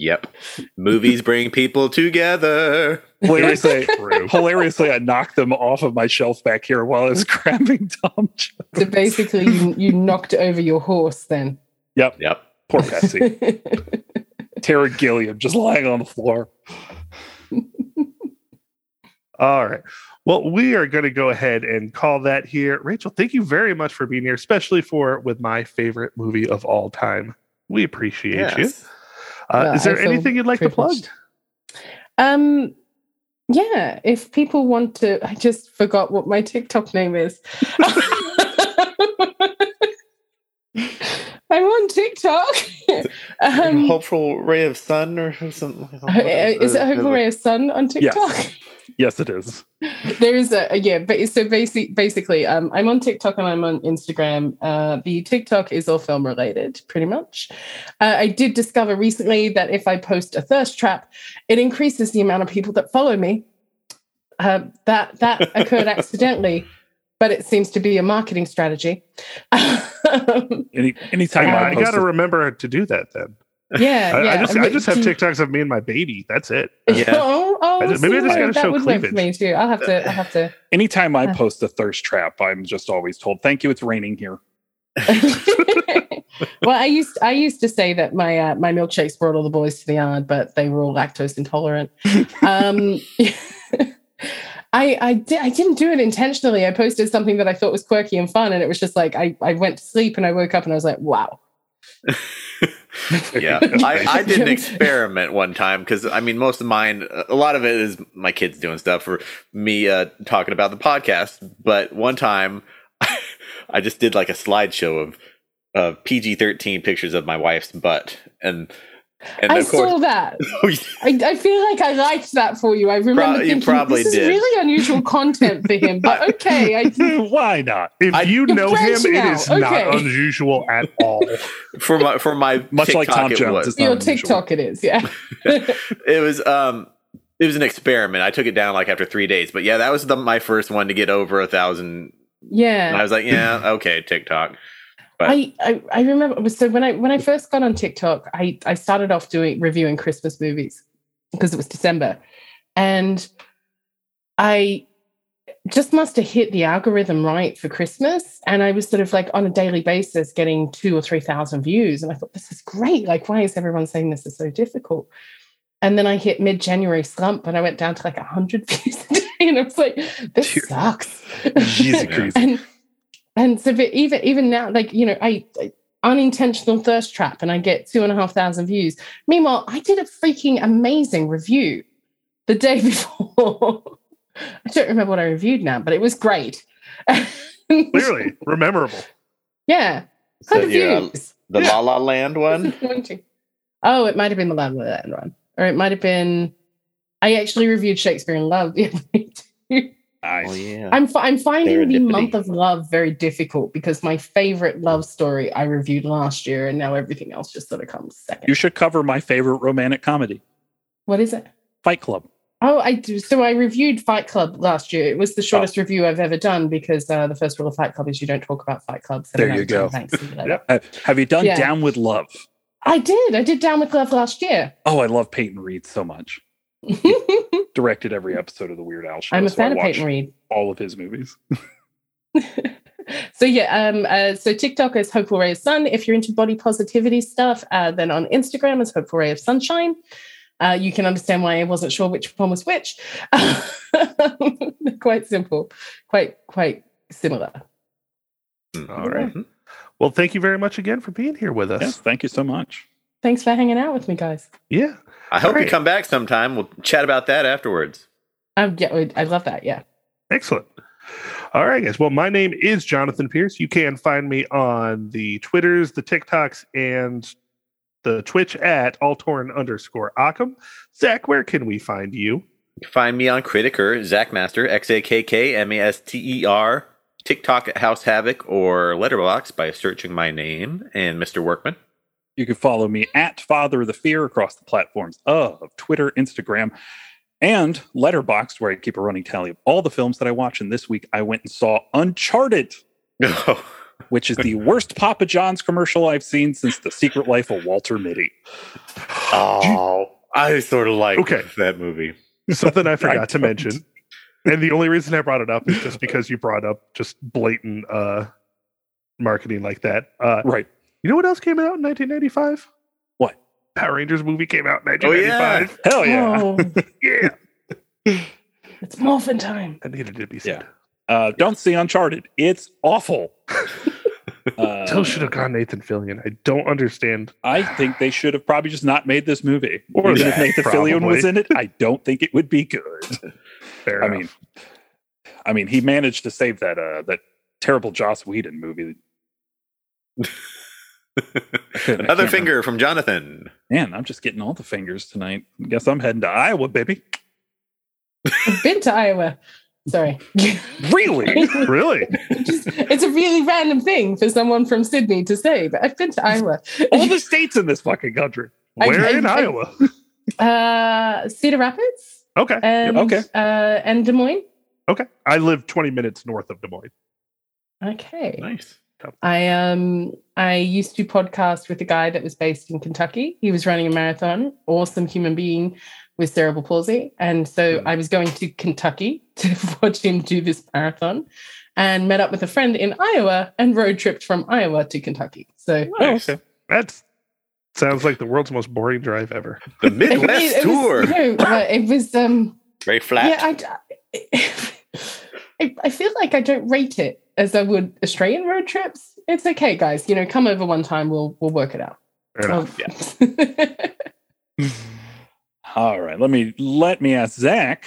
Speaker 3: Yep, movies bring people together.
Speaker 1: Hilariously,
Speaker 4: True.
Speaker 1: hilariously, I knocked them off of my shelf back here while I was grabbing Tom Jones.
Speaker 2: so basically, you, you knocked over your horse then.
Speaker 3: Yep.
Speaker 1: Poor Patsy. Tara Gilliam just lying on the floor.
Speaker 4: all right well we are going to go ahead and call that here rachel thank you very much for being here especially for with my favorite movie of all time we appreciate you
Speaker 3: Yes.
Speaker 4: uh,
Speaker 2: Well,
Speaker 4: is
Speaker 2: I
Speaker 4: there
Speaker 2: feel
Speaker 4: anything you'd like to plug
Speaker 2: privileged. Um, yeah, if people want to, I just forgot what my TikTok name is. I'm on TikTok. um,
Speaker 3: hopeful ray of sun or something.
Speaker 2: is it Hopeful Ray of Sun on
Speaker 1: Yes.
Speaker 2: TikTok?
Speaker 1: Yes, it is.
Speaker 2: there is a, a- yeah but it's- so basic basically um i'm on tiktok and i'm on instagram uh the tiktok is all film related pretty much uh, i did discover recently that if i post a thirst trap it increases the amount of people that follow me uh, that that occurred accidentally but it seems to be a marketing strategy
Speaker 1: Any
Speaker 4: I,
Speaker 1: anytime
Speaker 2: Uh,
Speaker 1: I,
Speaker 4: I
Speaker 1: post
Speaker 4: gotta
Speaker 1: a-
Speaker 4: remember to do that then
Speaker 2: yeah
Speaker 4: I,
Speaker 2: yeah
Speaker 4: I just I
Speaker 2: mean,
Speaker 4: just have
Speaker 2: do you-
Speaker 4: TikToks of me and my baby. That's it.
Speaker 3: Yeah.
Speaker 2: oh, oh
Speaker 4: I just- maybe I
Speaker 2: see,
Speaker 4: just gotta
Speaker 2: that
Speaker 4: show
Speaker 2: would work for
Speaker 4: cleavage.
Speaker 2: me too i'll have to i'll have to
Speaker 1: anytime I
Speaker 2: Uh.
Speaker 1: post a thirst trap, I'm just always told, "Thank you, it's raining here."
Speaker 2: well, I used I used to say that my uh, my milkshakes brought all the boys to the yard, but they were all lactose intolerant. Um, I I, di- I didn't do it intentionally. I posted something that I thought was quirky and fun, and it was just like I I went to sleep and I woke up and I was like, wow.
Speaker 3: yeah, I, I did an experiment one time because I mean, most of mine, a lot of it is my kids doing stuff or me uh, talking about the podcast. But one time, I just did like a slideshow of of PG thirteen pictures of my wife's butt, and and
Speaker 2: I
Speaker 3: of course,
Speaker 2: saw that. I, I feel like I liked that for you. I remember
Speaker 3: Prob- you
Speaker 2: thinking
Speaker 3: probably
Speaker 2: this
Speaker 3: did.
Speaker 2: is really unusual content for him, but okay. I,
Speaker 1: Why not?
Speaker 4: If
Speaker 3: I-
Speaker 4: you
Speaker 2: You're
Speaker 4: know him,
Speaker 2: branching
Speaker 4: it
Speaker 2: out.
Speaker 4: is not
Speaker 2: Okay.
Speaker 4: unusual at all.
Speaker 3: for my for my
Speaker 1: Much like
Speaker 3: TikTok,
Speaker 1: Tom
Speaker 3: it
Speaker 1: Jones,
Speaker 3: was.
Speaker 1: it's not
Speaker 2: your
Speaker 1: unusual.
Speaker 2: TikTok, it is. Yeah.
Speaker 3: it was um it was an experiment. I took it down like after three days, but yeah, that was the, my first one to get over a thousand. And I
Speaker 2: Yeah.
Speaker 3: was like, yeah, okay, TikTok. but-
Speaker 2: I, I, I remember so when I when I first got on TikTok, I, I started off doing reviewing Christmas movies because it was December. And I just must have hit the algorithm right for Christmas. And I was sort of like on a daily basis getting two or 3,000 views. And I thought, this is great. Like, why is everyone saying this is so difficult? And then I hit mid January slump and I went down to like 100 views a day. And I was like, this
Speaker 1: Dear.
Speaker 2: sucks.
Speaker 1: Jesus Christ.
Speaker 2: and, and so, but even, even now, like, you know, I, I unintentional thirst trap and I get two and a half thousand views. Meanwhile, I did a freaking amazing review the day before. I don't remember what I reviewed now, but it was great.
Speaker 4: Clearly, rememberable.
Speaker 2: yeah.
Speaker 3: So,
Speaker 2: Hundred
Speaker 3: yeah, um,
Speaker 2: views.
Speaker 3: the
Speaker 4: Yeah.
Speaker 3: La La Land one.
Speaker 2: Disappointing. Oh, it might have been the Love Land one. Or it might have been I actually reviewed Shakespeare in Love. the other night.
Speaker 1: Nice.
Speaker 3: Oh yeah.
Speaker 2: I'm fi- I'm finding the
Speaker 3: Serendipity.
Speaker 2: month of love very difficult because my favorite love story I reviewed last year and now everything else just sort of comes second.
Speaker 1: You should cover my favorite romantic comedy,
Speaker 2: what is it?
Speaker 1: Fight Club.
Speaker 2: Oh, I do. So I reviewed Fight Club last year. It was the shortest
Speaker 1: Oh.
Speaker 2: review I've ever done because uh, the first rule of Fight Club is you don't talk about Fight Club. So
Speaker 1: There
Speaker 2: no,
Speaker 1: you go.
Speaker 2: Thanks. see you later.
Speaker 4: Yep.
Speaker 1: Uh, have you done
Speaker 2: Yeah.
Speaker 1: Down with Love?
Speaker 2: I did. I did Down with Love last year.
Speaker 1: Oh, I love Peyton Reed so much. Directed every episode of the Weird Al show.
Speaker 2: Mm-hmm. I'm a
Speaker 1: so
Speaker 2: fan
Speaker 1: I
Speaker 2: of
Speaker 1: watch
Speaker 2: Peyton Reed.
Speaker 1: All of his movies.
Speaker 2: so yeah, um, uh, so TikTok is Hopeful Ray of Sun. If you're into body positivity stuff, uh, then on Instagram is Hopeful Ray of Sunshine. Uh, you can understand why I wasn't sure which one was which. quite simple, quite quite similar.
Speaker 4: All right. Well, thank you very much again for being here with us.
Speaker 1: Yes, thank you so much.
Speaker 2: Thanks for hanging out with me, guys.
Speaker 4: Yeah.
Speaker 3: I hope
Speaker 4: All right.
Speaker 3: you come back sometime. We'll chat about that afterwards.
Speaker 2: Um, yeah, I love that. Yeah.
Speaker 4: Excellent. All right, guys. Well, my name is Jonathan Pierce. You can find me on the Twitters, the TikToks, and the Twitch at Altorn underscore Occam. Zach, where can we find you?
Speaker 3: Find me on Critiker, Zach Master, X A K K M A S T E R, TikTok at House Havoc or Letterbox by searching my name and Mr. Workman.
Speaker 1: You can follow me at Father of the Fear across the platforms of Twitter, Instagram, and Letterboxd, where I keep a running tally of all the films that I watch. And this week I went and saw Uncharted,
Speaker 3: Oh,
Speaker 1: which is the worst Papa John's commercial I've seen since The Secret Life of Walter Mitty.
Speaker 3: oh, I sort of like
Speaker 4: Okay.
Speaker 3: that movie.
Speaker 4: Something I forgot to
Speaker 1: don't.
Speaker 4: mention. And the only reason I brought it up is just because you brought up just blatant uh, marketing like that. Uh,
Speaker 1: Right.
Speaker 4: you know what else came out in 1995?
Speaker 1: What?
Speaker 4: Power Rangers movie came out in
Speaker 3: Oh, yeah.
Speaker 4: 1995.
Speaker 1: Hell yeah.
Speaker 2: Oh,
Speaker 4: yeah.
Speaker 2: it's morphin time.
Speaker 4: That needed to be said.
Speaker 1: Uh, don't see Uncharted. It's awful. uh,
Speaker 4: Still should have gone Nathan Fillion. I don't understand.
Speaker 1: I think they should have probably just not made this movie.
Speaker 4: Or
Speaker 1: Even if
Speaker 4: that,
Speaker 1: Nathan Fillion was in it, I don't think it would be good.
Speaker 4: Fair
Speaker 1: I
Speaker 4: enough.
Speaker 1: mean, I mean, he managed to save that uh, that terrible Joss Whedon movie.
Speaker 3: Another finger from Jonathan.
Speaker 1: Man, I'm just getting all the fingers tonight. Guess I'm heading to Iowa, baby.
Speaker 2: I've been to Iowa. Sorry.
Speaker 1: Really?
Speaker 4: really?
Speaker 2: Just- it's a really random thing for someone from Sydney to say, but I've been to Iowa.
Speaker 1: all the states in this fucking country.
Speaker 2: I-
Speaker 4: Where
Speaker 2: I-
Speaker 4: in
Speaker 2: I-
Speaker 4: Iowa?
Speaker 2: Uh, Cedar Rapids
Speaker 4: Okay.
Speaker 2: and
Speaker 1: okay.
Speaker 2: uh, and Des Moines.
Speaker 4: Okay. I live 20 minutes north of Des Moines.
Speaker 2: Okay.
Speaker 3: Nice.
Speaker 2: I um I used to podcast with a guy that was based in Kentucky. He was running a marathon, awesome human being with cerebral palsy. And so
Speaker 3: Hmm.
Speaker 2: I was going to Kentucky to watch him do this marathon and met up with a friend in Iowa and road tripped from Iowa to Kentucky. So
Speaker 3: Nice.
Speaker 4: That's sounds like the world's most boring drive ever.
Speaker 3: The
Speaker 2: it-
Speaker 3: Midwest
Speaker 2: it- it was-
Speaker 3: tour.
Speaker 2: no, uh, it was um
Speaker 3: Very flat.
Speaker 2: Yeah, I, I, I feel like I don't rate it as I would Australian road trips. It's okay, guys. You know, come over one time. We'll we'll work it out. Um,
Speaker 4: Fair enough.
Speaker 1: All right, let me let me ask Zach.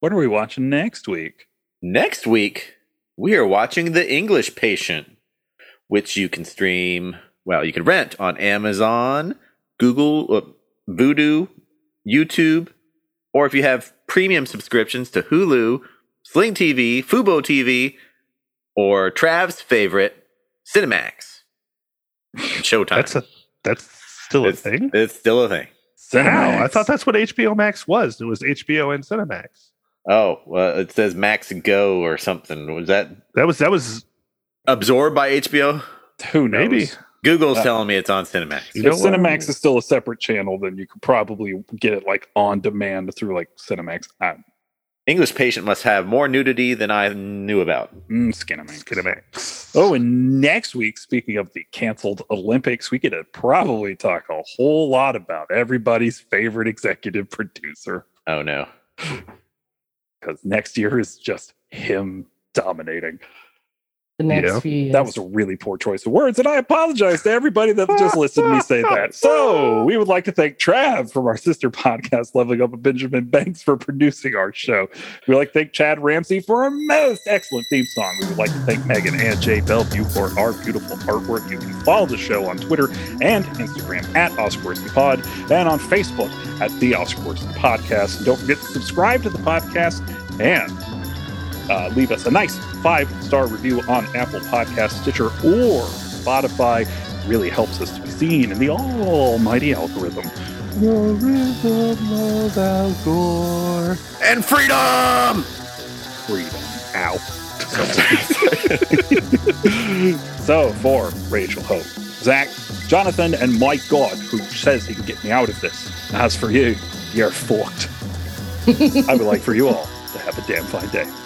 Speaker 1: What are we watching next week?
Speaker 3: Next week, we are watching The English Patient, which you can stream, well, you can rent on Amazon, Google, uh, Voodoo, YouTube, or if you have premium subscriptions to Hulu, Sling TV, Fubo TV, or Trav's favorite, Cinemax. Showtime.
Speaker 4: That's a that's still
Speaker 3: it's,
Speaker 4: a thing.
Speaker 3: It's still a thing.
Speaker 4: Wow, I thought that's what HBO Max was. It was HBO and Cinemax.
Speaker 3: Oh, well, it says Max Go or something. Was that
Speaker 4: That was that was
Speaker 3: absorbed by HBO?
Speaker 1: Who knows?
Speaker 4: maybe.
Speaker 3: Google's
Speaker 1: Uh,
Speaker 3: telling me it's on Cinemax.
Speaker 4: You know
Speaker 1: if
Speaker 4: what?
Speaker 1: Cinemax is still a separate channel, then you could probably get it like on demand through like Cinemax. I,
Speaker 3: English patient must have more nudity than I knew about.
Speaker 1: mm, Skinemax.
Speaker 4: Cinemax.
Speaker 1: Oh, and next week, speaking of the canceled Olympics, we get to probably talk a whole lot about everybody's favorite executive producer
Speaker 3: Oh no.
Speaker 1: because next year is just him dominating.
Speaker 2: The next
Speaker 4: Yeah.
Speaker 2: few years.
Speaker 1: That was a really poor choice of words, and I apologize to everybody that just listened to me say that. So, we would like to thank Trav from our sister podcast, Leveling Up with Benjamin Banks, for producing our show. We would like to thank Chad Ramsey for our most excellent theme song. We would like to thank Megan and Jay Bellevue for our beautiful artwork. You can follow the show on Twitter and Instagram at Oscarsky Pod and on Facebook at The Oscarsky Podcast. Don't forget to subscribe to the podcast and uh, leave us a nice five star review on Apple Podcasts, Stitcher, or Spotify. Really helps us to be seen in the almighty algorithm. Your rhythm loves Al Gore.
Speaker 3: And freedom.
Speaker 1: Freedom. Ow. so, for Rachel Hope, Zach, Jonathan, and my God, who says he can get me out of this, as for you, you're fucked. I would like for you all to have a damn fine day.